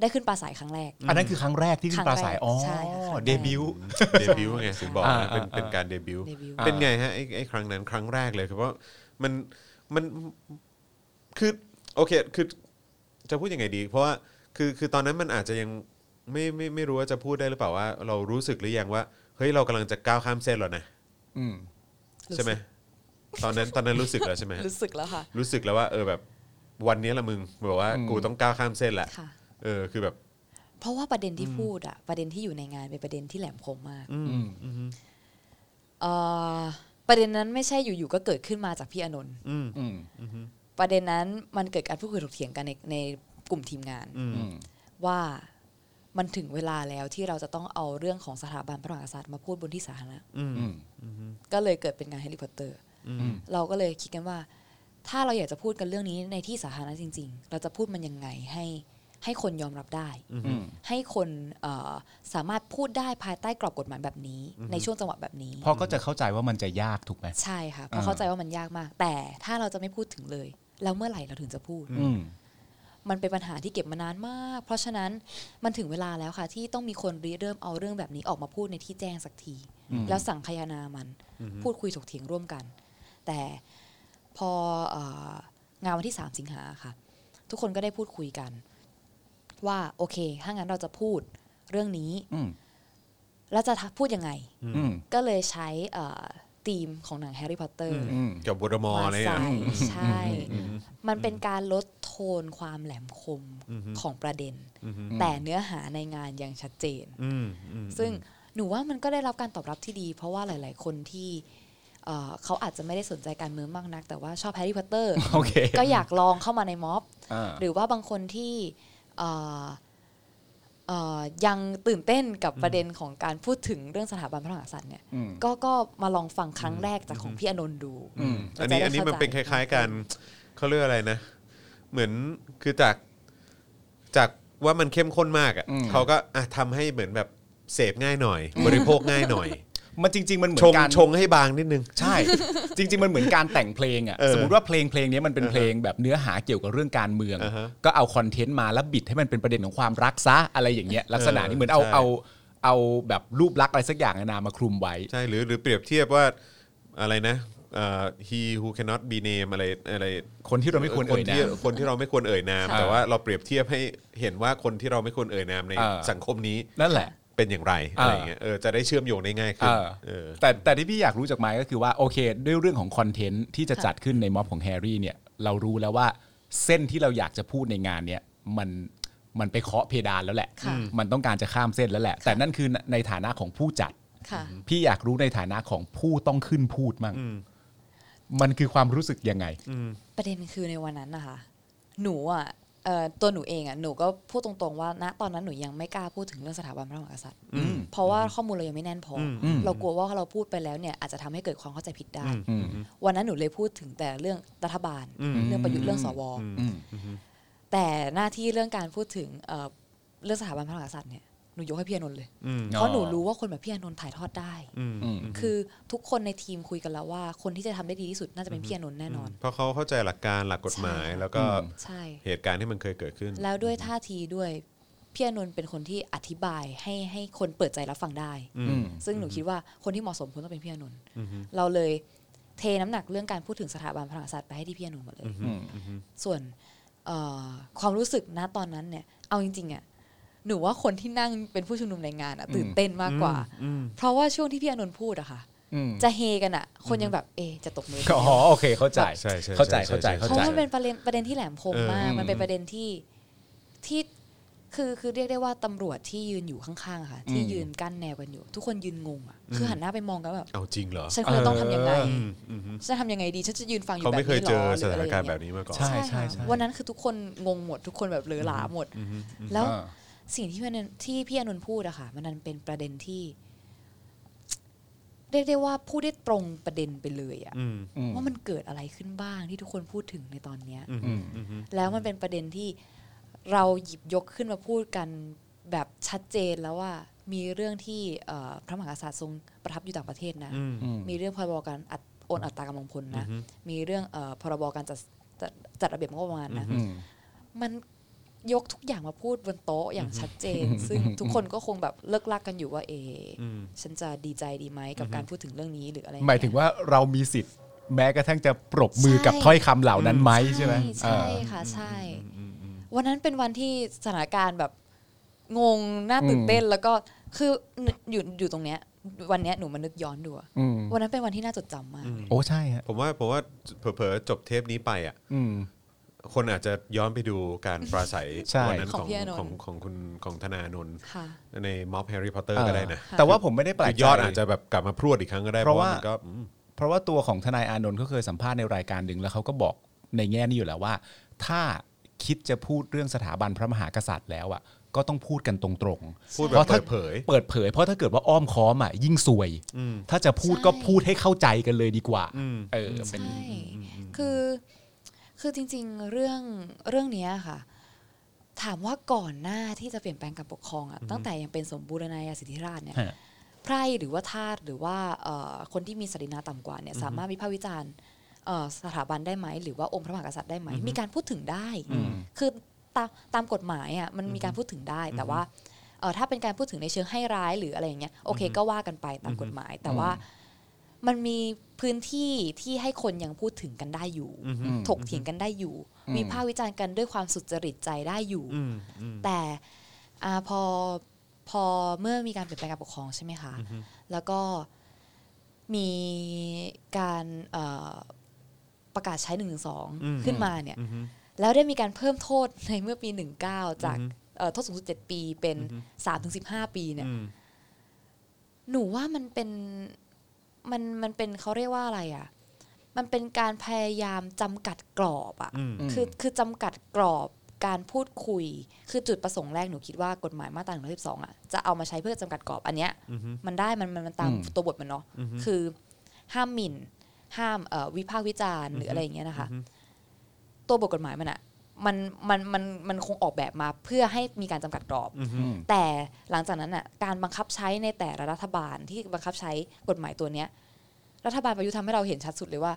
D: ได้ขึ้นปราศัยครั้งแรก
C: อันนั้นคือครั้งแรกที่ขึ้นปราศัย
D: ครั้งแรก
C: อ๋อ
D: ใช่ค่ะครั้งแรก
C: เดบิวต์
B: เดบิวต์ไงถึงบอกนะเป็นเป็นการเดบิวต์
D: เดบิวต์
B: เป็นไงฮะไอ้ไอ้ครั้งนั้นครั้งแรกเลยคือว่ามันมันคือโอเคคือจะพูดยังไงดี เพราะว่าคือคือตอนนั้นมันอาจจะยังไม่ไม่ไม่รู้ว่าจะพูดได้หรือเปล่าว่า เรารู้สึกหรือยังว่าเฮ้ยเรากำลังจะก้าวข้ามเส้นแล้วนะใช่ไหมตอนนั้นตอนนั้นรู้สึกแล้วใช่ไหมฮะ
D: รู้สึกแล้วค่ะ
B: รู้สึกแล้วว่าเออแบบ วันนี้ละมึงแบบว่ากูต้องก้าวข้ามเส้นละ
D: ค่ะ
B: เออคือแบบ
D: เพราะว่าประเด็นที่พูดอะประเด็นที่อยู่ในงานเป็นประเด็นที่แหลมคมมาก
C: อืม
D: เอ่อประเด็นนั้นไม่ใช่อยู่ๆก็เกิดขึ้นมาจากพี่อานนท์
B: อืม
C: อืม
D: ประเด็นนั้นมันเกิดการพูดคุยถกเถียงกันในในกลุ่มทีมงาน
B: อืม
C: อืม
D: ว่ามันถึงเวลาแล้วที่เราจะต้องเอาเรื่องของสถาบันพระมหากษัตริย์มาพูดบนที่สาธารณะ
B: อืม
C: อืม
D: ก็เลยเกิดเป็นงานแฮร์รี่พอตเตอร์
B: อืม
D: เราก็เลยคิดกันว่า ถ้าเราอยากจะพูดกันเรื่องนี้ในที่สาธารณะจริง ๆ เราจะพูดมันยังไงให้ให้คนยอมรับได้
C: อืม
D: ให้คนเอ่อสามารถพูดได้ภายใต้กรอบกฎหมายแบบนี้ ในช่วงจังหวะแบบนี้
C: พ่อก็จะเข้าใจว่ามันจะยากถูกไหม
D: ใช่ค่ะเพ
C: อ่า
D: ราะเข้าใจว่ามันยากมาก แต่ถ้าเราจะไม่พูดถึงเลย แล้วเมื่อไหร่เราถึงจะพูด
C: อืม
D: มันเป็นปัญหาที่เก็บมานานมาก เพราะฉะนั้นมันถึงเวลาแล้วค่ะ ที่ต้องมีคนริเริ่มเอาเรื่องแบบนี้ออกมาพูดในที่แจ้งสักที แล้วสั่งคายนามัน พูดคุยถกเถียงร่วมกัน แต่พอเอองานวันที่ 3 สิงหาค่ะ ทุกคนก็ได้พูดคุยกัน ว่าโอเค ถ้างั้นเราจะพูดเรื่องนี้
C: อืม
D: แล้วจะพูดยังไง
C: อืม
D: ก็เลยใช้เอ่อธีมของหนังแฮร์รี่พอตเตอร์
C: อืม
B: กับวอร์มอร์อะไร
D: มา
B: อ่ะ
D: ใส่ใช่ มันเป็นการลดโทนความแหลมคมของประเด็น แต่เนื้อหาในงานยังชัดเจน
B: อืมอืม
D: ซึ่งหนูว่ามันก็ได้รับการตอบรับที่ดี เพราะว่าหลาย ๆ คนที่เอ่อเขาอาจจะไม่ได้สนใจการเมืองมากนัก แต่ว่าชอบแฮร์รี่พอตเตอร์
C: โอเค
D: ก็อยากลองเข้ามาในม็อบ
C: อ่า
D: หรือว่าบางคนที่เอ่อเอ่อยังตื่นเต้นกับประเด็นของการพูดถึงเรื่องสถาบันพระมหากษัตริย์เนี่ย
C: อืม
D: ก็ก็มาลองฟังครั้งแรกจากของพี่อานนท์ดู
B: อันนี้อันนี้มันเป็นคล้าย ๆกันเขาเรียกอะไรนะ เหมือนคือจากจากว่ามันเข้มข้นมากอ่ะ
C: อืม
B: เขาก็อ่ะทำให้เหมือนแบบเสพง่ายหน่อย บริโภคง่ายหน่อย
C: มันจริง ๆ มันเหมือ
B: ชง
C: นการ
B: ชงให้บางนิดนึง
C: ใช่ จริง ๆ มันเหมือนการแต่งเพลงอ่ะ
B: เออ
C: สมมติว่าเพลงเพลงนี้มันเป็นเพลงแบบเนื้อหาเกี่ยวกับเรื่องการเมือง
B: อ่าฮะ
C: ก็เอาคอนเทนต์มาแล้วบิดให้มันเป็นประเด็นของความรักซะอะไรอย่างเงี้ยลักษณะนี้เหมือนเอา
B: ใช่
C: เอาเอาแบบรูปลักษณ์อะไรสักอย่างนานามาคลุมไว้
B: ใช่หรือหรือเปรียบเทียบว่าอะไรนะเอ่อ he who cannot be named อะไรอะไร
C: คนที่เราไม่ควร
B: ค
C: เอ่
B: น
C: ยนะ
B: ที่คนที่เราไม่ควรเอ่ยนาม
C: ค่ะ
B: แต่ว่าเราเปรียบเทียบให้เห็นว่าคนที่เราไม่ควรเอ่ยนามใน
C: เออ
B: สังคมนี้
C: นั่นแหละ
B: เป็นอย่างไร
C: เอออ
B: อะไรอย่างเงี้ยเออจะได้เชื่อมโยงได้ง่ายขึ้น
C: เออ
B: เออ
C: แต่แต่ที่พี่อยากรู้จากไม้ก็คือว่าโอเค ด้วยเรื่องของคอนเทนต์ที่จะจัดขึ้นในม็อบของแฮร์รี่เนี่ยเรารู้แล้วว่าเส้นที่เราอยากจะพูดในงานเนี่ยมันมันไปเคาะเพดานแล้วแหละ
D: ค่ะ
C: มันต้องการจะข้ามเส้นแล้วแหละ แต่นั่นคือในฐานะของผู้จัด
D: ค่ะ
C: พี่อยากรู้ในฐานะของผู้ต้องขึ้นพูดมั่ง มันคือความรู้สึกยังไง
D: ประเด็นคือในวันนั้นนะคะหนูอ่ะเอ่อตัวหนูเองอ่ะหนูก็พูดตรงๆว่าณตอนนั้นหนูยังไม่กล้าพูดถึงเรื่องสถาบันพระมหากษัตริย์เพราะว่าข้อมูลเรายังไม่แน่นพออ
C: ม
D: เรากลัวว่าเราพูดไปแล้วเนี่ยอาจจะทำให้เกิดความเข้าใจผิดได้
C: อืม
D: วันนั้นหนูเลยพูดถึงแต่เรื่องรัฐบาล
B: อืม
D: เรื่องประยุทธ์เรื่องสว
C: อืม
D: แต่หน้าที่เรื่องการพูดถึงเอ่อเรื่องสถาบันพระมหากษัตริย์เนี่ยหนูยกให้พี่อานนท์เลย
B: อืม
C: อ๋อ
D: เพราะหนูรู้ว่าคนแบบพี่อานนท์ถ่ายทอดได้
B: อืม
C: อืม
D: คือทุกคนในทีมคุยกันแล้วว่า คนที่จะทำได้ดีที่สุดน่าจะเป็นพี่อานนท์แน่นอน
B: เพราะเขาเข้าใจหลักการหลักกฎหมาย
D: ใช่
B: แล้วก็
C: อืม
D: ใช่
B: เหตุการณ์ที่มันเคยเกิดขึ้น
D: แล้วด้วยท่าทีด้วยพี่อานนท์เป็นคนที่อธิบายให้ให้คนเปิดใจรับฟังได้
C: อืม
D: ซึ่งหนูคิดว่าคนที่เหมาะสมควรต้องเป็นพี่อานนท์เราเลยเทน้ำหนักเรื่องการพูดถึงสถาบันพระมหากษัตริย์ไปให้ที่พี่อานนท์หมดเลย
C: อืม
D: ส่วนเอ่อความรู้สึกนะตอนนั้นเนี่ยเอาจริงๆอ่ะหนูว่าคนที่นั่งเป็นผู้ชุมนุมในงานอะตื่นเต้นมากกว่า เพราะว่าช่วงที่พี่อานนท์พูดอะค่ะ
C: อืม
D: จะเฮกันอะคนยังแบบเอะจะตบมือ
C: อ๋อโอเค เข้าใจ
B: ใช่ใช่
C: เข้าใจ
B: ใช่
C: เข้าใจ
B: ใช่
C: เข้า
D: เพราะ
C: ใจ
D: มันเป็นประเด็นประเด็นที่แหลมคมมาก
C: เออ
D: มันเป็นประเด็นที่ที่คือคือเรียกได้ว่าตำรวจที่ยืนอยู่ข้างๆอะค่ะ ที่ยืนกั้นแนวกันอยู่ ทุกคนยืนงงอะคือหันหน้าไปมองกันแบบ
B: เอาจริงเหรอ
D: ฉันควรจะต้องทำยังไง
B: อืมอืม
D: ฉันทำยังไงดีฉันจะยืนฟังอยู่
B: เขา
D: แบบ
B: ไม่
D: นี้
B: เค
D: หรอ
B: ยเจอ
D: ห
B: ส
D: ออะ
B: ถาน
D: ไอย่งเงี้ย
B: การณ์แบบนี้มาก่อน
C: ใช่
D: ค่ะ
C: ใช่
D: วันนั้นคือทุกคนงงหมด ทุกคนแบบเหลือหลาหมด แล้ว
C: อ่า
D: สิ่งที่พี่อนันต์ที่พี่อานนท์พูดอะค่ะ มันนั้นเป็นประเด็นที่ เรียกได้ว่าพูดได้ตรงประเด็นไปเลยอะ
B: อืม
C: อืม
D: ว่ามันเกิดอะไรขึ้นบ้างที่ทุกคนพูดถึงในตอนเนี้ย
C: อืม
D: แล้วมันเป็นประเด็นที่เราหยิบยกขึ้นมาพูดกันแบบชัดเจนแล้วว่า มีเรื่องที่เอ่อพระมหากษัตริย์ทรงประทับอยู่ต่างประเทศนะ
B: อืม
C: อืม
D: มีเรื่องพรบการอัดโอนอัตรากำลังพลนะ มีเรื่องเอ่อพรบการจัดจัดจัดระเบียบงบประมาณนะ
C: อืม
D: มันยกทุกอย่างมาพูดบนโต๊ะอย่างชัดเจน ซึ่งทุกคนก็คงแบบเลิกลักกันอยู่ว่าเอออ
B: ม
D: ฉันจะดีใจดีไหมกับการพูดถึงเรื่องนี้หรืออะไร
C: หมายถึงว่าเรามีสิทธิ์ แม้กระทั่งจะปรบมือกับถ้อยคำเหล่านั้นไหมใช่ไหม
D: ใช่ค่ะ ใช่ วันนั้นเป็นวันที่สถานการณ์แบบงงน่าตื่นเต้นแล้วก็คืออยู่อยู่ตรงเนี้ย วันเนี้ยหนูมานึกย้อนดูอะ
C: อืม
D: วันนั้นเป็นวันที่น่าจดจำมาก
C: โอ้ใช่ฮะ
B: ผมว่าผมว่าเผลอๆจบเทปนี้ไปอ่ะ
C: อืม
B: คนอาจจะย้อนไปดูการปราศัย
C: ใช่
B: วันั้น
D: ข
B: ข
D: อง
B: อง
D: พี่อานนท์
B: ของของคุณของธนาโนนท์
D: ค่ะ
B: ในม็อบแฮร์รี่พอตเตอร์ก็ได้นะ
C: เออแต่ว่าผมไม่ได้แปล
B: คื
C: ก
B: อ
C: ใจ
B: ยอดอาจจะแบบกลับมาพรวดอีกครั้งก็ได้เพ
C: เพ
B: ราะ
C: ราะ
B: ว่า
C: ว่ามั
B: มันก็อืม
C: เพราะว่าตัวของทนายอานนท์ก็เคยสัมภาษณ์ในรายการหนึ่งแล้วเขาก็บอกในแง่นี้อยู่แล้วว่า ถ้าคิดจะพูดเรื่องสถาบันพระมหากษัตริย์แล้วอ่ะก็ต้องพูดกันตรงๆ
B: พูดแบบ
C: พราะถ้า
B: เปิดเผย
C: เปิดเผย เพราะถ้าเกิดว่าอ้อมค้อมอ่ะยิ่งซวย ถ้าจะพูด
D: ใช่
C: ก็พูดให้เข้าใจกันเลยดีกว่าเออเป็น
D: ใช่ คือ คือจริงๆ เรื่อง เรื่องเนี้ยค่ะ ถามว่าก่อนหน้าที่จะเปลี่ยนแปลงการปกครองอะตั้งแต่ยังเป็นสมบูรณาญาสิทธิราชเนี่ย
C: ฮะ
D: ไพร่หรือว่าทาสหรือว่าเอ่อคนที่มีสตินาต่ำกว่าเนี่ยสามารถวิพากษ์วิจารณ์เอ่อสถาบันได้ไหม หรือว่าองค์พระมหากษัตริย์ได้ไหม มีการพูดถึงได้ คือตามตามกฎหมายอ่ะมันมีการพูดถึงได้ แต่ว่าเอ่อถ้าเป็นการพูดถึงในเชิงให้ร้ายหรืออะไรอย่างเงี้ยโอเคก็ว่ากันไปตามกฎหมาย แต่ว่ามันมีพื้นที่ที่ให้คนยังพูดถึงกันได้อยู่ ถกเถียงกันได้อยู่ วิพากษ์วิจารณ์กันด้วยความสุจริตใจได้อยู่
B: อืมอืม
D: แต่อาพอพอเมื่อมีการเปลี่ยนแปลงการปกครองใช่ไหมคะ แล้วก็มีการเอ่อประกาศใช้หนึ่งสอง
B: อืม
D: ขึ้นมาเนี่ย แล้วได้มีการเพิ่มโทษในเมื่อปี 19 จากเอ่อโทษสูงสุด 7 ปีเป็น 3-15 ปีเนี่ย
B: อืม
D: หนูว่ามันเป็นมันมันเป็นเขาเรียกว่าอะไรอ่ะ มันเป็นการพยายามจำกัดกรอบอ่ะ
B: อืม
D: คือคือจำกัดกรอบการพูดคุย คือจุดประสงค์แรกหนูคิดว่ากฎหมายมาตรา112อ่ะจะเอามาใช้เพื่อจำกัดกรอบอันเนี้ยมันได้มันมันมันตาม
C: อืม
D: ตัวบทมันเนาะคือห้ามหมิ่น ห้ามเอ่อวิพากษ์วิจารณ์หรืออะไรอย่างเงี้ยนะคะ ตัวบทกฎหมายมันอ่ะมันมันมันมันคงออกแบบมาเพื่อให้มีการจำกัดกรอบ
C: อืม
D: แต่หลังจากนั้นน่ะการบังคับใช้ในแต่ละรัฐบาลที่บังคับใช้กฎหมายตัวเนี้ย รัฐบาลประยุทธ์ทำให้เราเห็นชัดสุดเลยว่า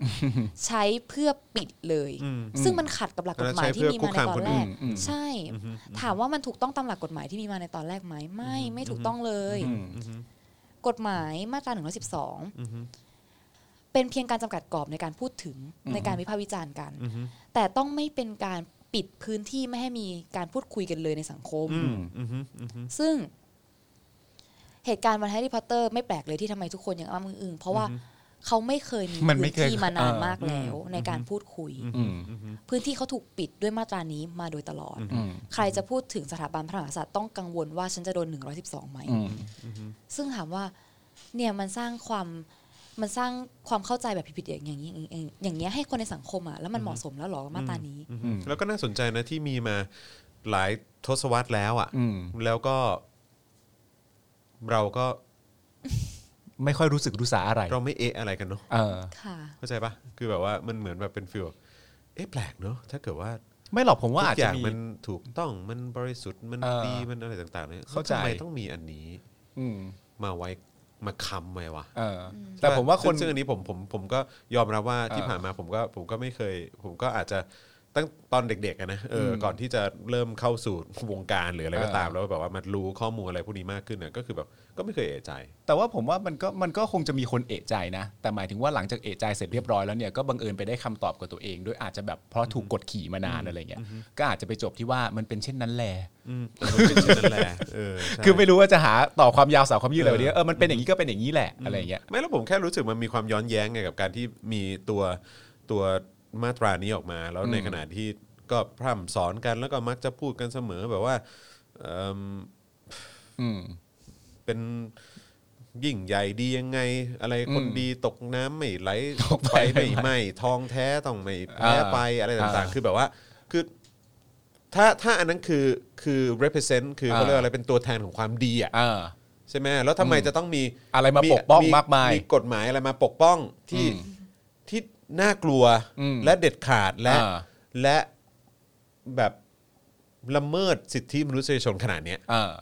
D: ใช้เพื่อปิดเลย
B: อืม
D: ซึ่งมันขัดกับหลักกฎหมา
B: ใช้
D: ย
B: เพื่
D: ที่
B: อ
D: มีมาในต
B: คุกคา
D: อ
B: มคน น
D: แร
B: อื่
D: ก
B: น
C: อืม
D: ใช่ ถามว่ามันถูกต้องตามหลักกฎหมายที่มีมาในตอนแรกไหมไม่ไม่ถูกต้องเลย
C: อืม
D: กฎหมายมาตรา112 เป็นเพียงการจำกัดกรอบในการพูดถึงในการวิพากษ์วิจารณ์กัน แต่ต้องไม่เป็นการปิดพื้นที่ไม่ให้มีการพูดคุยกันเลยในสังคม ซึ่ง เหตุการณ์วันแฮร์รี่พอตเตอร์ไม่แปลกเลยที่ทำไมทุกคนยังอ้ำอึ้งๆเพราะว่าเขาไม่เคยมี
C: มันไม่
D: พื้น
C: เคย
D: ที่มานาน
C: เออ
D: มากแล้ว ในการพูดคุย
C: อืม
D: พื้นที่เขาถูกปิดด้วยมาตรานี้มาโดยตลอด
C: อืม
D: ใครจะพูดถึงสถาบันพระมหากษัตริย์ต้องกังวลว่าฉันจะโดน 112ไหม
C: อืม
D: ซึ่งถามว่าเนี่ยมันสร้างความมันสร้างความเข้าใจแบบผิดๆอย่างอย่างนี้อย่างอย่างอย่างเงี้ยให้คนในสังคมอ่ะแล้วมันเหมาะสมแล้วเหรอมาตรานี้
C: อืม
B: แล้วก็น่าสนใจนะที่มีมาหลายทศวรรษแล้วอ่ะ
C: อืม
B: แล้วก็ เราก็
C: ไม่ค่อยรู้สึกรู้สาอะไร
B: เราไม่เอะอะไรกันเนาะ
C: เออ
D: ค่ะ
B: เข้าใจปะคือแบบว่ามันเหมือนแบบเป็นฟิลแบบเอ๊ะแปลกเนาะถ้าเกิดว่า
C: ไม่หรอกผมว่า
B: ทุ
C: อาจ
B: กอ
C: จะ
B: ย่าง
C: มี
B: มันถูกต้องมันบริสุทธิ์มัน
C: เออ
B: ดีมันอะไรต่างๆเนี่ย
C: เข้าใจ
B: ทำไมต้องมีอันนี้
C: อืม
B: มาไว้มาค้ำไว้วะ
C: เอออแต่ผมว่าคน
B: ซึ่งซึ่งอันนี้ผมผมผมก็ยอมรับว่าที่
C: เออ
B: ผ่านมาผมก็ผมก็ไม่เคย ผมก็อาจจะตั้งตอนเด็กๆอะนะเอออ
C: ม
B: ก่อนที่จะเริ่มเข้าสู่วงการหรืออะไรก็
C: เออ
B: ตามแล้วแบบว่ามันรู้ข้อมูลอะไรพวกนี้มากขึ้นเนี่ยก็คือแบบก็ไม่เคยเอะใจ
C: แต่ว่าผมว่ามันก็มันก็คงจะมีคนเอะใจนะ แต่หมายถึงว่าหลังจากเอะใจเสร็จเรียบร้อยแล้วเนี่ยก็บังเอิญไปได้คำตอบกับตัวเองด้วยอาจจะแบบเพราะถูกกดขี่มานานอะไรเงี้ยก็อาจจะไปจบที่ว่ามันเป็นเช่นนั้นแหละ
B: อืมแต่มันเป็นเช่นนั้นแหละเออใช่
C: คือไม่รู้ว่าจะหาต่อความยาวสาวความยืดอะไรแบบ
B: เอ
C: นี้
B: อ
C: เออมันเป็นอย่างนี้ก็เป็นอย่างนี้แหละอะไรเงี้ย
B: ไม่แล้วผมแค่รู้สึกมันมีความย้อนแย้งไงกับการที่มีตัวตัวมาตรานี้ออกมา แล้ว
C: อืม
B: ในขณะที่ก็พร่ำสอนกันแล้วก็มักจะพูดกันเสมอแบบว่าเอิ่ม
C: อืม
B: เป็นยิ่งใหญ่ดียังไง อะไรคน
C: อืม
B: ดีตกน้ำไม่ไหล
C: ตกไฟ
B: ฟ
C: ไม่
B: ไม่
C: ไหม้
B: ไหมทองแท้ต้องไม่แพ้
C: อ่า
B: ไปอะไรต่าง
C: อ่า
B: ๆ คือแบบว่าคือถ้าถ้าอันนั้นคือคือ represent คือเขา
C: อ่า
B: เรียกอะไรเป็นตัวแทนของความดีอ่ะ
C: อ่า
B: ใช่ไหมแล้วทำไม
C: อืม
B: จะต้องมี
C: อะไรมาปกป้องมากมาย
B: มีกฎหมายอะไรมาปกป้องที่
C: อืม
B: ที่น่ากลัว
C: อืม
B: และเด็ดขาดและ
C: อ่า
B: และแบบละเมิดสิทธิมนุษยชนขนาดเนี้ย
C: อ่า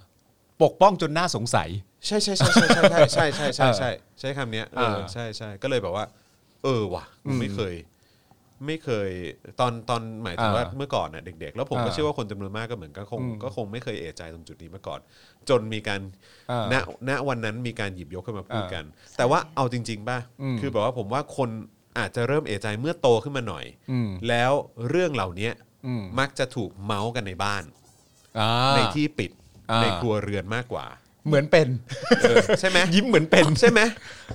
C: ปกป้องจนน่าสงสัย
B: ใช่ใช่ใช่ใช่ใช่ใช่ใช่ใช่ใช่ใช่ใช่คำเนี้ยเออ
C: เออ
B: ใช่ใช่ก็เลยแบบว่า เออว่ะผมไม่เคย ไม่เคย ตอนตอนหมายถึงว่า
C: อ่า
B: เมื่อก่อนน่ะเด็ก ๆ แล้วผมก็
C: อ่า
B: เชื่อว่าคนจำนวนมากก็เหมือนก็คง
C: อืม
B: ก็คงไม่เคยเอะใจตรงจุดนี้มาก่อน จนมีการ
C: อ่า
B: ณณวันนั้นมีการหยิบยกขึ้นมาพูดกัน แต่ว่าเอาจริง ๆ ป่ะ
C: อืม
B: คือแบบว่าผมว่าคนอาจจะเริ่มเอะใจเมื่อโตขึ้นมาหน่อย
C: อืม
B: แล้วเรื่องเหล่านี้
C: อืม
B: มักจะถูกเมาส์กันในบ้าน
C: อ่า
B: ในที่ปิด
C: อ่า
B: ในครัวเรือนมากกว่า
C: เหมือน เป็น
B: เออใช่ไหม
C: ยิ้มเหมือนเป็น
B: ใช่ไหม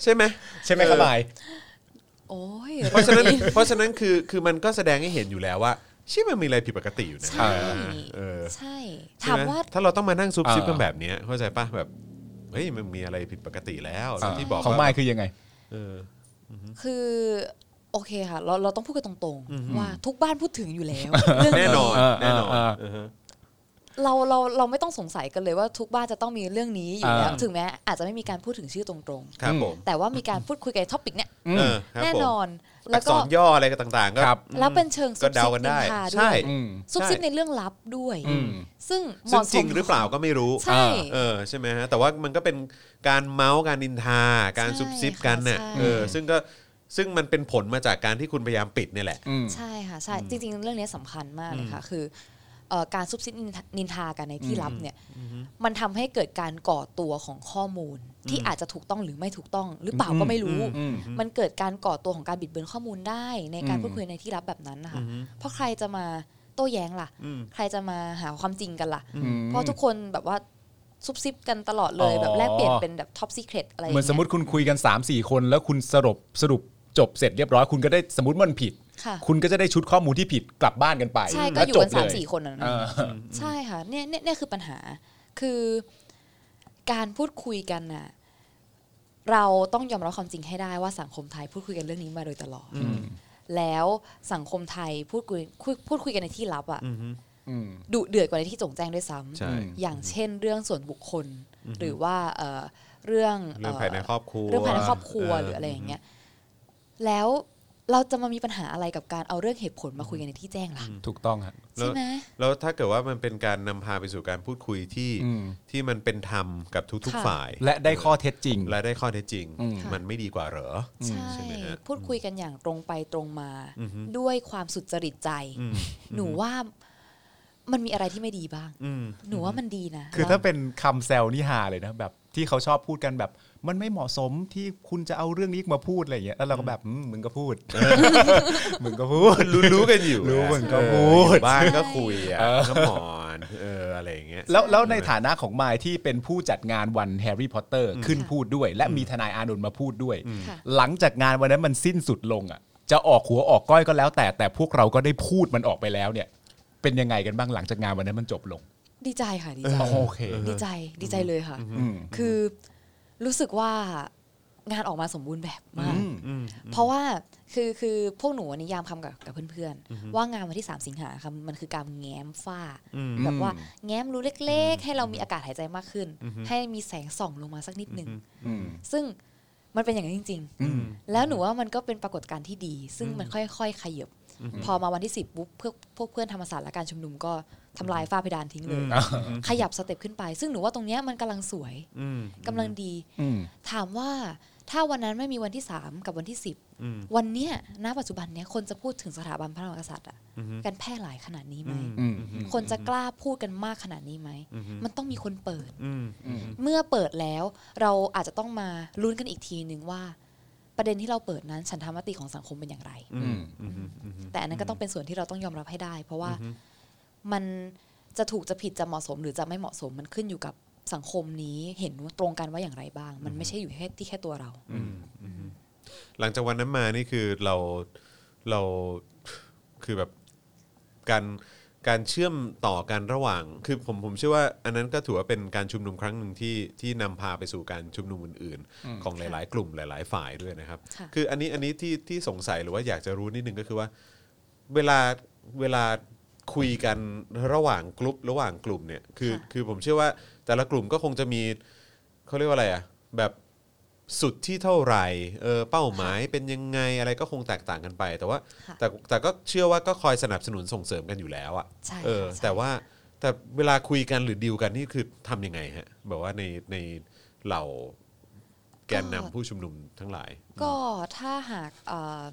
B: ใช่ไหม
C: ใช่ไหมครั
B: เออบ
C: บาย
D: โอ้ย
B: เพราะฉะนั้น
D: เรื่องนี้
B: เพราะฉะนั้นคือคือมันก็แสดงให้เห็นอยู่แล้วว่า เชี่ยมันมีอะไรผิดปกติอยู่นะ
D: ใช่
B: เออ
D: ใช่
B: ใช่
D: ถาม
B: ไห
D: ว่า
B: ถ้าเราต้องมานั่งซุบซิบ
C: เออ
B: กันแบบเนี้ยเข้าใจป่ะแบบเฮ้ยมันมีอะไรผิดปกติแล้วที่บอก
C: ของ
B: ว่า
C: ไมค์คือยังไง
B: เออ
D: คือโอเคค่ะเราเราต้องพูดกันตรงๆ ว่าทุกบ้านพูดถึงอยู่ แล้วเรื่อง
B: แน่นอน
C: เออ
B: แน่นอน
C: เออเออ
B: เออฮะ
D: เราเราเราไม่ต้องสงสัยกันเลยว่าทุกบ้านจะต้องมีเรื่องนี้อยู่แล้ว
C: อ่า
D: ถึงแม้อาจจะไม่มีการพูดถึงชื่อตรง
B: ครับ
C: อืม
B: ผม
D: ๆ แต่ว่ามีการพูดคุยกันท็อปิกเนี้ย
B: เออครับ
D: แน่
B: ผม
D: นอน
B: แล้
D: แล้ว ว
B: ก็
D: ก็
B: ย่ออะไรก็ต่างๆ ก็
C: ครับ
D: แล้วเป็นเชิงซุ
B: ก็
D: บ
B: เดา
D: ซิบ
B: กัน
D: นิ
B: ได้
D: นทาด้
B: ใช่
D: วย
C: อืม
D: ซุบซิบในเรื่องลับด้วย
C: อืม
D: ซึ่งเห
B: ซึ่ง
D: มาะสม
B: จริงหรือเปล่าก็ไม่รู้
D: ใช่
B: เออใช่ไหมฮะ แต่ว่ามันก็เป็นการเมาส์การนินทา การซุบซิบกันน่ะเออซึ่งก็ซึ่งมันเป็นผลมาจากการที่คุณพยายามปิดเนี่ยแหละ
C: อืม
D: ใช่ค่ะใช่จริง ๆ เรื่องนี้สำคัญมากเลยค่ะคือเอ่อการซุบซิบนินทานินทากันในที่ลับเนี่ย มันทำให้เกิดการก่อตัวของข้อมูล ที่อาจจะถูกต้องหรือไม่ถูกต้อง หรือเปล่าก็ไม่รู้
C: อืม
D: มันเกิดการก่อตัวของการบิดเบือนข้อมูลได้ ในการ
C: อืม
D: พูดคุยในที่ลับแบบนั้นนะคะเพราะใครจะมาโต้แย้งล่ะ
B: อืม
D: ใครจะมาหาความจริงกันล่ะ
C: อืม
D: เพราะทุกคนแบบว่าซุบซิบกันตลอดเลย
C: อ๋อ
D: แบบแลกเปลี่ยนเป็นแบบท็อปซีเครตอะไรอย่าง
C: เหมือน
D: เงี้
C: ส
D: ย
C: มมติคุณคุยกัน 3 4 คนแล้วคุณสรุปสรุปจบเสร็จเรียบร้อยคุณก็ได้สมมติมันผิด
D: ค่ะ
C: คุณก็จะได้ชุดข้อมูลที่ผิดกลับบ้านกันไป
D: ใช่ก็
C: แล้ว
D: อยู่
C: จ
D: กับ น
C: เล
D: สาม
C: ย
D: สี่คนนะ
C: เออ
D: ใช่ค่ะเนี่ยเนี่ยเนี่ยคือปัญหาคือการพูดคุยกันน่ะเราต้องยอมรับความจริงให้ได้ว่าสังคมไทยพูดคุยกันเรื่องนี้มาโดยตลอด แล้วสังคมไทยพูดคุยคุยพูดคุยกันในที่ลับอะ
B: อือฮึ
C: อืม
D: ดุเดือดกว่าในที่โจงแจ้งด้วยซ้
B: ใช่
D: ำอย่างเช่น เรื่องส่วนบุคคล หรือว่าเอ่อเรื่อง
B: เรื่องภายในครอบครัว
D: เรื่องภายในครอบครัว
B: เออ
D: หรืออะไรอย่างเงี้ยแล้วเราจะมามีปัญหาอะไรกับการเอาเรื่องเหตุผลมาคุยกันในที่แจ้งล่ะ
C: ถูกต้องฮะ
B: แล้
D: ใช่
B: ว
D: ไหม
B: แล้วถ้าเกิดว่ามันเป็นการนำพาไปสู่การพูดคุยที่
C: อืม
B: ที่มันเป็นธรรมกับทุก
D: ค่ะ
B: ๆฝ่าย
C: และได้ข้อเท็จจริง
B: และได้ข้อเท็จจริง
C: อืม
B: มันไม่ดีกว่าเหรอ
D: ใช่
B: ใช่ไหมฮะ
D: พูดคุยกันอย่างตรงไปตรงมา ด้วยความสุจริตใจ หนูว่ามันมีอะไรที่ไม่ดีบ้าง
B: อืม
D: หนูว่ามันดีนะ
C: คือถ้าเป็นคำแซวนี่ฮาเลยนะแบบที่เขาชอบพูดกันแบบ มันไม่เหมาะสมที่คุณจะเอาเรื่องนี้มาพูดอะไรอย่างเงี้ยแล้วเราก็แบบอืมมึงก็พู ด มึงก็พูด
B: รู้รู้กันอยู่
C: รู้
B: อะ
C: มันก็
B: เออ
C: พูด
B: อยู่บ้านก็คุยอ่ะ
C: เออ
B: ก็หมอนเอออะไรอย่างเงี้ย
C: แล้วแล้วในฐานะของมายที่เป็นผู้จัดงานวันแฮร์รี่พอตเตอร์ขึ้นพูดด้วย และมีทนายอานนท์มาพูดด้วย
D: ค่ะ
C: หลังจากงานวันนั้นมันสิ้นสุดลงอ่ะ จะออกหัวออกก้อยก็แล้วแต่แต่พวกเราก็ได้พูดมันออกไปแล้วเนี่ย เป็นยังไงกันบ้างหลังจากงานวันนั้นมันจบลง
D: ดีใจค่ะ ดีใจ
C: โอเค
D: ดีใจดีใจเลยค่ะ
C: อืม
D: คือรู้สึกว่างานออกมาสมบูรณ์แบบมาก
C: อืม
D: เพราะว่าคือคือพวกหนูนิยามคำกับกับเพื่อนๆ ว่างานวันที่ 3 สิงหาค่ะมันคือการแง้มฝ้า แบบว่าแง้มรูเล็กๆ ให้เรามีอากาศหายใจมากขึ้น ให้มีแสงส่องลงมาสักนิดหนึ่ง
C: อืม
D: ซึ่งมันเป็นอย่างนั้นจริง
C: อืม
D: ๆ แล้วหนูว่ามันก็เป็นปรากฏการณ์ที่ดี ซึ่งมันค่อยๆขยับ พอมาวันที่ 10ปุ๊บเพื่อพวกเพื่อนธรรมศาสตร์และการชุมนุมก็ทำลายฝ้าเพดานทิ้งเลย ขยับสเต็ปขึ้นไป ซึ่งหนูว่าตรงเนี้ยมันกำลังสวยกำลังดี
C: อืม
D: ถามว่าถ้าวันนั้นไม่มีวันที่ 3 กับวันที่ 10 วันเนี้ยณปัจจุบันเนี้ยคนจะพูดถึงสถาบันพระมหากษัตริย์อะกันแพร่หลายขนาดนี้ไหม
C: อืม
D: คนจะกล้าพูดกันมากขนาดนี้ไหมมันต้องมีคนเปิด
B: อืม
D: เมื่อเปิดแล้วเราอาจจะต้องมาลุ้นกันอีกทีหนึ่งว่า ประเด็นที่เราเปิดนั้นฉันทามติของสังคมเป็นอย่างไร
C: อืม
D: แต่อันนั้นก็ต้องเป็นส่วนที่เราต้องยอมรับให้ได้ เพราะว่ามันจะถูกจะผิดจะเหมาะสม หรือจะไม่เหมาะสมมันขึ้นอยู่กับสังคมนี้เห็นตรงกันว่าอย่างไรบ้าง มันไม่ใช่อยู่แค่ที่แค่ตัวเรา
B: หลังจากวันนั้นมานี่คือเราเราคือแบบการการเชื่อมต่อกันระหว่าง คือผมผมเชื่อว่า อันนั้นก็ถือว่าเป็นการชุมนุมครั้งหนึ่งที่ที่นำพาไปสู่การชุมนุมอื่น ๆ ของหลาย ๆ กลุ่มหลาย ๆ ฝ่ายด้วยนะครับ
D: ค่ะ
B: คืออันนี้อันนี้ที่ที่สงสัยหรือว่าอยากจะรู้นิดนึงก็คือว่า เวลาเวลาคุยกันระหว่างกลุ่มระหว่างกลุ่มเนี่ยคือ
D: ค่ะ
B: คือผมเชื่อว่าแต่ละกลุ่มก็คงจะมีเขาเรียกว่าอะไรอะแบบสุดที่เท่าไหร่เออเป้าหมายเป็นยังไงอะไรก็คงแตกต่างกันไป แต่ว่า
D: ค่ะ
B: แต่แต่ก็เชื่อว่าก็คอยสนับสนุนส่งเสริมกันอยู่แล้วอะ
D: ใช่
B: เออ
D: ค่ะ
B: แต่ว่าแต่เวลาคุยกันหรือดีลกันนี่คือทำยังไงฮะแบบว่าในในเหล่าแกนนำผู้ชุมนุมทั้งหลาย
D: ก็ถ้าหากเอ่อ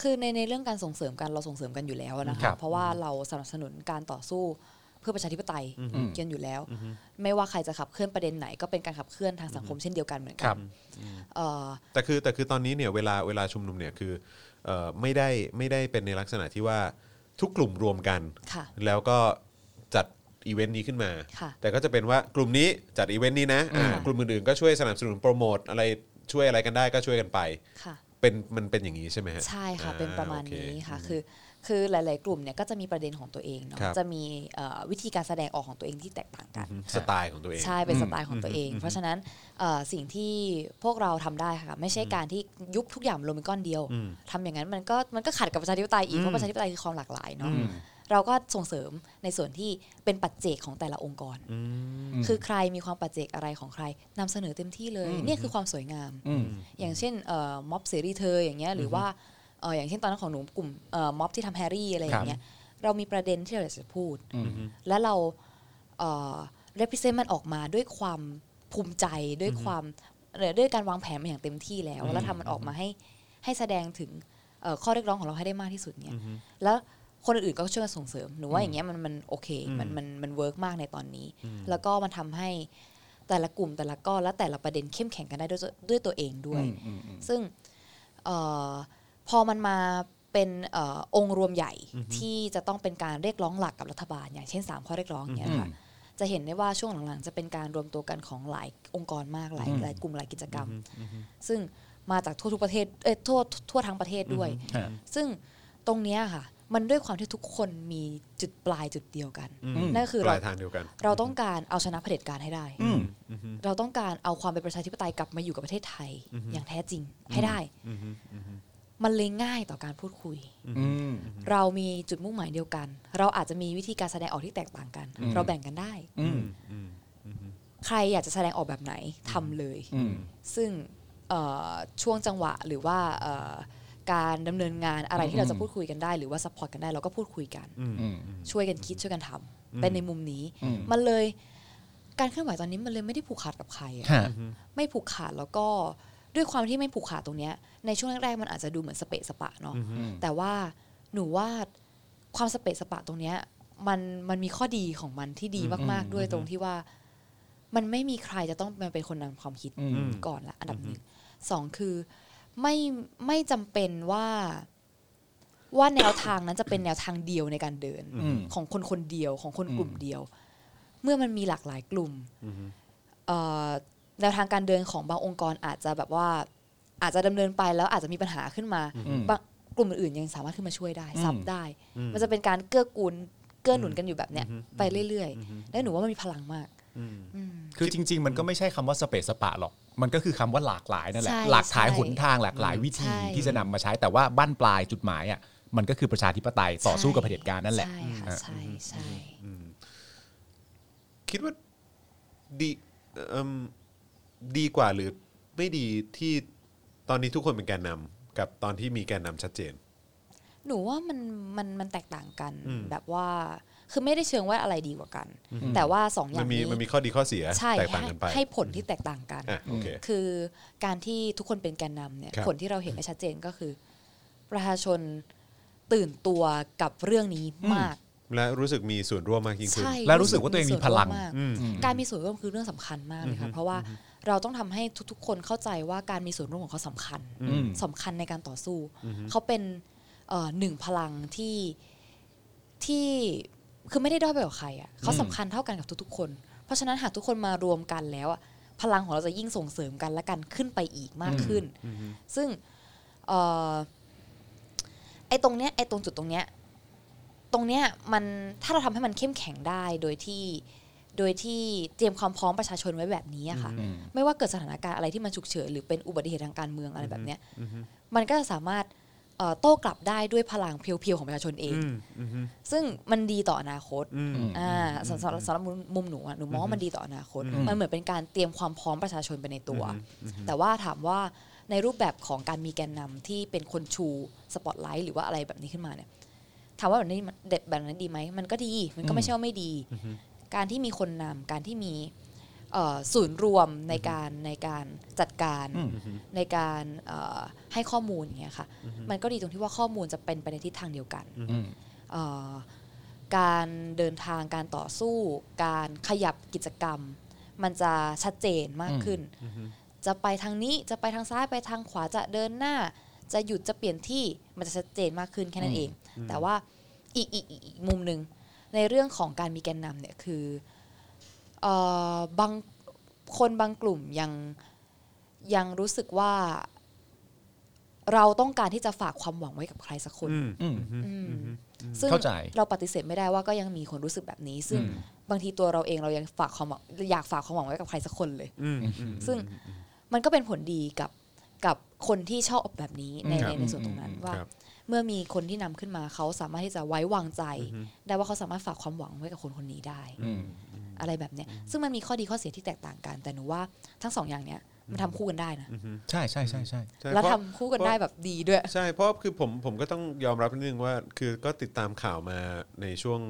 D: คือในในเรื่องการส่งเสริมกันเราส่งเสริมกันอยู่แล้วนะ
C: ครั
D: คะ
C: บ
D: เพราะว่าเราสนับสนุนการต่อสู้เพื่อประชาธิปไตยกันอยู่แล้ว ไม่ว่าใครจะขับเคลื่อนประเด็นไหนก็เป็นการขับเคลื่อนทางสังคมเช่นเดียวกันเหมือน
C: ค
D: กั
C: รั
D: น
C: บ
D: เอ่อ
B: แต่คือแต่คือตอนนี้เนี่ยเวลาเวลาชุมนุมเนี่ยคือเอ่อไม่ได้ไม่ได้เป็นในลักษณะที่ว่าทุกกลุ่มรวมกัน
D: ค่ะ
B: แล้วก็จัดอีเวนต์นี้ขึ้นมา
D: ค่ะ
B: แต่ก็จะเป็นว่ากลุ่มนี้จัดอีเวนต์นี้นะอ่า
D: ค่ะ
B: กลุ่มอื่นๆก็ช่วยสนับสนุนโปรโมทอะไรช่วยอะไรกันได้ก็ช่วยกันไป
D: ค่ะ
B: เป็นมันเป็นอย่างนี้ใช่ไหมฮะ
D: ใช่ค่ะ
B: อ่า
D: เป็นประมาณ
B: โอเค
D: นี้ค่ะคือ คือหลาย ๆ กลุ่มเนี่ยก็จะมีประเด็นของตัวเองเนาะ
B: ครับ
D: จะมีเอ่อวิธีการแสดงออกของตัวเองที่แตกต่างกัน
B: สไตล์ของตัวเอง
D: ใช่ เป็นสไตล์ของตัวเอง เพราะฉะนั้นเอ่อสิ่งที่พวกเราทำได้ค่ะ ไม่ใช่การที่ยุบทุกอย่างลงเป็นก้อนเดียว
B: อืม
D: ทำอย่างนั้นมันก็มันก็ขัดกับประชาธิปไตยอีก เพราะประชาธิปไตยคือความหลากหลายเนาะเราก็ส่งเสริมในส่วนที่เป็นปัจเจกของแต่ละองค์กร คือใครมีความปัจเจกอะไรของใครนำเสนอเต็มที่เลยเนี่ยคือความสวยงาม
C: อืม
D: อย่างเช่นม็อบเสรีเธออย่างเงี้ยหรือว่าเอ่ออย่างเช่นตอนนั้นของหนูกลุ่มม็อบที่ทำแฮร์รี่อะไรอย่างเงี้ยเรามีประเด็นที่เราอยากจะพูด และเราเอ่อ represent มันออกมาด้วยความภูมิใจด้วยความเอ่อด้วยการวางแผนมาอย่างเต็มที่แล้ว แล้วทำมันออกมาให้ให้แสดงถึงเอ่อข้อเรียกร้องของเราให้ได้มากที่สุดเนี่ยแล้วคนอื่นๆก็ช่วยกันส่งเสริมหนูว่าอย่างเงี้ยมันมันโอเคมันมันมันเวิร์กมากในตอนนี้ แล้วก็มันทำให้แต่ละกลุ่มแต่ละก้อนและแต่ละประเด็นเข้มแข็งกันได้ด้วยตัวด้วยตัวเองด้วย ซึ่งเออพอมันมาเป็นเออองค์รวมใหญ่ที่จะต้องเป็นการเรียกร้องหลักกับรัฐบาล อย่างเช่น 3 ข้อเรียกร้องอย่างเงี้ยค่ะ
C: อืม
D: จะเห็นได้ว่าช่วงหลังๆ จะเป็นการรวมตัวกันของหลายองค์กรมากหลายหลายกลุ่มหลายกิจกรรม ซึ่งมาจากทั่วทุกประเทศเอ้ยทั่วทั่วทั้งประเทศด้วย
C: ฮะ
D: ซึ่งตรงเนี้ยค่ะ มันด้วยความที่ทุกคนมีจุดปลายจุดเดียวกัน
C: อืม
D: นั่นคือ
B: ป
D: เรา
B: ลายทางเดียวกัน
D: เราต้องการเอาชนะเผด็จการให้ได้
C: อืม
D: เราต้องการเอาความเป็นประชาธิปไตยกลับมาอยู่กับประเทศไทยอย่างแท้จริงให้ได้ มันเลยง่ายต่อการพูดคุย
C: อืม
D: เรามีจุดมุ่งหมายเดียวกัน เราอาจจะมีวิธีการแสดงออกที่แตกต่างกัน เราแบ่งกันได้
C: อืม
D: ใครอยากจะแสดงออกแบบไหนทำเลย
C: อืม
D: ซึ่งเอ่อช่วงจังหวะหรือว่าเอ่อการดำเนินงานอะไรที่เราจะพูดคุยกันได้ หรือว่าซัพพอร์ตกันได้เราก็พูดคุยกัน
C: อืม
D: ช่วยกันคิดช่วยกันทำเป็นในมุมนี้
C: อืม
D: มันเลยการเคลื่อนไหวตอนนี้มันเลยไม่ได้ผูกขาดกับใครอะ
C: ฮะ
D: ไม่ผูกขาดแล้วก็ด้วยความที่ไม่ผูกขาดตรงเนี้ยในช่วงแรกๆมันอาจจะดูเหมือนสเปะสปะเนาะแต่ว่าหนูว่าความสเปะสปะตรงเนี้ยมันมันมีข้อดีของมันที่ดีมาก ๆ ด้วยตรงที่ว่า มันไม่มีใครจะต้องมาเป็นคนนำความคิด
C: อืม
D: ก่อนละอันดับหนึ่งสองคือไม่ไม่จำเป็นว่า ว่าแนวทางนั้นจะเป็นแนวทางเดียวในการเดิน
C: อืม
D: ของคนคนเดียวของคนกลุ่มเดียว เมื่อมันมีหลากหลายกลุ่มเอ่อแนวทางการเดินของบางองค์กรอาจจะแบบว่าอาจจะดำเนินไปแล้วอาจจะมีปัญหาขึ้นมา
C: อืม
D: บางกลุ่มอื่นๆยังสามารถขึ้นมาช่วยได้ ซับได้
B: อืม
D: มันจะเป็นการเกื้อกูลเกื้อหนุนกันอยู่แบบเนี้ยไปเรื่อยๆ แล้วหนูว่ามันมีพลังมาก
C: คือจริง ๆ มันก็ไม่ใช่คำว่าสเปซสปะหรอก มันก็คือคำว่าหลากหลายนั่นแหละ
D: ใช่
C: หลากหลาย
D: ใช่
C: หนทางหลากหลายวิธี
D: ใช่
C: ที่จะนำมาใช้ แต่ว่าบ้านปลายจุดหมายอ่ะ มันก็คือประชาธิปไตยต่อสู้กับเผด็จการนั่นแหละ
D: ใช่ค่ะ
C: อ่ะ
D: ใช่ใช่
B: คิดว่าดีเอิ่มดีกว่าหรือไม่ดีที่ตอนนี้ทุกคนเป็นแกนนำกับตอนที่มีแกนนำชัดเจน
D: หนูว่ามันมันมันแตกต่างกันแบบว่า คือไม่ได้เชิงว่าอะไรดีกว่ากัน แต่ว่าสองอ
B: มั
D: ย่าน ง
B: มี
D: นี้
B: มันมีข้อดีข้อเสีย
D: ใช่
B: แตกต่าง
D: ให้
B: กันไป
D: ให้ผลที่แตกต่างกัน
B: อ่ะโอเค
D: คือการที่ทุกคนเป็นแกนนำเนี่ย
B: ครับ
D: ผลที่เราเห็นได้ชัดเจนก็คือ ประชาชนตื่นตัวกับเรื่องนี้มาก
B: และรู้สึกมีส่วนร่วมมากยิ่งขึ้น
D: ใช่
C: และรู้สึกว่าตัวเองมีพลัง
D: รู้สึกมีส่วนร่วมมากการมีส่วนร่วมคือเรื่องสำคัญมากเลยค่ะเพราะว่าเราต้องทำให้ทุกๆ คนเข้าใจว่าการมีส่วนร่วมของเขาสำคัญ
C: อืม
D: สำคัญในการต่อสู้ เขาเป็นเอ่อหนึ่งพลังที่ที่คือไม่ได้ด้อยไปกว่าใครอ่ะเขาสำคัญเท่ากันกับทุกๆ คน เพราะฉะนั้นหากทุกคนมารวมกันแล้วอะพลังของเราจะยิ่งส่งเสริมกันและกันขึ้นไปอีกมากขึ้น ซึ่งเออไอ้ตรงเนี้ยไอ้ตรงจุดตรงเนี้ยตรงเนี้ยมันถ้าเราทำให้มันเข้มแข็งได้โดยที่โดยที่เตรียมความพร้อมประชาชนไว้แบบนี้อะค่ะ ไม่ว่าเกิดสถานการณ์อะไรที่มันฉุกเฉินหรือเป็นอุบัติเหตุทางการเมืองอะไรแบบเนี้ยมันก็จะสามารถเอ่อโต้กลับได้ด้วยพลังเพียวๆของประชาชนเอง ซึ่งมันดีต่ออนาคต อ่าสำสำหรับสำหรับมุมมุมหนูอะหนูมองว่ามันดีต่ออนาคต มันเหมือนเป็นการเตรียมความพร้อมประชาชนไปในตัว แต่ว่าถามว่าในรูปแบบของการมีแกนนำที่เป็นคนชูสปอตไลท์หรือว่าอะไรแบบนี้ขึ้นมาเนี่ยถามว่าแบบนี้มันเด็ดแบบนั้นดีไหมมันก็ดีมันก็ไม่ใช่ว่าไม่ดี การที่มีคนนำการที่มีเอ่อศูนย์รวมในการในการจัดการในการเอ่อให้ข้อมูลอย่างเงี้ยค่ะมันก็ดีตรงที่ว่าข้อมูลจะเป็นไปในทิศทางเดียวกัน
C: อืม
D: เอ่อการเดินทางการต่อสู้ การขยับกิจกรรม มันจะชัดเจนมากขึ้น จะไปทางนี้จะไปทางซ้ายไปทางขวาจะเดินหน้า จะหยุดจะเปลี่ยนที่มันจะชัดเจนมากขึ้นแค่นั้นเอง แต่ว่าอีกอีกอีกอีกมุมหนึ่งในเรื่องของการมีแกนนำเนี่ยคือเออบางคนบางกลุ่มยังยังรู้สึกว่า เราต้องการที่จะฝากความหวังไว้กับใครสักคน
B: อืม
C: อืม
D: อืมซึ่ง
C: เข้าใจ
D: เราปฏิเสธไม่ได้ว่าก็ยังมีคนรู้สึกแบบนี้ ซึ่งบางทีตัวเราเองเรายังฝากความหวังอยากฝากความหวังไว้กับใครสักคนเลย
B: อืม
D: ซึ่งมันก็เป็นผลดีกับกับคนที่ชอบแบบนี้ใน
B: ครับ
D: ในในส่วนตรงนั้นว่า
B: ครับ
D: เมื่อมีคนที่นำขึ้นมาเขาสามารถที่จะไว้วางใจ ได้ว่าเขาสามารถฝากความหวังไว้กับคนคนนี้ได้
C: อืม
D: อะไรแบบเนี้ยซึ่งมันมีข้อดีข้อเสียที่แตกต่างกัน แต่หนูว่าทั้งสองอย่างเนี้ยมันทำคู่กันได้นะ
C: ใช่ใช่ใช่ใช่
B: ใช่
D: แล้ว
B: เพราะ
D: ทำคู่กันได้แบบดีด้วย
B: ใช่เพราะคือผมผมก็ต้องยอมรับนิดนึงว่า คือก็ติดตามข่าวมาในช่วง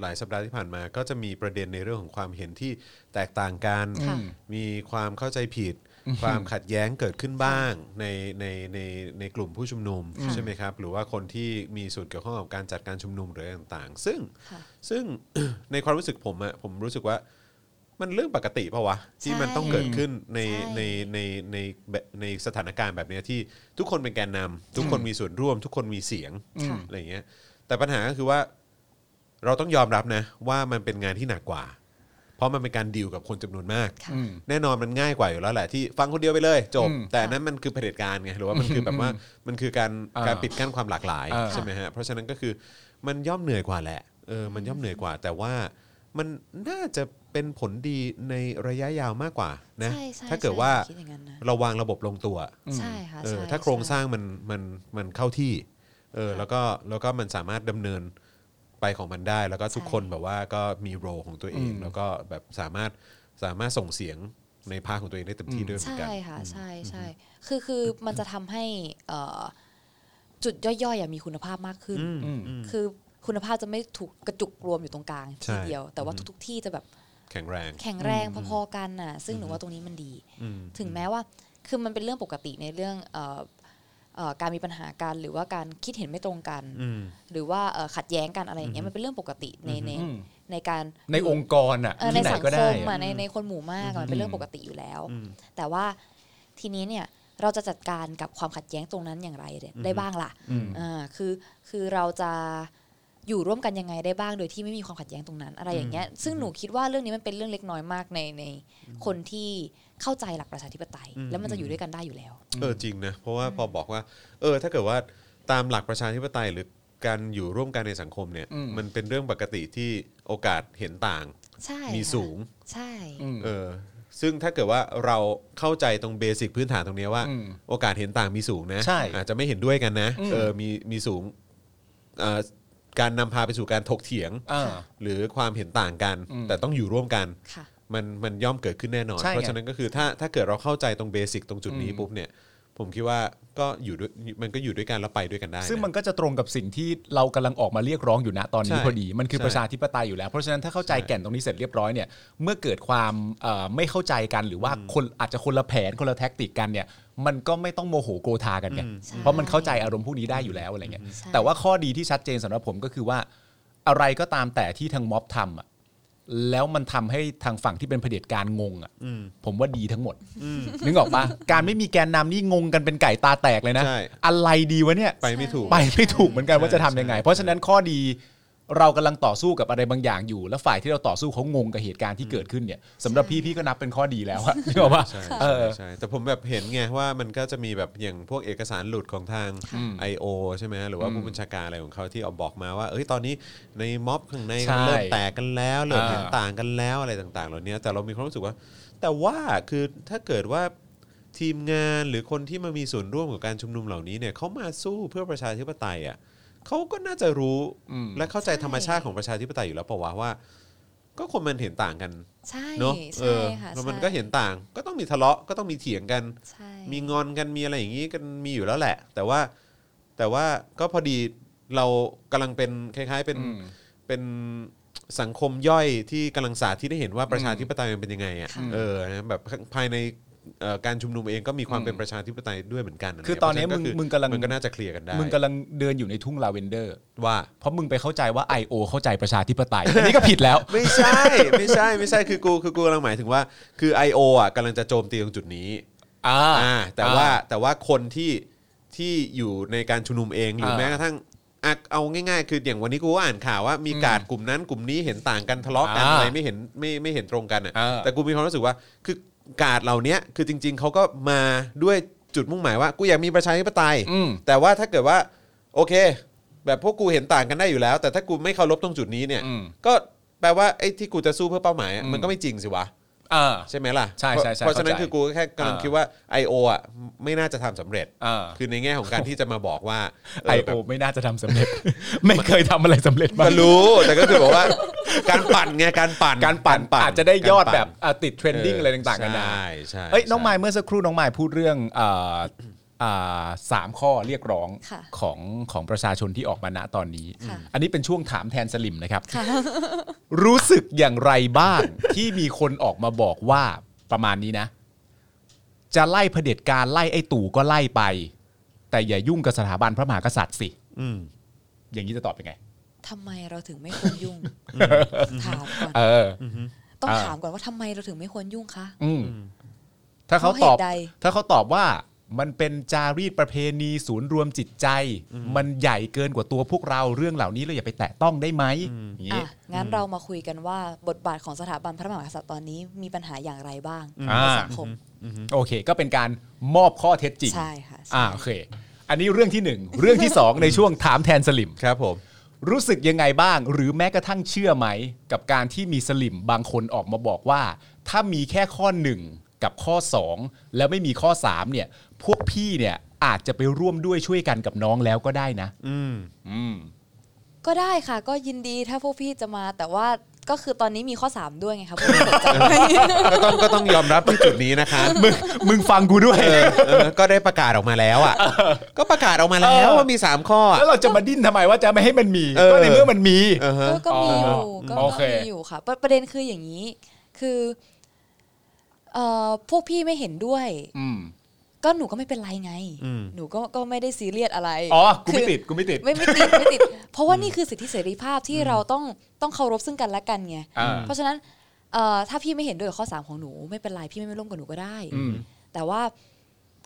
B: หลายสัปดาห์ที่ผ่านมา ก็จะมีประเด็นในเรื่องของความเห็นที่แตกต่างกัน
D: ค่ะ
B: มีความเข้าใจผิด ความขัดแย้งเกิดขึ้นบ้างในในในในกลุ่มผู้ชุมนุมใช่ไหมครับ หรือว่าคนที่มีส่วนเกี่ยวข้องกับการจัดการชุมนุมหรืออะไรต่างๆ ซึ่ง
D: ค่ะ
B: ซึ่ง ในความรู้สึกผมอะผมรู้สึกว่ามันเรื่องปกติปะวะ ที่
D: ใช่
B: มันต้องเกิดขึ้นใน
D: ใช่
B: ในในในแบบในสถานการณ์แบบเนี้ยที่ทุกคนเป็นแกนนำทุกคนมีส่วนร่วม ทุกคนมีเสียง
D: อืม
B: อะไรอย่างเงี้ยแต่ปัญหาก็คือว่าเราต้องยอมรับนะว่ามันเป็นงานที่หนักกว่า เพราะมันเป็นการดีลกับคนจำนวนมาก
D: ค่ะ
C: อืม
B: แน่นอนมันง่ายกว่าอยู่แล้วแหละที่ฟังคนเดียวไปเลยจบ
C: อืม
B: แต่อันนั้นมันคือเผด็จการไงหรือว่ามันคือแบบว่า มันคือการ
C: อ่า
B: การปิดกั้นความหลากหลาย
C: อ่า
B: ใช่ไหมฮะเพราะฉะนั้นก็คือมันย่อมเหนื่อยกว่าแหละเออมันย่อมเหนื่อยกว่า แต่ว่ามันน่าจะเป็นผลดีในระยะยาวมากกว่านะ
D: ใช่ใช่
B: ถ้าเกิด
D: ใช่
B: ว่า
D: คิดอย่างนั้นนะ
B: เราวางระบบลงตัว
D: ใช่ค่ะ
B: เออ
D: ใช่
B: ถ้าโครงส
D: ใช่
B: ร้างมันมันมันเข้าที่เออ
D: ค่ะ
B: แล้วก็แล้วก็มันสามารถดำเนินไปของมันได้ แล้วก็ทุก
D: ใช่
B: คนแบบว่าก็มีโรของตัวเอง
C: อืม
B: แล้วก็แบบสามารถสามารถส่งเสียงในภาคของตัวเองได้เต็มที่ด้วยเหมือนกั
D: ใช่
B: น
D: ค่ะใช่ใช่คือคือมันจะทำให้เอ่อจุดย่อยๆอะมีคุณภาพมากขึ้น
C: อืม
D: คือคุณภาพจะไม่ถูกกระจุกรวมอยู่ตรงกลาง
B: ใช่
D: ที่เดียว แต่ว่าทุกๆที่จะแบบ
B: แข็งแรง
D: แข็งแรงพอๆกันน่ะ ซึ่งหนูว่าตรงนี้มันดี
B: อืม
D: ถึงแม้ว่าคือมันเป็นเรื่องปกติในเรื่องเอ่อเอ่อการมีปัญหากันหรือว่าการคิดเห็นไม่ตรงกัน
B: อืม
D: หรือว่าเอ่อขัดแย้งกันอะไรอย่างเงี้ยมันเป็นเรื่องปกติในใน
C: อืม
D: ในการ
C: ในองค์กรอ่ะ
D: เออใน
C: ที่ไหน
D: สัง
C: ก็
D: ค
C: ได้
D: มอะ
C: อะ
D: ในในคนหมู่มากอะมันเป็นเรื่องปกติอยู่แล้ว แต่ว่าทีนี้เนี่ยเราจะจัดการกับความขัดแย้งตรงนั้นอย่างไรเนี่ยได้บ้างล่ะ
C: อืม
D: อ่าคือคือเราจะอยู่ร่วมกันยังไงได้บ้างโดยที่ไม่มีความขัดแย้งตรงนั้นอะไรอย่างเงี้ยซึ่งหนูคิดว่าเรื่องนี้มันเป็นเรื่องเล็กน้อยมากในในคนที่เข้าใจหลักประชาธิปไตย แล้วมันจะอยู่ด้วยกันได้อยู่แล้ว
B: เออจริงนะเพราะว่าพอบอกว่า เออ ถ้าเกิดว่าตามหลักประชาธิปไตยหรือการอยู่ร่วมกันในสังคมเนี่ย
C: อืม
B: มันเป็นเรื่องปกติที่โอกาสเห็นต่าง
D: ใช่
B: มี
D: ค่ะ
B: สูง
D: ใช่
C: อืม
B: เออ ซึ่งถ้าเกิดว่าเราเข้าใจตรงเบสิกพื้นฐานตรงเนี้ยว่า
C: อืม
B: โอกาสเห็นต่างมีสูงนะ
C: ใช่
B: อาจจะไม่เห็นด้วยกันนะ
C: อืม
B: เออมีมีสูงเอ่อการนำพาไปสู่การถกเถียง
C: อ่า
B: หรือความเห็นต่างกัน
C: อืม
B: แต่ต้องอยู่ร่วมกัน
D: ค่ะ
B: มันมันย่อมเกิดขึ้นแน่นอน
C: ใช่ไง
B: เพราะฉะนั้นก็คือถ้าถ้าเกิดเราเข้าใจตรงเบสิกตรงจุดนี้
C: อืม
B: ปุ๊บเนี่ยผมคิดว่าก็อยู่ด้วยมันก็อยู่ด้วยกันแล้วไปด้วยกันได้
C: ซึ่งมันะ ก็จะตรงกับสิ่งที่เรากำลังออกมาเรียกร้องอยู่นะตอนนี้
B: ใช่
C: พอดีมันคือ
B: ใช่
C: ประชาธิปไตยอยู่แล้วเพราะฉะนั้นถ้าเข้าใจ
B: ใช่
C: แก่นตรงนี้เสร็จเรียบร้อยเนี่ยเมื่อเกิดความเอ่อไม่เข้าใจกันหรือว่าคนอาจจะคนละแผนคนละแท็กติกกันเนี่ยมันก็ไม่ต้องโมโหโกธากันไง
B: อืม
D: ใช่
C: เพราะมันเข้าใจอารมณ์พวกนี้ได้อยู่แล้วอะไรเงี้ย
D: ใช่
C: แต่ว่าข้อดีที่ชัดเจนสำหรับผมก็คือว่าอะไรก็ตามแต่ที่ทางม็อบทำอะแล้วมันทำให้ทางฝั่งที่เป็นเผด็จการงงอะ
B: อืม
C: ผมว่าดีทั้งหมดนึกออกปะการไม่มีแกนนำนี่งงกันเป็นไก่ตาแตกเลยนะ
B: ใช่
C: อะไรดีวะเนี่ย
B: ไปไม่ถูก
C: ไปไม่ถูกเหมือนกันว่าจะทำยังไง
B: ใช่
C: เพราะฉะนั้นข้อดีเรากำลังต่อสู้กับอะไรบางอย่างอยู่ แล้วฝ่ายที่เราต่อสู้เขางงกับเหตุการณ์ที่เกิดขึ้นเนี่ยสำหรับพี่พี่ก็นับเป็นข้อดีแล้วอะนึกออกปะ
B: ใช่
C: เอ
B: ใช่
C: อ
B: ใช่แต่ผมแบบเห็นไงว่ามันก็จะมีแบบอย่างพวกเอกสารหลุดของทาง I.O. ใช่ไหมหรือว่าผู้บัญชาการอะไรของเขาที่เอาบอกมาว่าเอ้ยตอนนี้ในม็อบข้างใน
C: ใช่
B: เริ่มแตกกันแล้วเริ่ม
C: อ่า
B: เห็นต่างกันแล้วอะไรต่าง ๆ เหล่านี้แต่เรามีความรู้สึกว่า แต่ว่าคือถ้าเกิดว่าทีมงานหรือคนที่มามีส่วนร่วมกับการชุมนุมเหล่านี้เนี่ยเขามาสู้เพื่อประชาธิปไตยอ่ะเขาก็น่าจะรู้และเข้าใจธรรมชาติของประชาธิปไตยอยู่แล้วเปล่าวะว่า ก็คนมันเห็นต่างกัน
D: ใช่
B: เนาะเอ
D: ใช่
B: อ
D: ค่ะ
B: แล้วมัน
D: ใช่
B: ก็เห็นต่าง ก็ต้องมีทะเลาะ ก็ต้องมีเถียงกัน
D: ใช่
B: มีงอนกัน มีอะไรอย่างนี้กัน มีอยู่แล้วแหละ แต่ว่า แต่ว่าก็พอดีเรากำลังเป็นคล้าย ๆ เป็น
C: อืม
B: เป็นสังคมย่อยที่กำลังสาธิตให้เห็นว่าประชาธิปไตยมันเป็นยังไงอ่ะ
D: ค่ะ
B: เออนะแบบภายในเอ่อการชุมนุมเองก็มีความเป็นประชาธิปไตยด้วยเหมือนกันะไร
C: คือตอนนี้มึง
B: เพราะฉะ
C: มึงกำลัง
B: มันก็น่าจะเคลียร์กันได้
C: มึงกำลังเดินอยู่ในทุ่งลาเวนเดอร์
B: ว่า
C: เพราะมึงไปเข้าใจว่า I.O. เข้าใจประชาธิปไตยอันนี้ก็ผิดแล้ว
B: ไม่ใช่ ไม่ใช่ ไม่ใช่ คือกู คือกูกำลังหมายถึงว่า คือ I.O. อ่ะกำลังจะโจมตีตรงจุดนี้
C: อ่า
B: อ่าแต่ว่าแต่ว่าคนที่ที่อยู่ในการชุมนุมเองหรือ
C: เออ
B: แม้กระทั่งอ่ะเอาง่ายๆ คืออย่างวันนี้กูก็อ่านข่าวว่ามีการดกลุ่มนั้นกลุ่มนี้เห็นต่างกันทะเลาะกัน
C: อ่า
B: อะไรไม่เห็นไม่ไม่เห็นตรงกันอ่ะ
C: เออ
B: แต่กูมีความรู้สึกว่าคือการดเหล่าเนี้ยคือจริง ๆเขาก็มาด้วย จุดมุ่งหมายว่ากูอยากมีประชาธิปไตย
C: อืม
B: แต่ว่าถ้าเกิดว่า โอเค แบบพวกกูเห็นต่างกันได้อยู่แล้ว แต่ถ้ากูไม่เคารพตรงจุดนี้เนี่ย
C: อืม
B: ก็แปลว่าไอ้ที่กูจะสู้เพื่อเป้าหมายอะมันก็ไม่จริงสิวะ
C: ่า
B: ใช่ไหมล่ะ
C: ใช่ใช่ใช่
B: เพราะฉะนั้น
C: เข้าใจ
B: คือกูก็แค่กำลัง
C: อ่า
B: คิดว่า I.O. อ่ะไม่น่าจะทำสำเร็จ
C: อ่า
B: คือในแง่ของการที่จะมาบอก ว่าเ
C: ไอโอไม่น่าจะทำสำเร็จ ไม่เคยทำอะไรสำเร็จมา
B: ก็รู้แต่ก็คือบอกว่า การปั่นไงการปั่น
C: การปั่นอาจจะได้ยอดแบบอ่ะติดเทรนดิ้ง
B: เ
C: อะไรต่างๆกันานา
B: ใช่ใช่
C: เอ้ยน้องไม
B: ใช่
C: ล์เมื่อสักครู่น้องไมล์พูดเรื่องเอ่ออ่าสามข้อเรียกร้อง
D: ค่ะ
C: ของของประชาชนที่ออกมาณตอนนี้
D: ค่ะ
C: อันนี้เป็นช่วงถามแทนสลิมนะครับ
D: ค่ะ
C: รู้สึกอย่างไรบ้าง ที่มีคนออกมาบอกว่าประมาณนี้นะ จะไล่เผด็จการไล่ไอ้ตู่ก็ไล่ไป แต่อย่ายุ่งกับสถาบันพระมหากษัตริย์สิ
B: อืม
C: อย่างนี้จะตอบยังไง
D: ทำไมเราถึงไม่ควรยุ่ง ถามก่อน
C: เออ
D: ต้อง
C: อ่า
D: ถามก่อนว่าทำไมเราถึงไม่ควรยุ่งคะ
C: อืมถ้าเขาตอบ
D: เพราะเหตุใด
C: ถ้าเขาตอบว่ามันเป็นจารีตประเพณีศูนย์รวมจิตใจ มันใหญ่เกินกว่าตัวพวกเราเรื่องเหล่านี้เราอย่าไปแตะต้องได้ไหมอย่างนี้
D: อ่ะงั้นเรามาคุยกันว่าบทบาทของสถาบันพระมหากษัตริย์ตอนนี้มีปัญหาอย่างไรบ้าง
C: อ่า
D: ในสังคม
C: โอเค ก็เป็นการมอบข้อเท็จจริง
D: ใช่ค่ะใช่
C: อ่าโอเค อันนี้เรื่องที่หนึ่งเรื่องที่สองในช่วงถามแทนสลิม
B: ครับผม
C: รู้สึกยังไงบ้าง หรือแม้กระทั่งเชื่อไหม กับการที่มีสลิมบางคนออกมาบอกว่า ถ้ามีแค่ข้อ 1 กับข้อ 2 แล้วไม่มีข้อ 3 เนี่ย พวกพี่เนี่ยอาจจะไปร่วมด้วยช่วยกันกับน้องแล้วก็ได้นะ
B: อืม
C: อืม
D: ก็ได้ค่ะ ก็ยินดีถ้าพวกพี่จะมา แต่ว่าก็คือตอนนี้มีข้อ 3 ด้วยไงครับผมสนใจไหม
B: ก็ต้อง ก็ต้องยอมรับที่จุดนี้นะคะ
C: มึงมึงฟังกูด้วย
B: เออเออก็ได้ประกาศออกมาแล้วอ่ะ ก็ประกาศออกมาแล้ว
C: เออ
B: ว่ามี 3 ข้อ
C: แล้
B: อะ
C: วเราจะมาดิ้นทำไมว่าจะไม่ให้มันมี
B: เออ
C: ก็ในเมื่อมันมี
B: เออฮะ
D: ก็ก็มีอยู่
C: อ๋อ
D: ก็
C: โอ
D: ก็
C: เค
D: มีอยู่ค่ะประประเด็นคืออย่างนี้ คือเอ่อพวกพี่ไม่เห็นด้วย
C: อืม
D: ก็หนูก็ไม่เป็นไรไง
B: อืม
D: หนูก็ก็ไม่ได้ซีเรียสอะไร
C: อ๋อ กูไม่
D: คือ
C: ติด กูไม่ติด
D: ไม่ไม่ติดไม่ติด เพราะว่านี่คือสิทธิเสรีภาพที่เราต้องต้องเคารพซึ่งกันและกันไง
C: อ่า
D: เพราะฉะนั้นเอ่อถ้าพี่ไม่เห็นด้วยกับข้อ 3 ของหนูไม่เป็นไรพี่ไม่ร่วมกับหนูก็ได้
C: อืม
D: แต่ว่า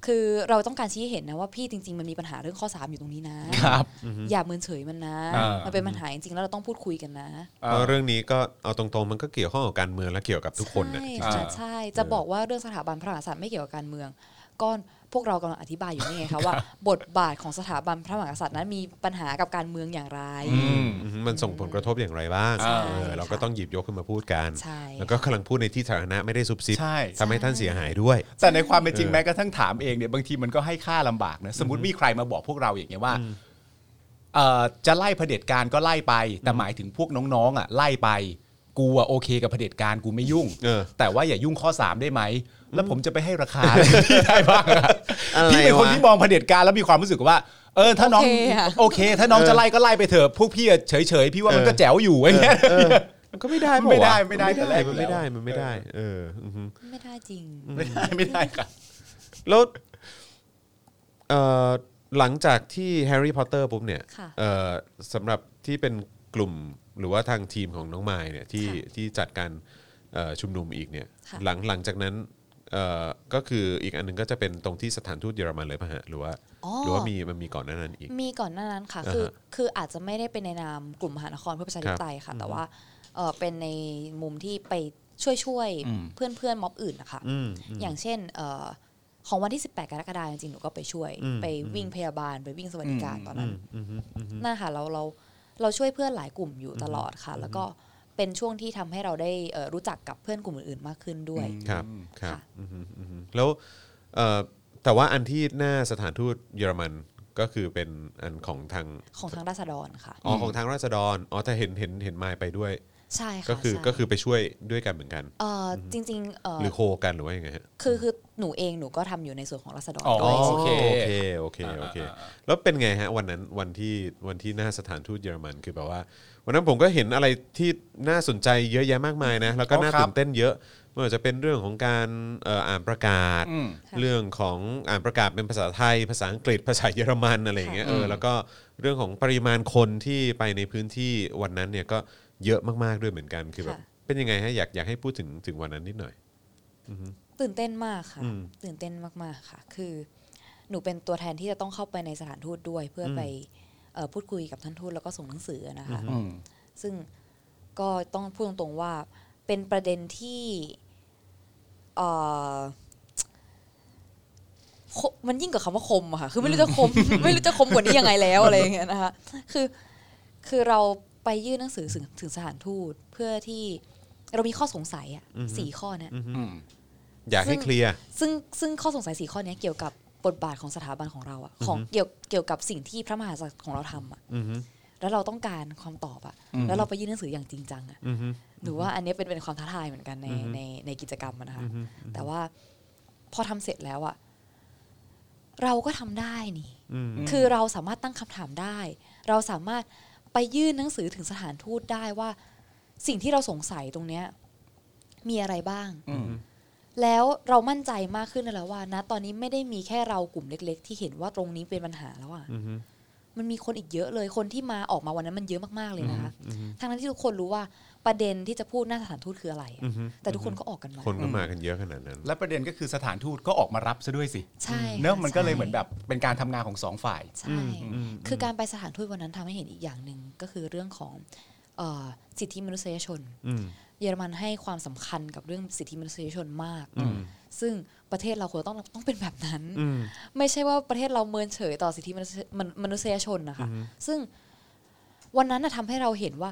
D: คือเราต้องการชี้ให้เห็นนะว่าพี่จริง ๆ มันมีปัญหาเรื่องข้อ 3 อยู่ตรงนี้นะครับ อย่าเมินเฉยมันนะ
C: อ่ามั
D: มันเป็นปัญหาจริงๆแล้วเราต้องพูดคุยกันนะ
C: อ่า
B: เพราะเรื่องนี้ก็เอาตรงๆมันก็เกี่ยวข้องกับการเมืองและเกี่ยวกับทุกคนนะ
D: ใช่
C: อ่า
D: ค่ะใช่จะบอกว่าเรื่องสถาบันพระมหากษัตริย์ไม่เกี่ยวกับการเมืองก็พวกเรากำลังอธิบายอยู่นี่ไงคะว่า บทบาทของสถาบันพระมหากษัตริย์นั้นมีปัญหากับการเมืองอย่างไร
C: อืม
B: มันส่งผลกระทบอย่างไรบ้าง
C: ใช่
B: เออเราก็ต้องหยิบยกขึ้นมาพูดกัน
D: ใช่
B: แล้วก็กำลังพูดในที่สาธารณะไม่ได้ซุบซิบ
C: ใช่
B: ทำให้ท่านเสียหายด้วย
C: แต่ในความเป็นจริง
B: เออ
C: แม้กระทั่งถามเองเนี่ยบางทีมันก็ให้ค่าลำบากนะสมมติมีใครมาบอกพวกเราอย่างเงี้ยว่าเอ่อจะไล่เผด็จการก็ไล่ไป แต่หมายถึงพวกน้องๆอ่ะไล่ไป กูอ่ะโอเคกับเผด็จการกูไม่ยุ่ง
B: เออ
C: แต่ว่าอย่ายุ่งข้อ 3 ได้ไหม แล้วผมจะไปให้ราคา พี่ได้บ้างอะ
B: อะไร
C: พี่เป็นคน
B: วะ
C: ที่มองเผด็จการแล้วมีความรู้สึกว่า เออถ้าน้อง
D: โอเคอะ
C: โอเค ถ้าน้องจะไล่ก็ไล่ไปเถอะพวกพี่อะเฉยๆพี่ว่ามันก็แจ๋วอยู่ไอ้เงี้ย
B: มันก็ไม่ได้ปะวะ
C: ไม่ได้ไม่ได้แต่แรก
B: มันไม่ได้มันไม่ได้ เอออือฮึ
D: ไม่ได้จริง
C: ไม่ได้ไม่ได้ครับ
B: แล้วเอ่อหลังจากที่แฮร์รี่พอตเตอร์ปุ๊บเนี่ย
D: ค่ะ
B: เอ่อสำหรับที่เป็นกลุ่มหรือว่าทางทีมของน้องไม้เนี่ยที่
D: ค่ะ
B: ที่จัดการเอ่อชุมนุมอีกเนี่ย
D: ค่ะ
B: หลังหลังจากนั้นเอ่อก็คืออีกอันหนึงก็จะเป็นตรงที่สถานทูตเยอรมันเลยป่ะฮะหรือว่า
D: อ๋อ
B: หรือว่ามีมันมีก่อนหน้านั้นอีก
D: มีก่อนหน้านั้นค่ะ คือ
B: อ่าฮะ
D: คืออาจจะไม่ได้เป็นในนามกลุ่มมหานครเพื่อประชาธิปไตยค่ะ แต่ว่าเอ่อเป็นในมุมที่ไปช่วยช่วยๆ
C: อืม
D: เพื่อนเพื่อนม็อบอื่นนะคะ
B: อืม
D: อย่างเช่นเอ่อของวันที่ 18 กรกฎาคมจริงๆ หนูก็ไปช่วย
B: อืม
D: ไปวิ่งพยาบาล ไปวิ่งสวัสดิการตอน
B: อื
D: นั้น
B: มอืมอืมอืม
D: น่าค่ะเราเราเราช่วยเพื่อนหลายกลุ่มอยู่ตลอดค่ะ แล้วก็เป็นช่วงที่ทำให้เราได้เอ่อรู้จักกับเพื่อนกลุ่มอื่นๆมากขึ้นด้วย
B: ครับครับ
D: ค่ะ
B: อือฮึอือฮึแล้วเอ่อแต่ว่าอันที่หน้าสถานทูตเยอรมันก็คือเป็นอันของทาง
D: ของทางราษฎรค่ะ
B: อ๋อของทางราษฎรอ๋อแต่เห็นเห็นเห็นมายไปด้วย
D: ใช่ค่ะ
B: ก็คือ
D: ใช่
B: ก็คือไปช่วยด้วยกันเหมือนกัน
D: เอ่อจริงๆเอ่อ
B: หรือโคกันหรือว่ายังไงฮะ
D: คือคือหนูเองหนูก็ทำอยู่ในส่วนของรัษฎร
C: อ๋อ
D: ด้วย
B: โอ
D: ใช่ไหม
B: เค
C: เค
B: โอเคโอเคโอเค แล้วเป็นไงฮะวันนั้นวันที่วันที่หน้าสถานทูตเยอรมันคือแบบว่า วันนั้นผมก็เห็นอะไรที่น่าสนใจเยอะแยะมากมายนะแล้วก็น่า
C: อ๋อครับ
B: ตื่นเต้นเยอะไม่ว่าจะเป็นเรื่องของการเอ่ออ่านประกาศ
C: อืม
D: ะ
B: เรื่องของอ่านประกาศเป็นภาษาไทย ภาษาอังกฤษ ภาษาเยอรมันอะไรอย่างเงี้ย
C: ค่ะ
B: เออ
C: อืม
B: แล้วก็เรื่องของปริมาณคนที่ไปในพื้นที่วันนั้นเนี่ยก็เยอะมากๆด้วยเหมือนกันคือแบบ
D: ค่ะ
B: เป็นยังไงฮะอยากอยากให้พูดถึงถึงวันนั้นนิดหน่อย
D: ตื่นเต้นมากค่ะ
B: อืม
D: ตื่นเต้นมากๆค่ะ คือ หนูเป็นตัวแทนที่จะต้องเข้าไปในสถานทูตด้วย เพื่ออ
B: ม
D: ไปเอ่อพูดคุยกับท่านทูตแล้วก็ส่งหนังสือนะคะ
C: อืม
D: ซึ่งก็ต้องพูดตรงๆว่าเป็นประเด็นที่เอ่อ โคมันยิ่งกว่าคำว่าคมอะค่ะ คือไม่รู้จะคม ไม่รู้จะคมกว่านี้ยังไงแล้วอะไรอย่างเงี้ยนะคะ คือคือเราไปยื่นหนังสือถึงถึงสถานทูตเพื่อที่เรามีข้อสงสัยอะสี่ข้อเนี่ย
C: อืม
B: อยากให้เคลียร์
D: ซึ่งซึ่งข้อสงสัยสี่ข้อเนี้ยเกี่ยวกับบทบาทของสถาบันของเราอะของเกี่ยวเกี่ยวกับสิ่งที่พระมหากษัตริย์ของเราทำอะ
B: อือฮึ
D: แล้วเราต้องการความตอบอะ
C: อืม
D: แล้วเราไปยื่นหนังสืออย่างจริงจังอะ
B: อือฮึ
D: หนูว่าอันเนี้ยเป็นเป็นความท้าทายเหมือนกันในในในกิจกรรมอะนะคะแต่ว่าพอทำเสร็จแล้วอะเราก็ทำได้นี่
B: อืม
D: คือเราสามารถตั้งคำถามได้ เราสามารถไปยื่นหนังสือถึงสถานทูตได้ว่า สิ่งที่เราสงสัยตรงเนี้ยมีอะไรบ้าง
C: อืม
D: แล้วเรามั่นใจมากขึ้นแล้วว่านะตอนนี้ไม่ได้มีแค่เรากลุ่มเล็ก ๆ ที่เห็นว่าตรงนี้เป็นปัญหาแล้วอ่ะ
B: อือฮึ
D: มันมีคนอีกเยอะเลยคนที่มาออกมาวันนั้นมันเยอะมากๆเลยนะคะทั้งนั้นที่ทุกคนรู้ว่าประเด็นที่จะพูดหน้าสถานทูตคืออะไรอะ
B: อือฮึ
D: แต่ทุกคนก็ออกกันมา
B: คนก็มากันเยอะขนาดนั้น
C: และประเด็นก็คือสถานทูตก็ออกมารับซะด้วยสิ
D: ใช่
C: เนอะ
D: ค่
C: มันก็เลย
D: ใช่
C: เหมือนแบบเป็นการทำงานของสองฝ่าย
D: ใช่คือการไปสถานทูตวันนั้นทำให้เห็นอีกอย่างหนึ่งก็คือเรื่องของเอ่อสิทธิมนุษยชน
B: อืม
D: เยอรมันให้ความสำคัญกับเรื่องสิทธิมนุษยชนมาก ซึ่งประเทศเราควรต้องต้องเป็นแบบนั้น
B: อืม
D: ไม่ใช่ว่าประเทศเราเมินเฉยต่อสิทธิมนุษยมนมนุษยชนนะคะ ซึ่งวันนั้นนะทำให้เราเห็นว่า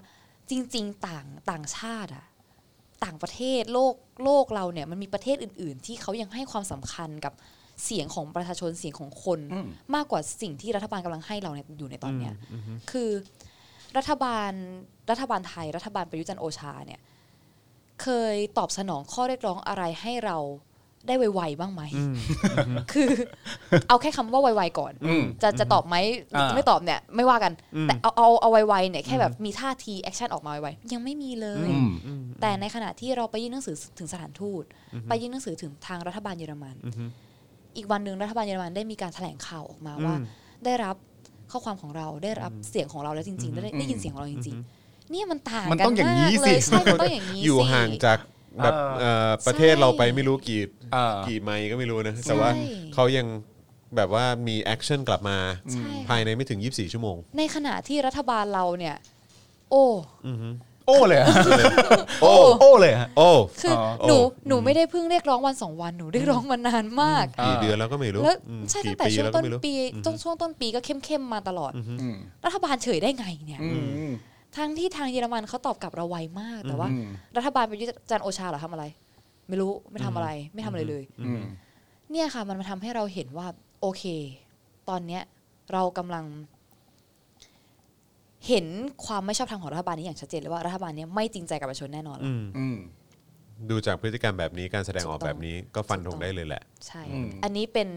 D: จริง ๆ ต่างต่างชาติอะต่างประเทศโลกโลกเราเนี่ยมันมีประเทศอื่น ๆ ที่เขายังให้ความสำคัญกับเสียงของประชาชนเสียงของคน
C: อืม
D: มากกว่าสิ่งที่รัฐบาลกำลังให้เราเนี่ยอยู่ในตอนเนี้ยคือ รัฐบาลรัฐบาลไทย รัฐบาลประยุทธ์จันทร์โอชาเนี่ย เคยตอบสนองข้อเรียกร้องอะไรให้เราได้ไวๆบ้างไหม คือ เอาแค่คำว่าไวๆก่อน
C: อืม
D: จะจะตอบไหมหรือ
C: อ่า
D: จะไม่ตอบเนี่ย ไม่ว่ากัน แต่เอาเอาเอาไวๆเนี่ยแค่แบบมีท่าทีแอคชั่นออกมาไวๆยังไม่มีเลย
C: อืม
D: แต่ในขณะที่เราไปยื่นหนังสือถึงสถานทูต ไปยื่นหนังสือถึงทางรัฐบาลเยอรมัน อีกวันหนึ่งรัฐบาลเยอรมันได้มีการแถลงข่าวออกมาว่า ได้รับข้อความของเราได้รับเสียงของเราแล้วจริง ๆ ได้ได้ยินเสียงของเราจริง ๆ เนี่ยมันต่าง
C: มัน
D: กัน
C: ต้องอย่าง
D: มา
C: นี้
D: กเล
C: สิ
D: ยใช่มันต้องอย่างนี้
B: อยู่
D: สิ
B: ห่างจากแบบ
C: เออ
B: เอ่อประเทศเราไปไม่รู้กี่
C: เออ
B: กี่ไมล์ก็ไม่รู้นะ แต่ว่า
D: ใช่
B: เขายังแบบว่ามีแอคชั่นกลับมา
D: ใช่ค่ะ
B: ภายในไม่ถึง 24 ชั่วโมง
D: ในขณะที่รัฐบาลเราเนี่ย โอ้
C: โอ้เลยอะ
B: โอ้
C: โอ้เลยฮะ
B: โอ้
D: คืออ
B: อ
D: หนู
B: อืม
D: หนูไม่ได้เพิ่งเรียกร้องวันสองวันหนูเรียกร้องมานานมาก
B: กี่เดือนแล้วก็ไม่รู้
D: แล้ว
B: อืม
D: ใช่
B: กี่
D: ตั้งแต่
B: ปี
D: ช่วง
B: แล้วก็
D: ต้น
B: ไม่รู้
D: ปีจนช่วงต้นปีก็เข้มเข้มๆมาตลอด
C: อืม
D: รัฐบาลเฉยได้ไงเนี่ย
C: อืม
D: ทั้งที่ทางเยอรมันเขาตอบกลับเราไวมาก แต่ว่า
C: อืม
D: รัฐบาลประยุทธ์จันทร์โอชาเหรอทำอะไร ไม่รู้ไม่ทำอะไร ไม่ทำอะไรเลย
C: อืม
D: เนี่ยค่ะ มันมาทำให้เราเห็นว่า โอเค ตอนเนี้ยเรากำลัง เห็นความไม่ชอบธรรมของรัฐบาลนี้อย่างชัดเจนเลยว่ารัฐบาลเนี้ยไม่จริงใจกับประชาชนแน่นอน
B: อืม
C: อืม
B: ดูจากพฤติกรรมแบบนี้การแสดงออกแบบนี้ก็ฟันธงได้เลยแหละ
D: ใช่
C: อืม
D: อันนี้เป็น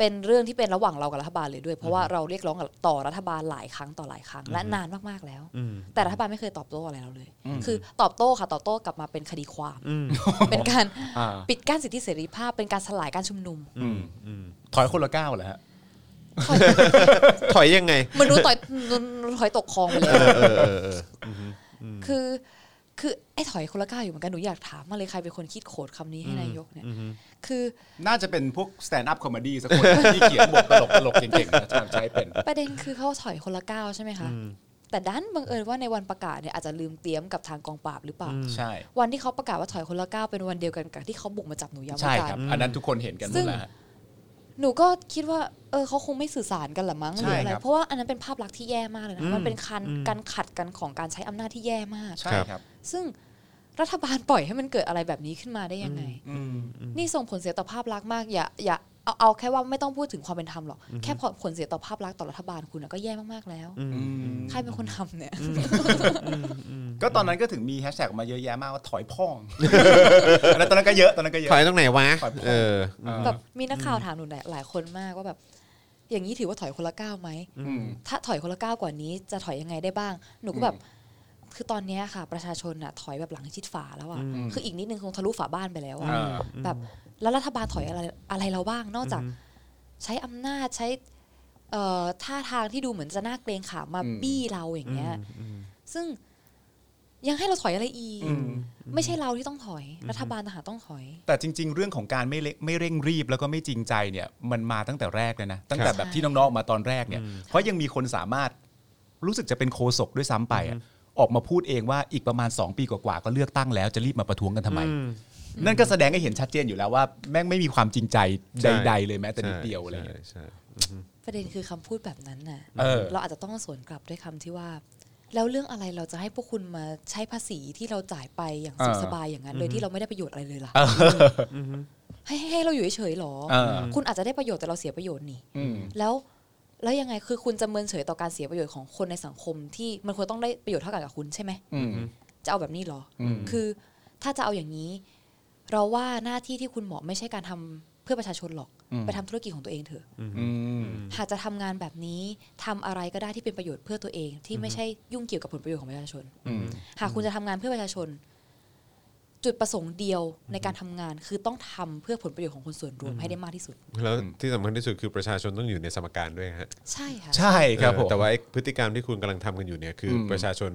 D: เป็นเรื่องที่เป็นระหว่างเรากับรัฐบาลเลยด้วย เพราะว่าเราเรียกร้องกับต่อรัฐบาลหลายครั้งต่อหลายครั้ง และนานมากๆแล้ว
B: อืม
D: แต่รัฐบาลไม่เคยตอบโต้อะไรเราเลย คือตอบโต้ค่ะตอบโต้กลับมาเป็นคดีความ
B: อืม
D: เป็นการ
C: อ่า
D: ปิดกั้นสิทธิเสรีภาพ เป็นการสลายการชุมนุม
C: อืมถอยคนละก้าวเหรอฮะ
B: ถอยยังไง
D: เห มันหนูต่อย หนูหนูถอยตกคลองไปแล้ว
B: เออเออเออ
D: คือคือไอ้ถอยคนละก้าวอยู่เหมือนกัน หนูอยากถามมากเลยใครเป็นคนคิดโขดคำนี้ให้นายกเนี่ย คือ
C: น่าจะเป็นพวกสแตนด์อัพคอมเมดี้สักคนที่เขียนบทตลกตลกๆเก่งๆนะทางใช้เป็น
D: ประเด็นคือเขาถอยคนละก้าวใช่ไหมคะ แต่ดันบังเอิญว่าในวันประกาศเนี่ยอาจจะลืมเตรียมกับทางกองปราบหรือเปล่า
C: ใช่
D: วันที่เขาประกาศว่าถอยคนละก้าวเป็นวันเดียวกันกับที่เขาบุกมาจับหนูยาม
C: ใช่
D: วิกา
C: ค
D: ร
C: รับ อันนั้นทุกคนเห็นกันหม
D: ซึ่
C: ด
D: ง
C: แล้วฮะ
D: หนูก็คิดว่าเออเขาคงไม่สื่อสารกันหรือมั้งห
C: ใช่
D: รืออะไร
C: ครับ
D: เพราะว่าอันนั้นเป็นภาพลักษณ์ที่แย่มากเลยนะมันเป็นการการขัดกันของการใช้อำนาจที่แย่มาก
C: ใช่ครับ
D: ซึ่งรัฐบาลปล่อยให้มันเกิดอะไรแบบนี้ขึ้นมาได้ยังไง
C: อืม
D: นี่ส่งผลเสียต่อภาพลักษณ์มากอย่าอย่าเอาเอาแค่ว่าไม่ต้องพูดถึงความเป็นธรรมหรอกแค่ผลเสียต่อภาพลักษณ์ต่อรัฐบาลคุณน่ะก็แย่มากๆแล้วใครเป็นคนทำเนี่ย
C: ก็ตอนนั้นก็ถึงมีแฮชแท็กมาเยอะแยะมากว่าถอยพ่อง อันนั้นตอนนั้นก็เยอะ ตอนนั้นก็เยอะ
B: ถอยตรงไหนวะ
C: ถอยผม
B: เออ
C: เออ
D: แบบมีนักข่าวถามหนูหลายหลายคนมากว่าแบบ อย่างนี้ถือว่าถอยคนละก้าวไหม
C: อืม
D: ถ้าถอยคนละก้าวกว่านี้จะถอยยังไงได้บ้าง หนูก็แบบ คือตอนเนี้ยค่ะ ประชาชนอะถอยแบบหลังชิดฝาแล้วอะ
C: อืม
D: คืออีกนิดนึงคงทะลุฝาบ้านไปแล้วอะ
C: อ่า
D: แบบแล้วรัฐบาลถอยอะไรอะไรเราบ้าง นอกจากใช้อำนาจใช้เอ่อท่าทางที่ดูเหมือนจะน่าเกรงขามมาบี้เราอย่างเงี้ย ซึ่งยังให้เราถอยอะไรอีกไม่ใช่เราที่ต้องถอย รัฐบาลทหารต้องถอย
C: แต่จริง ๆ เรื่องของการไม่เร่งไม่เร่งรีบแล้วก็ไม่จริงใจเนี่ยมันมาตั้งแต่แรกเลยนะ ตั้งแต่แบบที่น้องๆออกมาตอนแรกเนี่ยเพราะยังมีคนสามารถรู้สึกจะเป็นโคศกด้วยซ้ำไปอะออกมาพูดเองว่าอีกประมาณ 2 ปีกว่าๆก็เลือกตั้งแล้วจะรีบมาประท้วงกันทำไม นั่นก็แสดงให้เห็นชัดเจนอยู่แล้วว่า แม่งไม่มีความจริงใจ
B: ใช่
C: ใด ๆ เลยแม้แต่นิดเดียวอะไรอย่างเงี้ย
B: ใช่ใช่ใช่
D: ประเด็นคือคำพูดแบบนั้นน่ะ
C: เออ
D: อาจจะต้องสวนกลับด้วยคำที่ว่า แล้วเรื่องอะไรเราจะให้พวกคุณมาใช้ภาษีที่เราจ่ายไปอย่างสุขสบายอย่างนั้น โดยที่เราไม่ได้ประโยชน์อะไรเลยล่ะให้ให้ให้เราอยู่เฉยๆหรอ
C: เออ
D: คุณอาจจะได้ประโยชน์แต่เราเสียประโยชน์นี่
C: อืม
D: แล้วแล้วยังไงคือคุณจะเมินเฉยต่อการเสียประโยชน์ของคนในสังคมที่มันควรต้องได้ประโยชน์เท่ากันกับคุณใช่ไหม
C: อืม
D: จะเอาแบบนี้เหรออ
C: ม
D: คือถ้าจะเอาอย่างนี้ เราว่าหน้าที่ที่คุณเหมาะไม่ใช่การทำเพื่อประชาชนหรอก ไปทำธุรกิจของตัวเองเถอะ
C: อืม
D: หากจะทำงานแบบนี้ทำอะไรก็ได้ที่เป็นประโยชน์เพื่อตัวเอง ที่ไม่ใช่ยุ่งเกี่ยวกับผลประโยชน์ของประชาชน
C: อืม
D: หากคุณจะทำงานเพื่อประชาชน จุดประสงค์เดียวในการทำงานคือต้องทำเพื่อผลประโยชน์ของคนส่วนรวมให้ได้มากที่สุด
B: แล้วที่สำคัญที่สุดคือประชาชนต้องอยู่ในสมการด้วยฮะ
D: ใช่ค่ะ
C: ใช่ครับผ
B: เอ
C: ม
B: อแต่ว่าไอ้พฤติกรรมที่คุณกำลังทำกันอยู่เนี่ยคืออ
C: ม
B: ประชาชน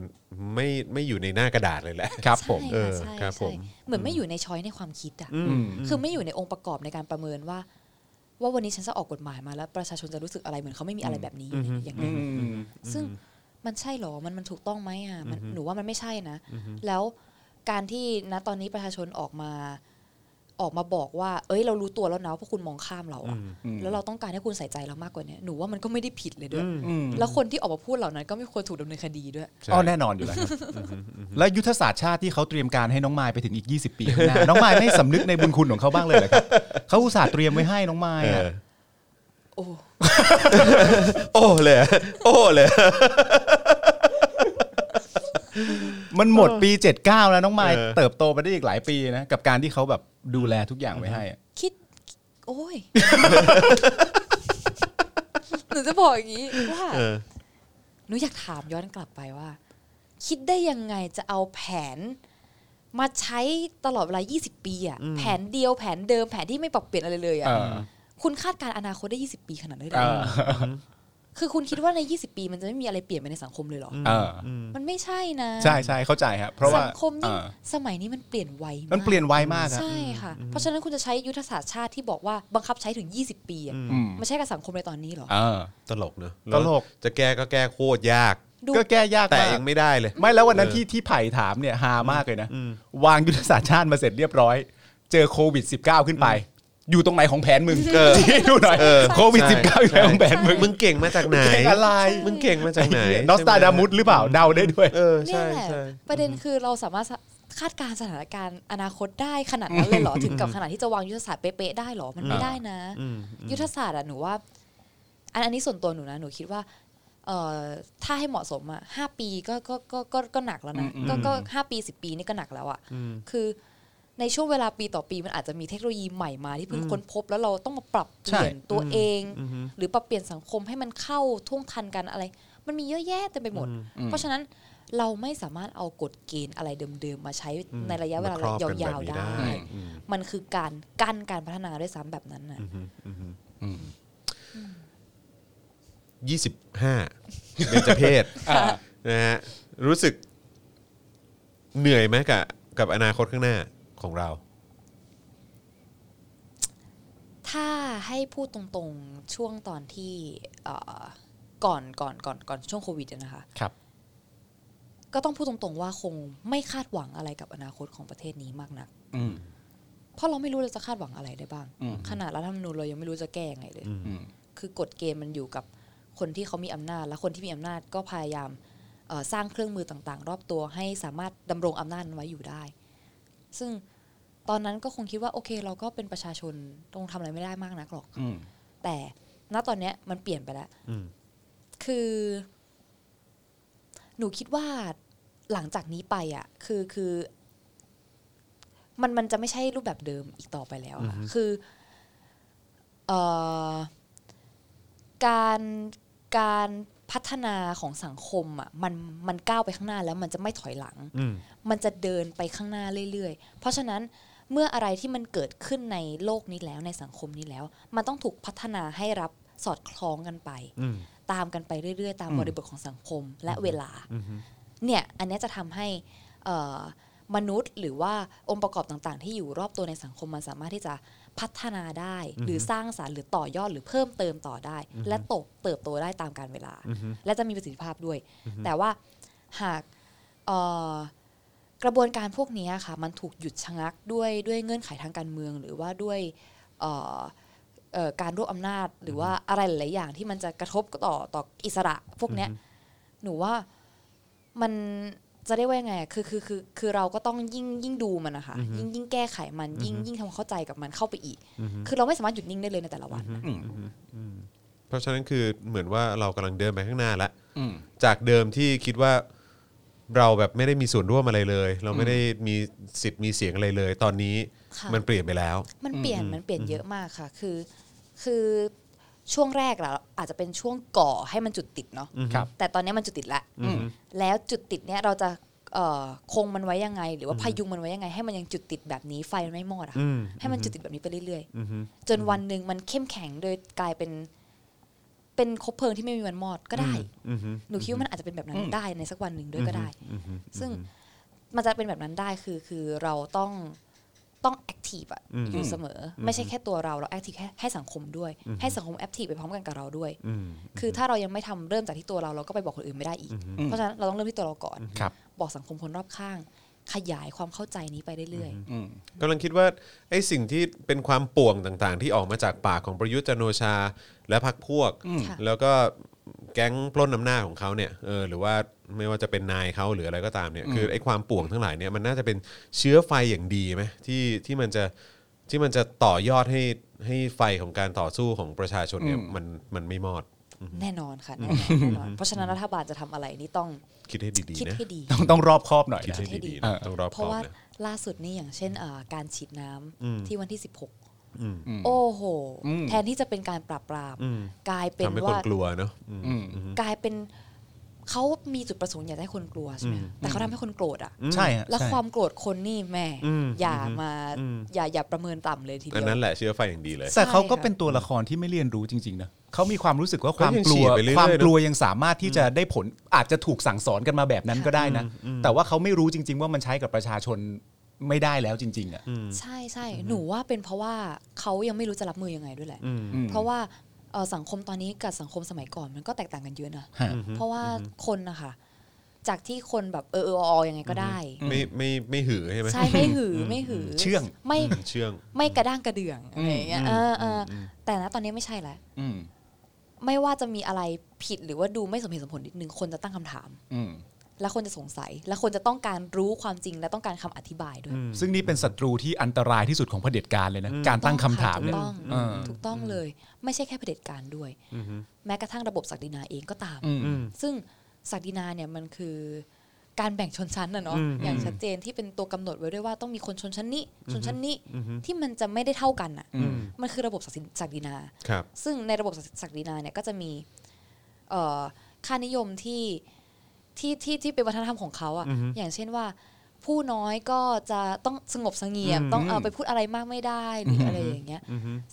B: ไม่ไม่อยู่ในหน้ากระดาษเลยแหละ
C: ครับผม
B: เออ
D: ใช่
B: ครั
D: ค่ะ
B: บผม
D: ใช่ใช่เหมือนไม่อยู่ในช้อยในความคิดอ่ะ
C: อืม
D: คือไม่อยู่ในองค์ประกอบในการประเมินว่า ว่าวันนี้ฉันจะออกกฎหมายมาแล้ว ประชาชนจะรู้สึกอะไรเหมือนเขาไม่มีอะไรแบบนี้อยู่ในอย่าง
C: อื
D: นี้น
C: ม
D: ซึ่งมันใช่เหรอมันมันถูกต้องไหมอ่ะมันหนูว่ามันไม่ใช่นะ แล้วการที่นะตอนนี้ประชาชนออกมา ออกมาบอกว่า เอ้ย เรารู้ตัวแล้วนะว่าพวกคุณมองข้ามเราอะ
C: อืม
D: แล้วเราต้องการให้คุณใส่ใจเรามากกว่านี้หนูว่ามันก็ไม่ได้ผิดเลยด้วย
C: อืม
D: แล้วคนที่ออกมาพูดเหล่านั้น ก็ไม่ควรถูกดำเนินคดีด้วย
B: ใช่
C: อ๋อแน่นอนอยู่แล้วครับแล้วยุทธศาสตร์ชาติที่เขาเตรียมการให้น้องมายไปถึงอีก 20 ปี ข้างหน้า น้องมายไม่สำนึกในบุญคุณของเขาบ้างเลยเหรอครับ เขาอุตส่าห์เตรียมไว้ให้น้องมาย
B: เอ
C: อะ
B: อ
D: โอ้
B: โอ้เลยอะโอ้เลยอะ
C: มันหมดปี 79 แล้วน้องมาย
B: เออ
C: เติบโตไปได้อีกหลายปีนะกับการที่เขาแบบดูแลทุกอย่างไว้ให้อะ
D: คิด โอ้ย หนูจะบอกอย่างนี้ว่า
B: เออ
D: หนูอยากถามย้อนกลับไปว่า คิดได้ยังไงจะเอาแผน มาใช้ตลอดเวลา 20 ปีอะแผนเดียวแผนเดิมแผนที่ไม่ปรับเปลี่ยนอะไรเลยอะ
C: เออ
D: คุณคาดการณ์อนาคตได้ 20 ปีขนาดนั้นเล
C: เอย อ
D: เหรอคือคุณคิดว่าใน 20 ปีมันจะไม่มีอะไรเปลี่ยนไปในสังคมเลยเหรอ
C: เออ
D: มันไม่ใช่นะ
C: ใช่ใช่เข้าใจครับเพราะว่า
D: สังคม
C: เอ
D: นี่
C: อ
D: สมัยนี้มันเปลี่ยนไวาก
C: มันเปลี่ยนไวมากครับ
D: ใช่ค่ะ เพราะฉะนั้นคุณจะใช้ยุทธศาสตร์ชาติที่บอกว่าบังคับใช้ถึง 20 ปีอะ
C: อืม
D: มาใช้กับสังคมในตอนนี้เหรอ
C: เออ
B: ตลกเนอะ
C: ตลก
B: จะแก้ก็แก้โคตรยาก
D: ดู
C: ก็แก้ยาก
B: แต่
C: มาก
B: ยังไม่ได้เลย
C: ไม่แล้ววันนั้น
B: เออ
C: ที่ที่ไผ่ถามเนี่ยฮามากเลยนะ วางยุทธศาสตร์ชาติมาเสร็จเรียบร้อย เจอโควิด -19 ขึ้นไป อยู่ตรงไหนของแผนมึง
B: เออ
C: ชี้ดูหน่อย
B: เออ
C: โควิด
B: ใช่
C: -19 อยู่ไหนของแผนมึง
B: มึงเก่งมาจากไหน
C: เก่งอะไร
B: มึงเก่งมาจากไหน
C: นอสตาดามุสหรือเปล่าเดาได้ด้วย
B: เออ
D: เนี่
B: ใช่
D: ยแหละ
B: ใช่
D: ประเด็นคือเราสามารถคาดการณ์สถานการณ์อนาคตได้ขนาดนั้นเลยเหรอ ถึงกับขนาดที่จะวางยุทธศาสตร์เป๊ะๆได้เหรอมันไม่ได้นะ ยุทธศาสตร์อะหนูว่าอันอันนี้ส่วนตัวหนูนะหนูคิดว่าเอ่อถ้าให้เหมาะสมอะห้าปีก็ก็ก็ก็ก็หนักแล้วนะ
C: อืม
D: ก็ก็ห้าปีสิบปีนี่ก็หนักแล้วอะคือในช่วงเวลาปีต่อปีมันอาจจะมีเทคโนโลยีใหม่มาที่เพิ่งค้นพบ แล้วเราต้องมาปรับเปลี่ยนตัวเอง หรือปรับเปลี่ยนสังคมให้มันเข้าท่วงทันกันอะไร มันมีเยอะแยะเต็มไปหมด เพราะฉะนั้นเราไม่สามารถเอากฎเกณฑ์อะไรเดิมๆมาใช้ในระยะเวลา
B: มาครอบกันแบบ
D: ยาว
B: นี้
D: ๆได้
B: ได้
D: มันคือการกั้นการพัฒนาด้วยซ้ำแบบนั้นนะ
B: ยี่สิบห้าเบญจเพศ
C: อ่า
B: นะฮะรู้สึกเหนื่อยไหมกับกับอนาคตข้างหน้าของเรา
D: ถ้าให้พูดตรงๆช่วงตอนที่เอ่อก่อนก่อนก่อนก่อนช่วงโควิดอะนะคะ
C: ครับ
D: ก็ต้องพูดตรงๆว่าคงไม่คาดหวังอะไรกับอนาคตของประเทศนี้มากนัก
C: อืม
D: เพราะเราไม่รู้เราจะคาดหวังอะไรได้บ้าง
C: อืม
D: ขนาดรัฐธรรมนูญเรายังไม่รู้จะแก้ยังไงเลย
C: อืม
D: คือกฎเกณฑ์มันอยู่กับคนที่เขามีอำนาจ และคนที่มีอำนาจก็พยายามเอ่อสร้างเครื่องมือต่างๆ รอบตัวให้สามารถดำรงอำนาจนั้นไว้อยู่ได้ ซึ่งตอนนั้นก็คงคิดว่าโอเค เราก็เป็นประชาชนตรงทำอะไรไม่ได้มากนักหรอก
C: อืม
D: แต่ณตอนเนี้ยมันเปลี่ยนไปแล้ว
B: อืม
D: คือ หนูคิดว่าหลังจากนี้ไปอ่ะ คือคือ มันมันจะไม่ใช่รูปแบบเดิมอีกต่อไปแล้วอะค่ะคือเอ่อการการพัฒนาของสังคมอ่ะมันมันก้าวไปข้างหน้าแล้วมันจะไม่ถอยหลัง
B: อืม
D: มันจะเดินไปข้างหน้าเรื่อยๆ เพราะฉะนั้นเมื่ออะไรที่มันเกิดขึ้นในโลกนี้แล้วในสังคมนี้แล้ว มันต้องถูกพัฒนาให้รับสอดคล้องกันไป
B: อืม
D: ตามกันไปเรื่อยๆ ตาม
C: อืม
D: บริบทของสังคมและเวลา เนี่ยอันเนี้ยจะทำให้เอ่อมนุษย์หรือว่าองค์ประกอบต่างๆ ที่อยู่รอบตัวในสังคมมันสามารถที่จะพัฒนาได้ หรือสร้างสารรค์หรือต่อยอดหรือเพิ่มเติมต่อได้ และโตเติบโตได้ตามการเวลา และจะมีประสิทธิภาพด้วย แต่ว่าหากเอ่อ กระบวนการพวกเนี้ยค่ะ มันถูกหยุดชะงักด้วยด้วยเงื่อนไขทางการเมือง หรือว่าด้วยเอ่อเอ่อการรวบอำนาจ หรือว่าอะไรหลายๆอย่างที่มันจะกระทบต่อต่ออิสระพวกเนี้ยหนูว่ามันจะได้ว่ายังไงอะคือคือคือคือเราก็ต้องยิ่งยิ่งดูมันนะคะยิ่งยิ่งแก้ไขมันยิ่งยิ่งทำความเข้าใจกับมันเข้าไปอีก คือเราไม่สามารถหยุดนิ่งได้เลยในแต่ละวันอะ
B: เพราะฉะนั้นคือเหมือนว่าเรากำลังเดินไปข้างหน้าละ
C: อืม
B: จากเดิมที่คิดว่าเราแบบไม่ได้มีส่วนร่วมอะไรเลย เราไม่ได้มีสิทธิ์มีเสียงอะไรเลย ตอนนี้
D: ค่ะ
B: มันเปลี่ยนไปแล้ว
D: มันเปลี่ยนมันเปลี่ยนเยอะมากค่ะ คือ คือช่วงแรกเราอาจจะเป็นช่วงก่อให้มันจุดติดเนาะ
C: ครับ
D: แต่ตอนนี้มันจุดติดแล้ว
C: อืม
D: แล้วจุดติดเนี้ยเราจะเอ่อคงมันไว้ยังไง หรือว่าพยุงมันไว้ยังไง ให้มันยังจุดติดแบบนี้ไฟมันไม่มอดอะ
B: อื
D: ค่ะ
B: ม
D: ให้มันจุดติดแบบนี้ไปเรื่อยๆ จนวันหนึ่งมันเข้มแข็งโดยกลายเป็น เป็นคบเพลิงที่ไม่มีวันมอดก็ได้
B: อือฮึ
D: หนูคิดว่ามันอาจจะเป็นแบบนั้
C: อืม
D: นได้ในสักวันหนึ่งด้วยก็ได้ ซึ่งมันจะเป็นแบบนั้นได้คือคือเราต้องต้องแอคทีฟอะ
B: อืม
D: อยู่เสมออไม่ใช่แค่ตัวเราเราแอคทีฟให้สังคมด้วย ให้สังคมแอคทีฟไปพร้อมกันกับเราด้วย
B: อืม
D: คือถ้าเรายังไม่ทำเริ่มจากที่ตัวเราเราก็ไปบอกคนอื่นไม่ได้อีก เพราะฉะนั้นเราต้องเริ่มที่ตัวเราก่อน
C: ครับ
D: บอกสังคมคนรอบข้าง ขยายความเข้าใจนี้ไปเรื่อย
C: อืม
B: กำลังคิดว่าไอ้สิ่งที่เป็นความป่วงต่างๆ ที่ออกมาจากปากของประยุทธ์จันทร์โอชา และพรรคพวก
D: ๆค่ะ
B: แล้วก็แก๊งปล้นอำนาจของเขาเนี่ยเออหรือว่าไม่ว่าจะเป็นนายเขาหรืออะไรก็ตามเนี่ยคือไอ้ความป่วงทั้งหลายเนี่ยมันน่าจะเป็นเชื้อไฟอย่างดีไหมที่ที่มันจะที่มันจะต่อยอดให้ให้ไฟของการต่อสู้ของประชาชนเนี่ย
C: อืม
B: มันมันไม่มอด
D: แน่นอนค่ะแน่นอนแน่นอนเพราะฉะนั้นรัฐบาลจะทำอะไรนี่ต้อง
B: คิดให้ดี
D: คิ
B: ๆ
D: ด
B: นะ
D: ให้ดี
C: ต้องต้องรอบคอบหน่อย
B: คิด
C: นะ
B: ให้ดีๆ
C: เอ
B: นะ
C: อ
B: ต้องรอบ
D: เพ
B: คอ
D: ราะ
B: บ
D: ว่า
B: นะ
D: ล่าสุดนี่อย่างเช่นเอ่อการฉีดน้ำ
B: อืม
D: ที่วันที่ 16
B: อืม
C: อืม
D: โอ้โห
C: อืม
D: แทนที่จะเป็นการปราบปราม
B: อืม
D: กลายเป็น
B: ทำให้คน
D: ว่าก
B: ลัวเนาะอืม
C: อืม
D: กลายเป็นเขามีจุดประสงค์อยากให้คนกลัวใช่ไหมแต่เขาทำให้คนโกรธอ่ะ
C: ใช่ฮะ
D: แล้ว
C: ใช่
D: ความโกรธคนนี่แม่
B: อืม
D: อย่ามา
B: อืม
D: อย่าอย่าประเมินต่ำเลยที
B: อัน
D: เดียว
B: นั้นแหละเชื้อไฟอย่างดีเลย
C: แต่เขาก็
D: ใช่ค่ะ
C: เป็นตัวละครที่ไม่เรียนรู้จริงๆนะเขามีความรู้สึกว่าค
B: เขา
C: วาม
B: ยัง
C: กลั
B: ฉี
C: ว
B: ดไปเรื่อยๆ
C: ความ
B: นะ
C: กลัวยังสามารถที่จะได้ผลอาจจะถูกสั่งสอนกันมาแบบนั้นก็ได้นะ แต่ว่าเขาไม่รู้จริง ๆ ว่ามันใช้กับประชาชนไม่ได้แล้วจริง ๆ อ่ะ
D: ใช่ใช่หนูว่าเป็นเพราะว่าเขายังไม่รู้จะรับมือยังไงด้วยแหละ
B: อืม
C: อืม
D: เพราะว่าเอ่อสังคมตอนนี้กับสังคมสมัยก่อนมันก็แตกต่างกันเยอะนะ
C: ฮะ
D: เพราะว่าคนนะคะจากที่คนแบบเออเออออยังไงก็ได้
B: ไม่ไม่ไม่หือใช่ไหม
D: ใช่ไม่หือไม่หือ
C: เชื่อง
D: ไม่
B: เชื่อง
D: ไม่กระด้างกระเดื่องอะไรอย่างเงี้ย
C: อืม
D: เออเอออแต่นะตอนนี้ไม่ใช่แล้ว
C: อืม
D: ไม่ว่าจะมีอะไรผิดหรือว่าดูไม่สมเหตุสมผลนิดนึงคนจะตั้งคำถาม
C: อืม
D: และคนจะสงสัย และคนจะต้องการรู้ความจริงและต้องการคำอธิบายด้วย
C: ซึ่งนี่เป็นศัตรูที่อันตรายที่สุดของเผด็จการเลยนะการตั้งคำถามเนี่ย
D: ถูกต้อง
C: เออ
D: ถูกต้องเลย ไม่ใช่แค่เผด็จการด้วย แม้กระทั่งระบบศักดินาเองก็ตาม
C: อืม
D: ซึ่งศักดินาเนี่ยมันคือการแบ่งชนชั้นนะเนาะอย่างชัดเจนที่เป็นตัวกำหนดไว้ด้วยว่าต้องมีคนชนชั้นนี้ชนชั้นนี้ที่มันจะไม่ได้เท่ากันอ่ะ
C: อืม
D: มันคือระบบศักดินา
B: ครับ
D: ซึ่งในระบบศักดินาเนี่ยก็จะมีเอ่อค่านิยมที่ที่ที่ที่เป็นวัฒนธรรมของเขาอะ่ะอย่างเช่นว่า ผู้น้อยก็จะต้องสงบเสงเงียม ต้องเออไปพูดอะไรมากไม่ได้หรืออะไรอย่างเงี้ย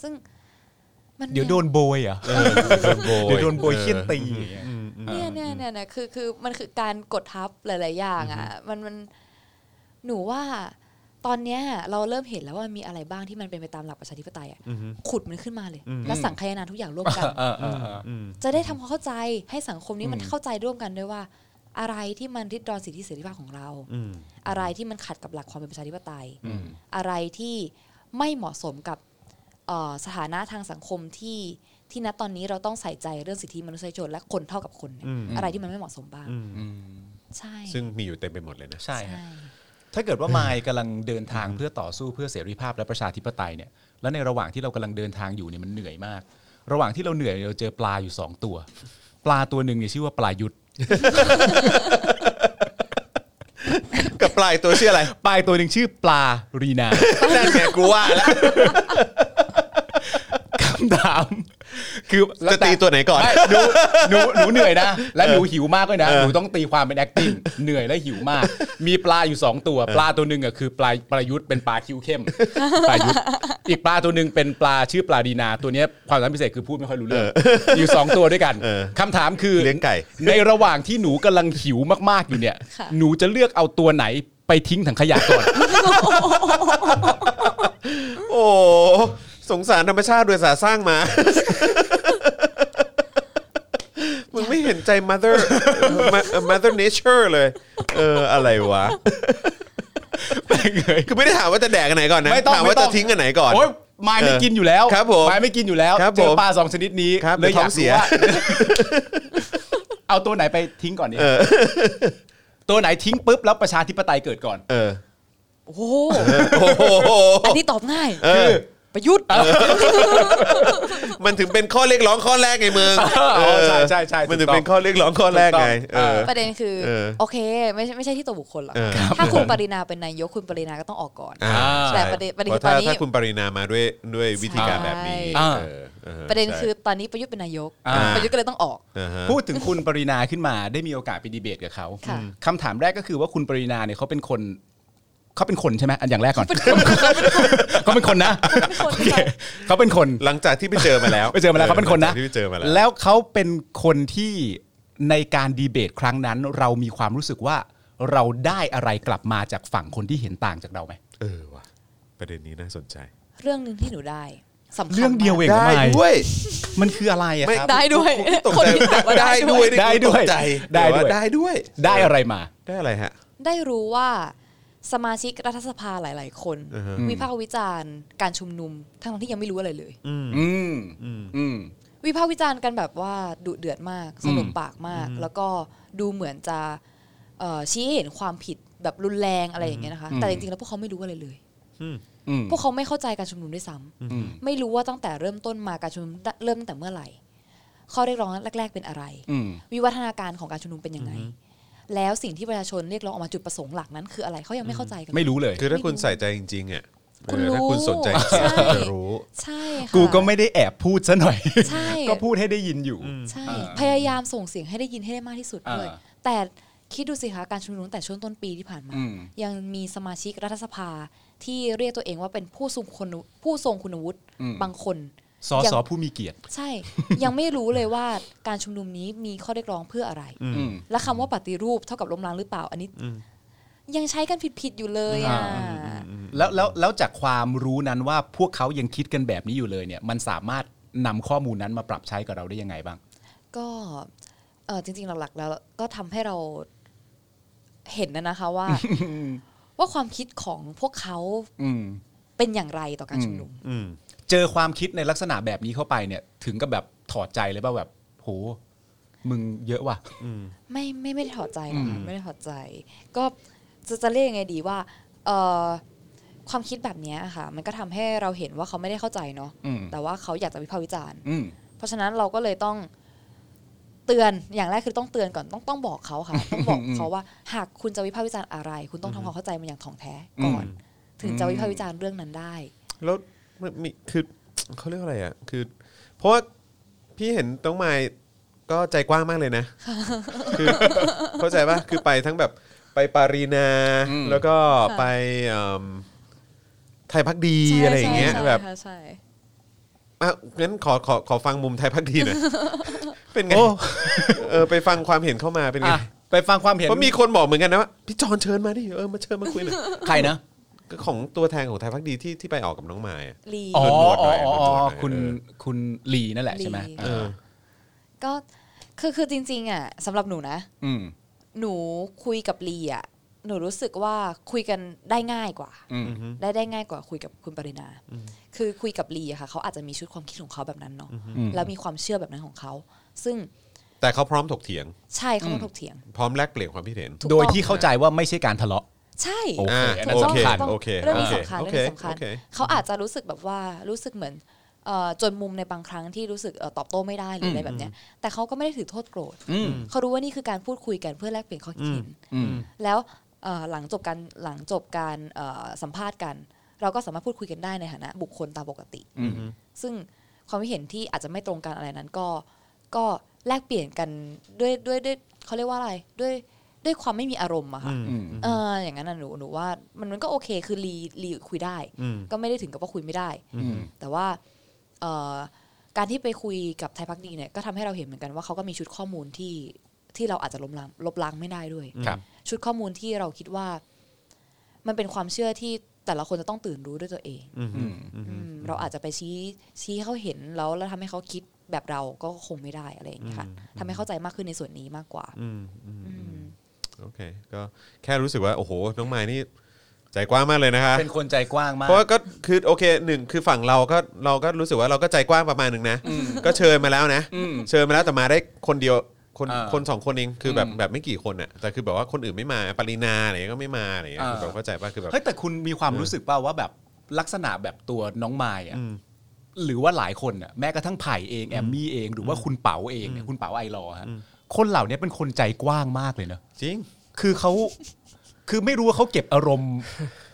D: ซึ่งมัน
C: เดี๋ยวโดนโบยเหรอ่ะ
B: เออโดนโบย
C: เดี๋ยวโดนโบยเคี่ยนตีอย่างเงี้ย
D: เนี่ยเนี่ยเนี่ยเนี่ยคือคือมันคือการกดทับหลาย ๆ อย่างอะ่ะมันมันหนูว่าตอนเนี้ยเราเริ่มเห็นแล้วว่ามีอะไรบ้างที่มันเป็นไปตามหลักประชาธิปไตยอะ
B: อือฮึ
D: ขุดมันขึ้นมาเลย และสังคายนาทุกอย่างร่วมกัน
C: เออเออเออ
B: อืม
D: จะได้ทำความเข้าใจให้สังคมนี้มัน
C: อืม
D: เข้าใจร่วมกันด้วยว่า อะไรที่มันริดรอนสิทธิเสรีภาพของเรา
B: อืม
D: อะไรที่มันขัดกับหลักความเป็นประชาธิปไตย
C: อืม
D: อะไรที่ไม่เหมาะสมกับเอ่อสถานะทางสังคมที่ที่ณตอนนี้เราต้องใส่ใจเรื่องสิทธิมนุษยชนและคนเท่ากับคนเนี่ย
B: อืม
D: อะไรที่มันไม่เหมาะสมบ้าง
B: อืม
C: อืม
D: ใช่
B: ซึ่งมีอยู่เต็มไปหมดเลยนะ
C: ใช่
D: ใช่
C: ฮะ ถ้าเกิดว่ามายกำลังเดินทางเพื่อต่อสู้เพื่อเสรีภาพและประชาธิปไตยเนี่ยแล้วในระหว่างที่เรากำลังเดินทางอยู่เนี่ยมันเหนื่อยมาก ระหว่างที่เราเหนื่อยเราเจอปลาอยู่สองตัว ปลาตัวหนึ่งเนี่ยชื่อว่าปลายุทธ
B: กับปลายตัวชื่ออะไร
C: ปลาอีกตัวหนึ่งชื่อปลารีนา
B: นั่นไงกูว่า แล้ว
C: คำถามคือ
B: จะตีตัวไหนก่อน
C: ไม่หนูหนูหนูเหนื่อยนะ และหนูหิวมากด้วยนะหนูต้องตีความเป็น acting เหนื่อยและหิวมาก มีปลาอยู่สองตัว ปลาตัวหนึ่งอ่ะคือปลาประยุทธ์เป็นปลาคิ้วเข้มปลายุทธ์อีกปลาตัวหนึ่งเป็นปลาชื่อปลาดีนาตัวเนี้ยความสามารถพิเศษคือพูดไม่ค่อยรู้เรื่องอยู่สองตัวด้วยกัน
B: เออ
C: คำถามคือ
B: เลี้ยงไก่
C: ในระหว่างที่หนูกำลังหิวมากๆอยู่เนี่ย หนูจะเลือกเอาตัวไหนไปทิ้งถังขยะก่อน
B: โอ้สงสารธรรมชาติโดยสาสร้างมา มึงไม่ เห็นใจ mother เอ่อ mother nature เลย เออ อะไรวะ
C: เงย
B: คือไม่ได้ถามว่าจะแดกกันไหนก่อนนะ
C: ไม่ต้อง
B: ถามว่า
C: ไม่ต้
B: จะ
C: อง
B: ทิ้งกันไหนก่อน
C: โอ้ยไม้ไม่กินอยู่แล้ว
B: ครับผม
C: ไม้ไม่กินอยู่แล้ว
B: ครับ
C: เจอ
B: ผม
C: ปลาสองชนิดนี้
B: ครับ
C: เลยอยา
B: เดี๋ยวท้
C: ก
B: องเสีย
C: รู้ว่า เอาตัวไหนไปทิ้งก่อนเนี่ยตัวไหนทิ้งปุ๊บแล้วประชาธิปไตยเกิดก่อน
B: เออ
D: โอ้โห
B: โอ้โห
D: อันนี้ตอบง่าย
B: เออ
D: ประยุทธ์
B: มันถึงเป็นข้อเรียกร้องข้อแรกไงมึง
C: เออใช่ใช่ใช่
B: มันถึง
C: ถูกต้อง
B: เป็นข้อเรียกร้องข้อแรกไง
C: ถูกต้อง
B: เออ
D: ประเด็นคือ
B: เออ
D: โอเค ไม่ใช่ไม่ใช่ที่ตัวบุคคลหรอก
B: เออ
D: ถ้าคุณปรินาเป็นนายกคุณปรินาก็ต้องออกก่อน
B: อ่า
D: แต่ประเด็นประเด็น
B: พ
D: คื
B: ราะ
D: อตอ
B: ถ้าน
D: นี้
B: ถ้าคุณปรินามาด้วยด้วยวิธีการแบบนี้
D: ใช่
B: เอ
C: อ่า
B: อออ
D: ประเด็นคือ
B: ใ
D: ตอนนี้ประยุทธ์เป็นนายก
C: อ่า
D: ประยุทธ์ก็เลยต้องออก
B: ช่อ่าฮะ
C: พูดถึงคุณปรินาขึ้นมาได้มีโอกาสไปดีเบตกับเขา
D: ค่ะ
C: คำถามแรกก็คือว่าคุณปรินาเนี่ยเขาเป็นคนเขาเป็นคนใช่ไหมอันอย่างแรกก่อนเขาเป็นคนนะ
D: คน
C: โอเคเขาเป็นคน
B: หลังจากที่ไปเจอมาแล้ว
C: ไปเจอมาแล้วเขาเป็นคน
B: ห
C: นะ
B: ลังจากที่ไปเจอมาแล้ว
C: แล้วเขาเป็นคนที่ในการดีเบตครั้งนั้น เรามีความรู้สึกว่าเราได้อะไรกลับมาจากฝั่งคนที่เห็นต่างจากเราไหม
B: เออว่ะประเด็นนี้น่าสนใจ
D: เรื่องหนึ่งที่หนูได้สำคัญ
C: เรื่องเดียวเอง
D: มาก
C: ทำไม
B: ด้วย
C: มันคืออะไรอะ
B: ไม่
C: ครับ
D: ได้ด้วย
B: ตก
D: คน
B: ใจ
D: ที่ตอบว่า
B: ได้
D: ได้ด้
B: ด้
D: ว
B: วย ยนี่
C: ได้ด้วย
B: ตกใจ
C: ได้ด้วย
B: แต่าได้ด้วย
C: ได้อะไรมา
B: ได้อะไรฮะ
D: ได้รู้ว่าสมาชิกรัฐสภาหลาย ๆ คน
B: อือฮะ
D: วิพากษ์วิจารณ์การชุมนุม ทั้งๆที่ยังไม่รู้อะไรเลย
C: อืมอืม
D: วิพากษ์วิจารณ์กันแบบว่าดุเดือดมากสนุกปากมาก แล้วก็ดูเหมือนจะเอ่อชี้ให้เห็นความผิดแบบรุนแรงอะไรอย่างเงี้ยนะคะ
C: อืม
D: แต่จริงๆแล้วพวกเขาไม่รู้อะไรเลย
C: อืม
D: พวกเขาไม่เข้าใจการชุมนุมด้วยซ้
C: อืม
D: ำไม่รู้ว่าตั้งแต่เริ่มต้นมาการชุมนุมเริ่มตั้งแต่เมื่อไหร่ข้อเรียกร้องแรก ๆ เป็นอะไร
C: อืม
D: วิวัฒนาการของการชุมนุมเป็นยังไง แล้วสิ่งที่ประชาชนเรียกร้องออกมาจุดประสงค์หลักนั้น คืออะไรเขายังไม่เข้าใจกัน
C: ไม่รู้เลย
B: คือถ้าคุณใส่ใจจริงๆอ่ะ
D: คุณ
B: เออถ้าคุณ
D: รู้
B: สนใจจริงๆคุ
D: ใช่
B: ณจะรู้
D: ใช่ค่ะ
C: กูก็ไม่ได้แอบพูดซะหน่อย
D: ใช่
C: ก็พูดให้ได้ยินอยู่
D: ใช่
C: อ่า
D: พยายามส่งเสียงให้ได้ยินให้ได้มากที่สุดด้วย
C: อ่า
D: แต่คิดดูสิคะการชุมนุมตั้งแต่ช่วงต้นปีที่ผ่านมา
C: อืม
D: ยังมีสมาชิกรัฐสภาที่เรียกตัวเองว่าเป็นผู้ทรงคุณผู้ทรงคุณวุฒิบางคน
C: สอสอผู้มีเกียรติ
D: ใช่ ยังไม่รู้เลยว่าการชุมนุมนี้มีข้อเรียกร้องเพื่ออะไร
C: อืม
D: และคำว่าปฏิรูปเท่ากับล้มล้างหรือเปล่า อันนี้ ยังใช้กันผิดๆอยู่เลยอ่ะ
C: อ่า แล้วแล้วแล้วจากความรู้นั้นว่าพวกเขายังคิดกันแบบนี้อยู่เลยเนี่ย มันสามารถนำข้อมูลนั้นมาปรับใช้กับเราได้ยังไงบ้าง
D: ก็เออจริงๆหลักๆ แล้วก็ทำให้เราเห็นนะนะคะว่า ว่าความคิดของพวกเขา
C: อืม
D: เป็นอย่างไรต่อการชุมนุม
B: อืม
C: เจอความคิดในลักษณะแบบนี้เข้าไปเนี่ย ถึงกับแบบถอดใจเลยป่ะแบบ โห มึงเยอะว่ะ
D: ไม่ไม่ไม่ได้ถอดใจนะคะไม่ได้ถอดใจ ก็จะจะเรียกยังไงดีว่าเออความคิดแบบเนี้ยค่ะ มันก็ทำให้เราเห็นว่าเขาไม่ได้เข้าใจเนาะ
C: อืม
D: แต่ว่าเขาอยากจะวิพากษ์วิจารณ์
C: อืม
D: เพราะฉะนั้นเราก็เลยต้องเตือนอย่างแรกคือต้องเตือนก่อนต้องต้องบอกเขา ค่ะ ต้องบอกเขาว่า หากคุณจะวิพากษ์วิจารณ์อะไร คุณต้องทำความเข้าใจมันอย่างถ่องแท้ก่อน
C: อืม
D: ถึงจะวิพากษ์วิจารณ์เรื่องนั้นได้
B: แล้วมันมีคือ เขาเรียกว่าอะไรอ่ะ คือ เพราะว่าพี่เห็นต้องมายก็ใจกว้างมากเลยนะ คือเข้าใจปะคือไปทั้งแบบไปปารีนา
C: อืม
B: แล้วก็
D: ค่ะ
B: ไปเอิ่มไทยพักดีอะไรอย่างเงี้ยแบบ
D: ใช่ใช่
B: อ่ะงั้นขอขอขอฟังมุมไทยพักดีหน่อย เป็นไง
C: โอ้
B: เออไปฟังความเห็นเข้ามาเป็นไง
C: อ่ะไปฟังความเห็น
B: เพราะมีคนบอกเหมือนกันนะว่าพี่จอนเชิญมาดิเออมาเชิญมาคุยหน่อย
C: ใครนะ
B: ก็ของตัวแทนของไทยพักดีที่ที่ไปออกกับน้องมายอะ
D: ลี
C: อ๋อ
B: หนวดๆหน่อย
C: อ๋ออ๋อ
B: หนวดๆห
C: อ๋อ
B: น่อย
C: คุณ
B: เออ
C: คุณลีนั่นแหละใช่ไหม
B: เออ
D: ก็คือคือจริง ๆ อ่ะสำหรับหนูนะ
C: อืม
D: หนูคุยกับลีอ่ะหนูรู้สึกว่าคุยกันได้ง่ายกว่า
C: อืม
D: ได้ได้ง่ายกว่าคุยกับคุณปรินา คือคุยกับลีอะค่ะเขาอาจจะมีชุดความคิดของเขาแบบนั้นเนาะ
C: อืม
D: แล้วมีความเชื่อแบบนั้นของเขา ซึ่ง
B: แต่เขาพร้อมถกเถียง
D: ใช่เขามาถกเถียง
B: พร้อมแลกเปลี่ยนความคิดเห็น
D: ถูกต้อง
C: โดยที่เข้าใจว่าไม่ใช่การทะเลาะ
D: ใช่
C: โอเค
B: อ่า
C: อันนั้
D: ถู
C: น
D: กต้อง
C: สำคัญ
D: ต้อง
B: โอเค
D: เรื่องนี้
B: โค
D: สำคัญ
B: โอ
D: เรื่อ
B: เค
D: งนี้สำคัญ
B: โอเ
D: เขาอาจจะรู้สึกแบบว่ารู้สึกเหมือนเอ่อจนมุมในบางครั้งที่รู้สึกเอ่อตอบโต้ไม่ได้หรืออะไรแบบเนี้ยแต่เขาก็ไม่ได้ถือโทษโกรธ
C: อืม
D: เขารู้ว่านี่คือการพูดคุยกันเพื่อแลกเปลี่ยนข้อคิดเห็น
C: อืม
D: แล้วเอ่อหลังจบการหลังจบการเอ่อสัมภาษณ์กัน เราก็สามารถพูดคุยกันได้ในฐานะ บุคคลตามปกติ
C: อืม
D: ซึ่งความคิดเห็นที่อาจจะไม่ตรงกันอะไรนั้นก็ก็แลกเปลี่ยนกันด้วยด้วยด้วยเขาเรียกว่าอะไรด้วยด้วยความไม่มีอารมณ์อะค่ะ
C: อืม
D: เอออย่างนั้นน่ะหนูหนูว่ามันมันก็โอเคคือรีรีคุยได้ ก็ไม่ได้ถึงกับว่าคุยไม่ได้
C: อืม
D: แต่ว่าเอ่อการที่ไปคุยกับไทยพักดีเนี่ยก็ทำให้เราเห็นเหมือนกันว่าเขาก็มีชุดข้อมูลที่ที่เราอาจจะล้มล้างลบล้างไม่ได้ด้วย
C: ครับ
D: ชุดข้อมูลที่เราคิดว่า มันเป็นความเชื่อที่แต่ละคนจะต้องตื่นรู้ด้วยตัวเอง
C: อืม
D: อืมเราอาจจะไปชี้ชี้ให้เขาเห็นแล้วแล้วทำให้เขาคิดแบบเราก็คงไม่ได้อะไรอย่างเงี้ยค่ะทำให้เข้าใจมากขึ้นในส่วนนี้มากกว่า
B: อืมอืม
D: อืม
B: โอเค ก็แค่รู้สึกว่า โอ้โห น้องมายนี่ ใจกว้างมากเลยนะคะ
C: เป็นคนใจกว้างมาก
B: เพราะว่าก็คือโอเคหนึ่งคือฝั่งเราก็เราก็รู้สึกว่าเราก็ใจกว้างประมาณหนึ่งนะ ก็เชิญมาแล้วนะ
C: อืม
B: เชิญมาแล้วแต่มาได้คนเดียวคน
C: อ่า
B: คนสองคนเองคือแบบแบบไม่กี่คนอ่ะแต่คือแบบว่าคนอื่นไม่มาปรินาอะไรก็ไม่มาอะไรอย่างเงี้ย
C: อ่า
B: คือแบบเข้าใจป่ะคือแบบ
C: เฮ้ยแต่คุณมีความรู้สึกเปล่าว่าแบบลักษณะแบบตัวน้องไม้อะ
B: อืม
C: หรือว่าหลายคนอะแม้กระทั่งไผ่เองแอมมี่เองหรือว่าคุณเป๋าเองเนี่ยคุณเป๋าไอรอว์ฮะคนเหล่านี้เป็นคนใจกว้างมากเลยเนอะ
B: จริง
C: คือเขาคือไม่รู้ว่าเขาเก็บอารมณ์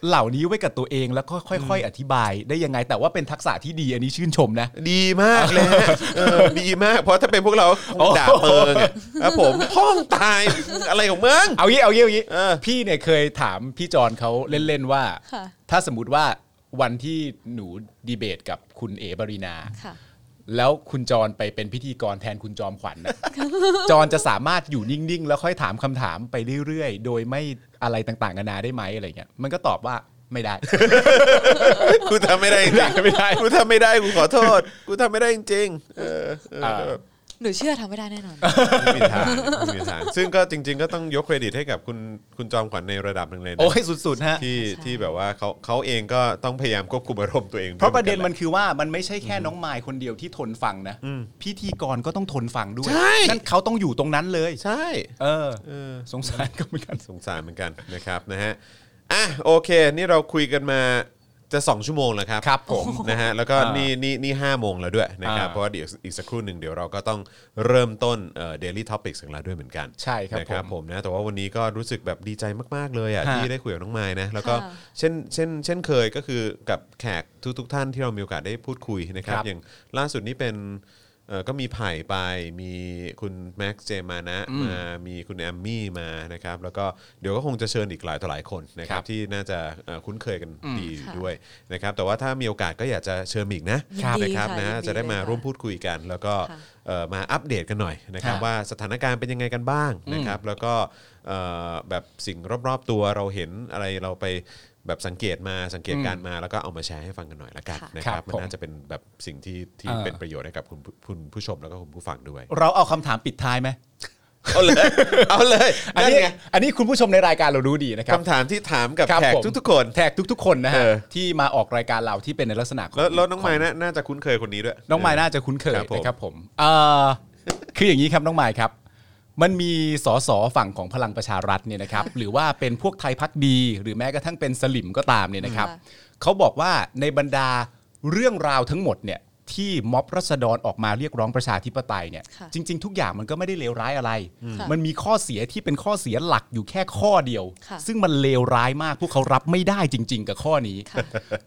C: เหล่านี้ไว้กับตัวเองแล้วก็ค่อย ๆ อธิบายได้ยังไง แต่ว่าเป็นทักษะที่ดีอันนี้ชื่นชมนะ
B: ดีมาก เลยฮะเออดีมากเพราะถ้าเป็นพวกเราคงด่าเปิงอะครับผมพ้องตายอะไรของมึง
C: เอางี้เอางี้เอางี้
B: เออ
C: พี่เนี่ยเคยถามพี่จอนเขาเล่น ๆ ว่า
D: ค่ะ
C: ถ้าสมมติว่าวันที่หนูดีเบตกับคุณเอ๋บรินา
D: ค่ะ
C: แล้วคุณจรไปเป็นพิธีกรแทนคุณจอมขวัญนะ จรจะสามารถอยู่นิ่ง ๆ แล้วค่อยถามคำถามไปเรื่อย ๆ โดยไม่อะไรต่างๆนานาได้ไหมอะไรเงี้ยมันก็ตอบว่าไม่ได้
B: กูทำไม่ได้จริง
C: ไม่ได้
B: กูทำไม่ได้กูขอโทษ กูทำไม่ได้จริงๆเออเออแบบ
D: หนูเชื่อทำไม่ได้แน่นอน
B: ไม่มีทางไม่มีทาง ซึ่งก็จริง ๆ ก็ต้องยกเครดิตให้กับคุณคุณจอมขวัญในระดับหนึ่งเลยนะ
C: โอ้ยสุดๆฮะ
B: ที่
D: ใช่
B: ที่แบบว่าเขาเขาเองก็ต้องพยายามควบคุมอารมณ์ตัวเอง
C: เพราะประเด็นมัน
B: หอกั
C: คือว่ามันไม่ใช่แค่น้องมายคนเดียวที่ทนฟังนะ พิธีกรก็ต้องทนฟังด้วย
B: ใช่
C: นั่นเขาต้องอยู่ตรงนั้นเลย
B: แหละใช่
C: เออ
B: เออ
C: สงสารก็เหมือนกัน
B: สงสารเหมือนกันนะครับนะฮะอ่ะโอเค นี่เราคุยกันมาจะ 2 ชั่วโมงแล้วครับ
C: ครับผม
B: นะฮะแล้วก็
C: อ่านี่
B: นี่นี่นี่ห้าโมงแล้วด้วยนะครับ
C: อ่า
B: เพราะว่าเดี๋ยวอีกสักครู่หนึ่งเดี๋ยวเราก็ต้องเริ่มต้นเอ่อ daily topics ของเราด้วยเหมือนกัน
C: ใช่ครับ
B: นะผมนะแต่ว่าวันนี้ก็รู้สึกแบบดีใจมาก ๆ เลยอ่ะ
C: ฮะ
B: ที่ได้คุยกับน้องไม้นะแล้วก็
D: ค่ะ
B: เช่นเช่นเช่นเคยก็คือกับแขกทุกทุกท่านที่เรามีโอกาสได้พูดคุยนะครับ
C: ครับ
B: อย่างล่าสุดนี้เป็นเอ่อก็มีไผ่ไปมีคุณแม็กซ์เจมานะมามีคุณแอมมี่มานะครับแล้วก็เดี๋ยวก็คงจะเชิญอีกหลายต่อหลายคนนะครั
C: ครับ บ
B: ที่น่าจะเอ่อคุ้นเคยกันดี
D: ค่ะ
B: ด้วยนะครับแต่ว่าถ้ามีโอกาสก็อยากจะเชิญอีกนะครับ
D: ยินดี
B: นะครับ
D: ค่ะ
B: นะ
D: ยินดี
B: จะได้มา
D: เลยค่ะ
B: ร่วมพูดคุยกัน แล้วก็
D: ค่ะ
B: เอ่อมาอัปเดตกันหน่อยนะครับ
C: ค่ะ
B: ว่าสถานการณ์เป็นยังไงกันบ้างนะครับแล้วก็เอ่อแบบสิ่งรอบๆตัวเราเห็นอะไรเราไป แบบสังเกตมาสังเกตการณ์มาแล้วก็เอามาแชร์ให้ฟังกันหน่อยละกัน
D: ค่ะ
B: นะครับ
C: ครับ
B: มัน
C: ผม
B: น่าจะเป็นแบบสิ่งที่ที่
C: เออ
B: เป็นประโยชน์ให้กับคุณผู้คุณผู้ชมแล้วก็คุณผู้ฟังด้วย
C: เราเอาคำถามปิดท้ายไหม
B: เอาเลย เอาเลย
C: อัน
B: นั่น
C: นี้
B: ไง
C: อันนี้คุณผู้ชมในรายการเรารู้ดีนะครับ
B: คำถามที่ถามกับ
C: ครับ
B: แขก
C: ผม
B: ทุกๆคน
C: แขกทุก ๆ คนนะฮะ
B: เออ
C: ที่มาออกรายการเราที่เป็นในลักษณะของ
B: แล้วแล้วน้องไม้น่าน่าจะคุ้นเคยคนนี้ด้วย
C: น้องมายน่าจะคุ้นเคย
B: ครับผม
C: นะครับผมเอ่อคืออย่างนี้ครับน้องมายครับ มันมีสสฝั่งของพลังประชารัฐเนี่ย นะครับ หรือว่าเป็นพวกไทยพักดี หรือแม้กระทั่งเป็นสลิมก็ตามเนี่ยนะครับ
D: ค่ะ
C: เขาบอกว่าในบรรดาเรื่องราวทั้งหมดเนี่ยที่ม็อบรัษฎรออกมาเรียกร้องประชาธิปไตยเนี่ย
D: ค่ะ
C: จริง ๆ ทุกอย่างมันก็ไม่ได้เลวร้ายอะไร
D: ค่ะ
C: มันมีข้อเสียที่เป็นข้อเสียหลักอยู่แค่ข้อเดียว
D: ค่ะ
C: ซึ่งมันเลวร้ายมากพวกเขารับไม่ได้จริง ๆ กับข้อนี้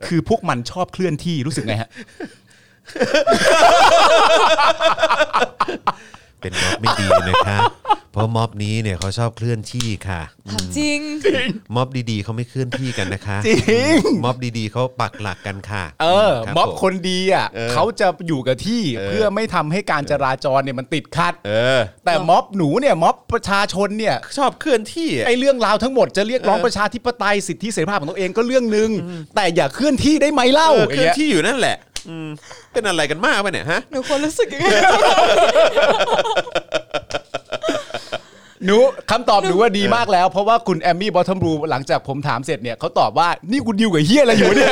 C: คือพวกมันชอบเคลื่อนที่รู้สึกไงฮะ
B: เป็นม็อบไม่ดีนะครับเพราะม็อบนี้เนี่ยเขาชอบเคลื่อนที่ค่ะ
D: ถามจริง
B: ม็อบดีๆเขาไม่เคลื่อนที่กันนะคะ
C: จริง
B: ม็อบดีๆเขาปักหลักกันค่ะ
C: เออ
B: รับ
C: ม็อบ
B: ผม
C: คนดีอ่ะ
B: เออ
C: เขาจะอยู่กับที่
B: เออ
C: เพื่อไม่ทำให้การจราจรเนี่ยมันติดขัด
B: เออ
C: แต่ม็อบหนูเนี่ยม็อบประชาชนเนี่ย
B: ชอบเคลื่อนที่อะ
C: ไอ้เรื่องราวทั้งหมดจะเรียกร้องประชาธิปไตยสิทธิเสรีภาพของตัวเองก็เรื่องหนึ่งแต่อย่าเคลื่อนที่ได้ไหมเล่า
B: เออ
C: อ
B: เค
C: ย่าง
B: ลื่อน
C: เงี้ย
B: ที่อยู่นั่นแหละอืมเป็นอะไรกันมากปะเนี่ยฮะ
D: หนูควรรู้สึกยังไง
C: หนูคำตอบหนูว่าดีมากแล้ว เพราะว่าคุณแอมมี่บอททอมรูหลังจากผมถามเสร็จเนี่ยเขาตอบว่านี่คุณดิวกับเฮียอะไรอยู่เนี่ย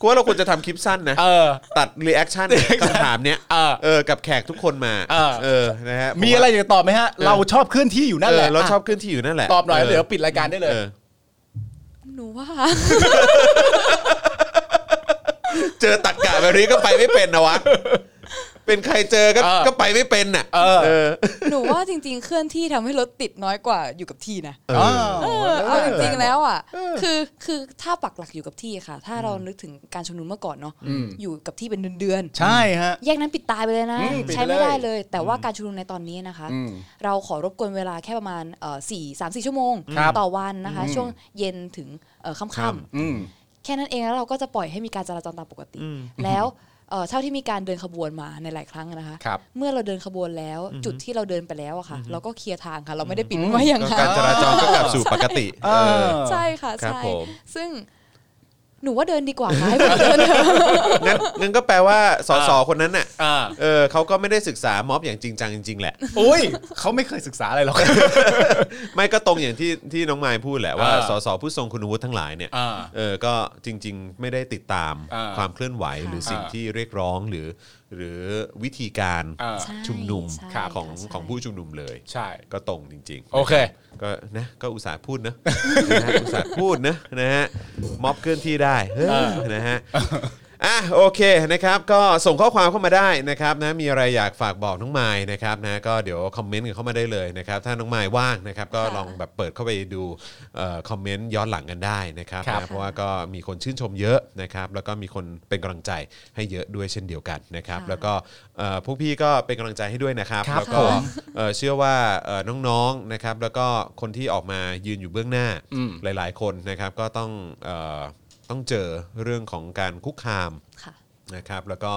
B: กูว่าเราควรจะทำคลิปสั้นนะ
C: เออ
B: ตัดรีแอคชั่นคำถามเนี้ย
C: เออ
B: เออกับแขกทุกคนมา
C: เออ
B: เออนะฮะ
C: มีอะไรอยากจะตอบไหมฮะ เราชอบเคลื่อนที่อยู่นั่นแหละ
B: เออเราชอบเคลื่อนที่อยู่นั่นแหละ
C: ตอบหน่อยแล้วเดี๋ยวปิดรายการได้เลย
B: เออ
D: หนูว่า
B: เจอตักกะแบบนี้ก็ไปไม่เป็นนะวะ เป็นใครเจอก็
C: เออ
B: ก็ไปไม่เป็นน่ะ
C: เออ
B: เออ
D: หนูว่าจริง ๆ เคลื่อนที่ทำให้รถติดน้อยกว่าอยู่กับที่นะ
B: เอ
C: เอ
B: อ
D: เอ
C: อ
D: อเอาจริงๆแล้วอ่ะคือคือถ้าปักหลักอยู่กับที่ค่ะ ถ้าเรานึกถึงการชุมนุมเมื่อก่อนเนาะ
C: อืม
D: อยู่กับที่เป็นเดือนๆ
C: ใช่ฮะ
D: แยกนั้นปิดตายไปเลยนะ
C: อืมปิดไปเลย
D: ใช้ไม่ได้เลย แต่ว่าการชุมนุมในตอนนี้นะคะ
C: อืม
D: เราขอรบกวนเวลาแค่ประมาณเอ่อสี่สามสี่ชั่วโมง
C: ครับ
D: ต่อวันนะคะ
C: อืม
D: ช่วงเย็นถึงเอ่อ
B: ครั
D: ค่ำ
B: บ
D: ๆ
C: อืม
D: แค่นั้นเองแล้วเราก็จะปล่อยให้มีการจราจรตามปกติ แล้วเอ่อเท่าที่มีการเดินขบวนมาในหลายครั้งนะคะ
C: ครับ
D: เมื่อเราเดินขบวนแล้วจุดที่เราเดินไปแล้วอะค่ะ เราก็เคลียร์ทางค่ะ เราไม่ได้ปิดไว้อย่าง
B: ก็
D: นั้
B: กาน รจราจรก็กลับสู่ปกติ
C: เออ
D: ใช่ค่ะ
B: ครับ
D: ใช่
B: ผม
D: ซึ่ง หนูว่าเดินดีกว่าค่ะให้ผมเดินเถอะ
B: งั้นงั้นก็แปลว่าสสคนนั้นน่ะ
C: อ่า
B: เออเขาก็ไม่ได้ศึกษาม็อบอย่างจริงจังจริงๆแหละ
C: โอ้ยเขาไม่เคยศึกษาอะไรหรอก
B: ไม่ก็ตรงอย่างที่ที่น้องมายพูดแหละว่า
C: อ่า
B: สสผู้ทรงคุณวุฒิทั้งหลายเนี่ย
C: อ่า
B: เออก็จริง ๆ ไม่ได้ติดตาม
C: อ่า
B: ความเคลื่อนไหวหรือสิ่ง
C: อ่า
B: ที่เรียกร้องหรือ หรือวิธีการ
C: อ่า
D: ใ
B: ชุ มนุม
D: ใช่
B: ของ
D: ค่ะใช่
B: ของผู้ชุมนุมเลย
C: ใช่
B: ก็ตรงจริงๆ
C: โอเค
B: ก็นะก็อุตส่าห์พูดนะ นะฮะอุตส่าห์พูดนะนะฮะม็อบเคลื่อนที่ได้เฮ้ยนะฮะอ่ะโอเคนะครับก็ส่งข้อความเข้ามาได้นะครับนะมีอะไรอยากฝากบอกน้องไม้นะครับนะก็เดี๋ยวคอมเมนต์กันเข้ามาได้เลยนะครับถ้าน้องไม้ว่างนะครับก็
D: ค่ะ
B: ลองแบบเปิดเข้าไปดูเอ่อคอมเมนต์ย้อนหลังกันได้นะครับ
C: ครับ
B: นะเพราะว่าก็มีคนชื่นชมเยอะนะครับแล้วก็มีคนเป็นกำลังใจให้เยอะด้วยเช่นเดียวกันนะครับ
D: ค่ะ
B: แล้วก็เอ่อพวกพี่ก็เป็นกำลังใจให้ด้วยนะครับ
C: ครับ
B: แล้วก็
C: ผม
B: เอ่อเชื่อว่าเอ่อน้องๆนะครับแล้วก็คนที่ออกมายืนอยู่เบื้องหน้า
C: อืม
B: หลาย ๆ คนนะครับก็ต้องเอ่อต้องเจอเรื่องของการคุกคาม
D: ค่ะ
B: นะครับแล้วก็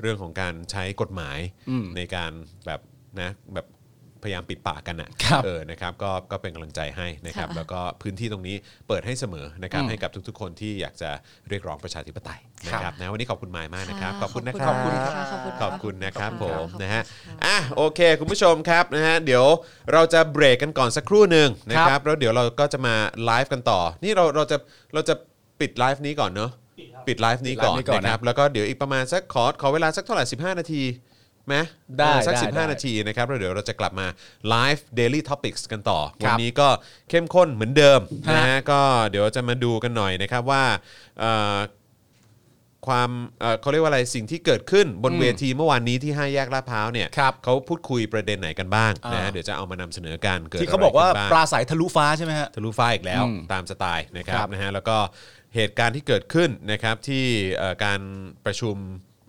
B: เรื่องของการใช้กฎหมาย
C: อืม
B: ในการแบบนะแบบพยายามปิดปากกันนะครับ เออนะครับก็ก็เป็นกำลังใจให้นะครับ
D: ค่ะ
B: แล้วก็พื้นที่ตรงนี้เปิดให้เสมอนะครับ
C: อืม
B: ให้กับทุกๆ คนที่อยากจะเรียกร้องประชาธิปไตยนะค
D: ครั
B: รับบ นะวันนี้ขอบคุณมายมากนะครับ
D: ะ
B: ขอบคุณนะค
D: ข
B: รั
D: อบคุณ
B: บ
D: ค่ะ ขอบคุณ
B: ข
D: ค่ะ
B: อบคุณนะครับ
D: ขอบ
B: ผ
D: คุณครับ
B: มนะฮะ
D: ขอบคุณค่ะ
B: อ่ะโอเค คุณผู้ชมครับนะฮะเดี๋ยวเราจะเบรกกันก่อนสักครู่หนึ่งนะค
C: ครั
B: รับบ แล้วเดี๋ยวเราก็จะมาไลฟ์กันต่อ นี่เราเราจะเราจะปิดไลฟ์นี้ก่อนเนาะปิดไลฟ์นี้ก่อนนะครับแล้วก็เดี๋ยวอีกประมาณสักขอขอเวลาสักเท่าไหร่15 นาทีไหม
C: ได้
B: เออสัก
C: ได้
B: 15
C: ได้
B: นาทีนะครับแล้วเดี๋ยวเราจะกลับมาไลฟ์ Daily Topics กันต่อ
C: ค
B: วัน
C: รับ
B: นี้ก็เข้มข้นเหมือนเดิมนะฮะ
C: ฮะ
B: ก็เดี๋ยวจะมาดูกันหน่อยนะครับว่าเอ่อ ความเอ่อเขาเรียกว่าอะไรสิ่งที่เกิดขึ้นบน
C: อืม
B: เวทีเมื่อวานนี้ที่ 5 แยกลาดพร้าวเนี่ย
C: ครับ
B: เขาพูดคุยประเด็นไหนกันบ้างนะ
C: อ่า
B: เดี๋ยวจะเอามานำเสนอกันเกิด
C: ที่เขาบอกว่า
B: ะไรน
C: ป
B: บ้
C: ลาง ใสทะลุฟ้าใช่ไหมฮะ
B: ทะลุฟ้าอีกแล้ว
C: อืม
B: ตามสไตล์นะครับ
C: ครับ
B: นะฮะแล้วก็เหตุการณ์ที่เกิดขึ้นนะครับที่เอ่อการประชุม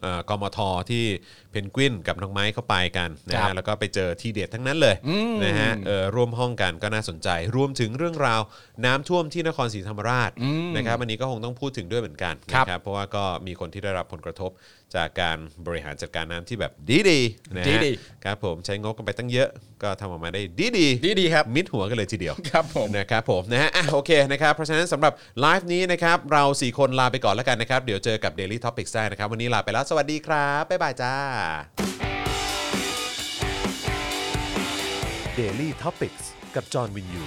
B: เอ่อกมทที่เพนกวินกับน้องไม้เข้าไปกันนะ
C: ครั
B: ฮะ
C: บ
B: แล้วก็ไปเจอทีเด็ดทั้งนั้นเลย
C: อืม
B: นะฮะเอ่อร่วมห้องกันก็น่าสนใจ รวมถึงเรื่องราวน้ำท่วมที่นครศรีธรรมราช
C: อืม
B: นะครับอันนี้ก็คงต้องพูดถึงด้วยเหมือนกัน
C: ครับ
B: นะครับเพราะว่าก็มีคนที่ได้รับผลกระทบจากการบริหารจัดการน้ำที่แบบดีดีๆนะฮะครับผมใช้งบกันไปตั้งเยอะก็ทำออกมาได้ดีดี
C: ดีดีครับ
B: มิดหัวกันเลยทีเดียว
C: ครับผม
B: นะครับผมนะฮะอ่ะโอเคนะครับเพราะฉะนั้นสำหรับไลฟ์นี้นะครับเรา 4 คนลาไปก่อนแล้วกันนะครับ เดี๋ยวเจอกับ Daily Topics ได้นะครับ วันนี้ลาไปแล้ว สวัสดีครับ บ๊ายบายจ้า
A: Daily t o p i c กกับจอห์นวินยู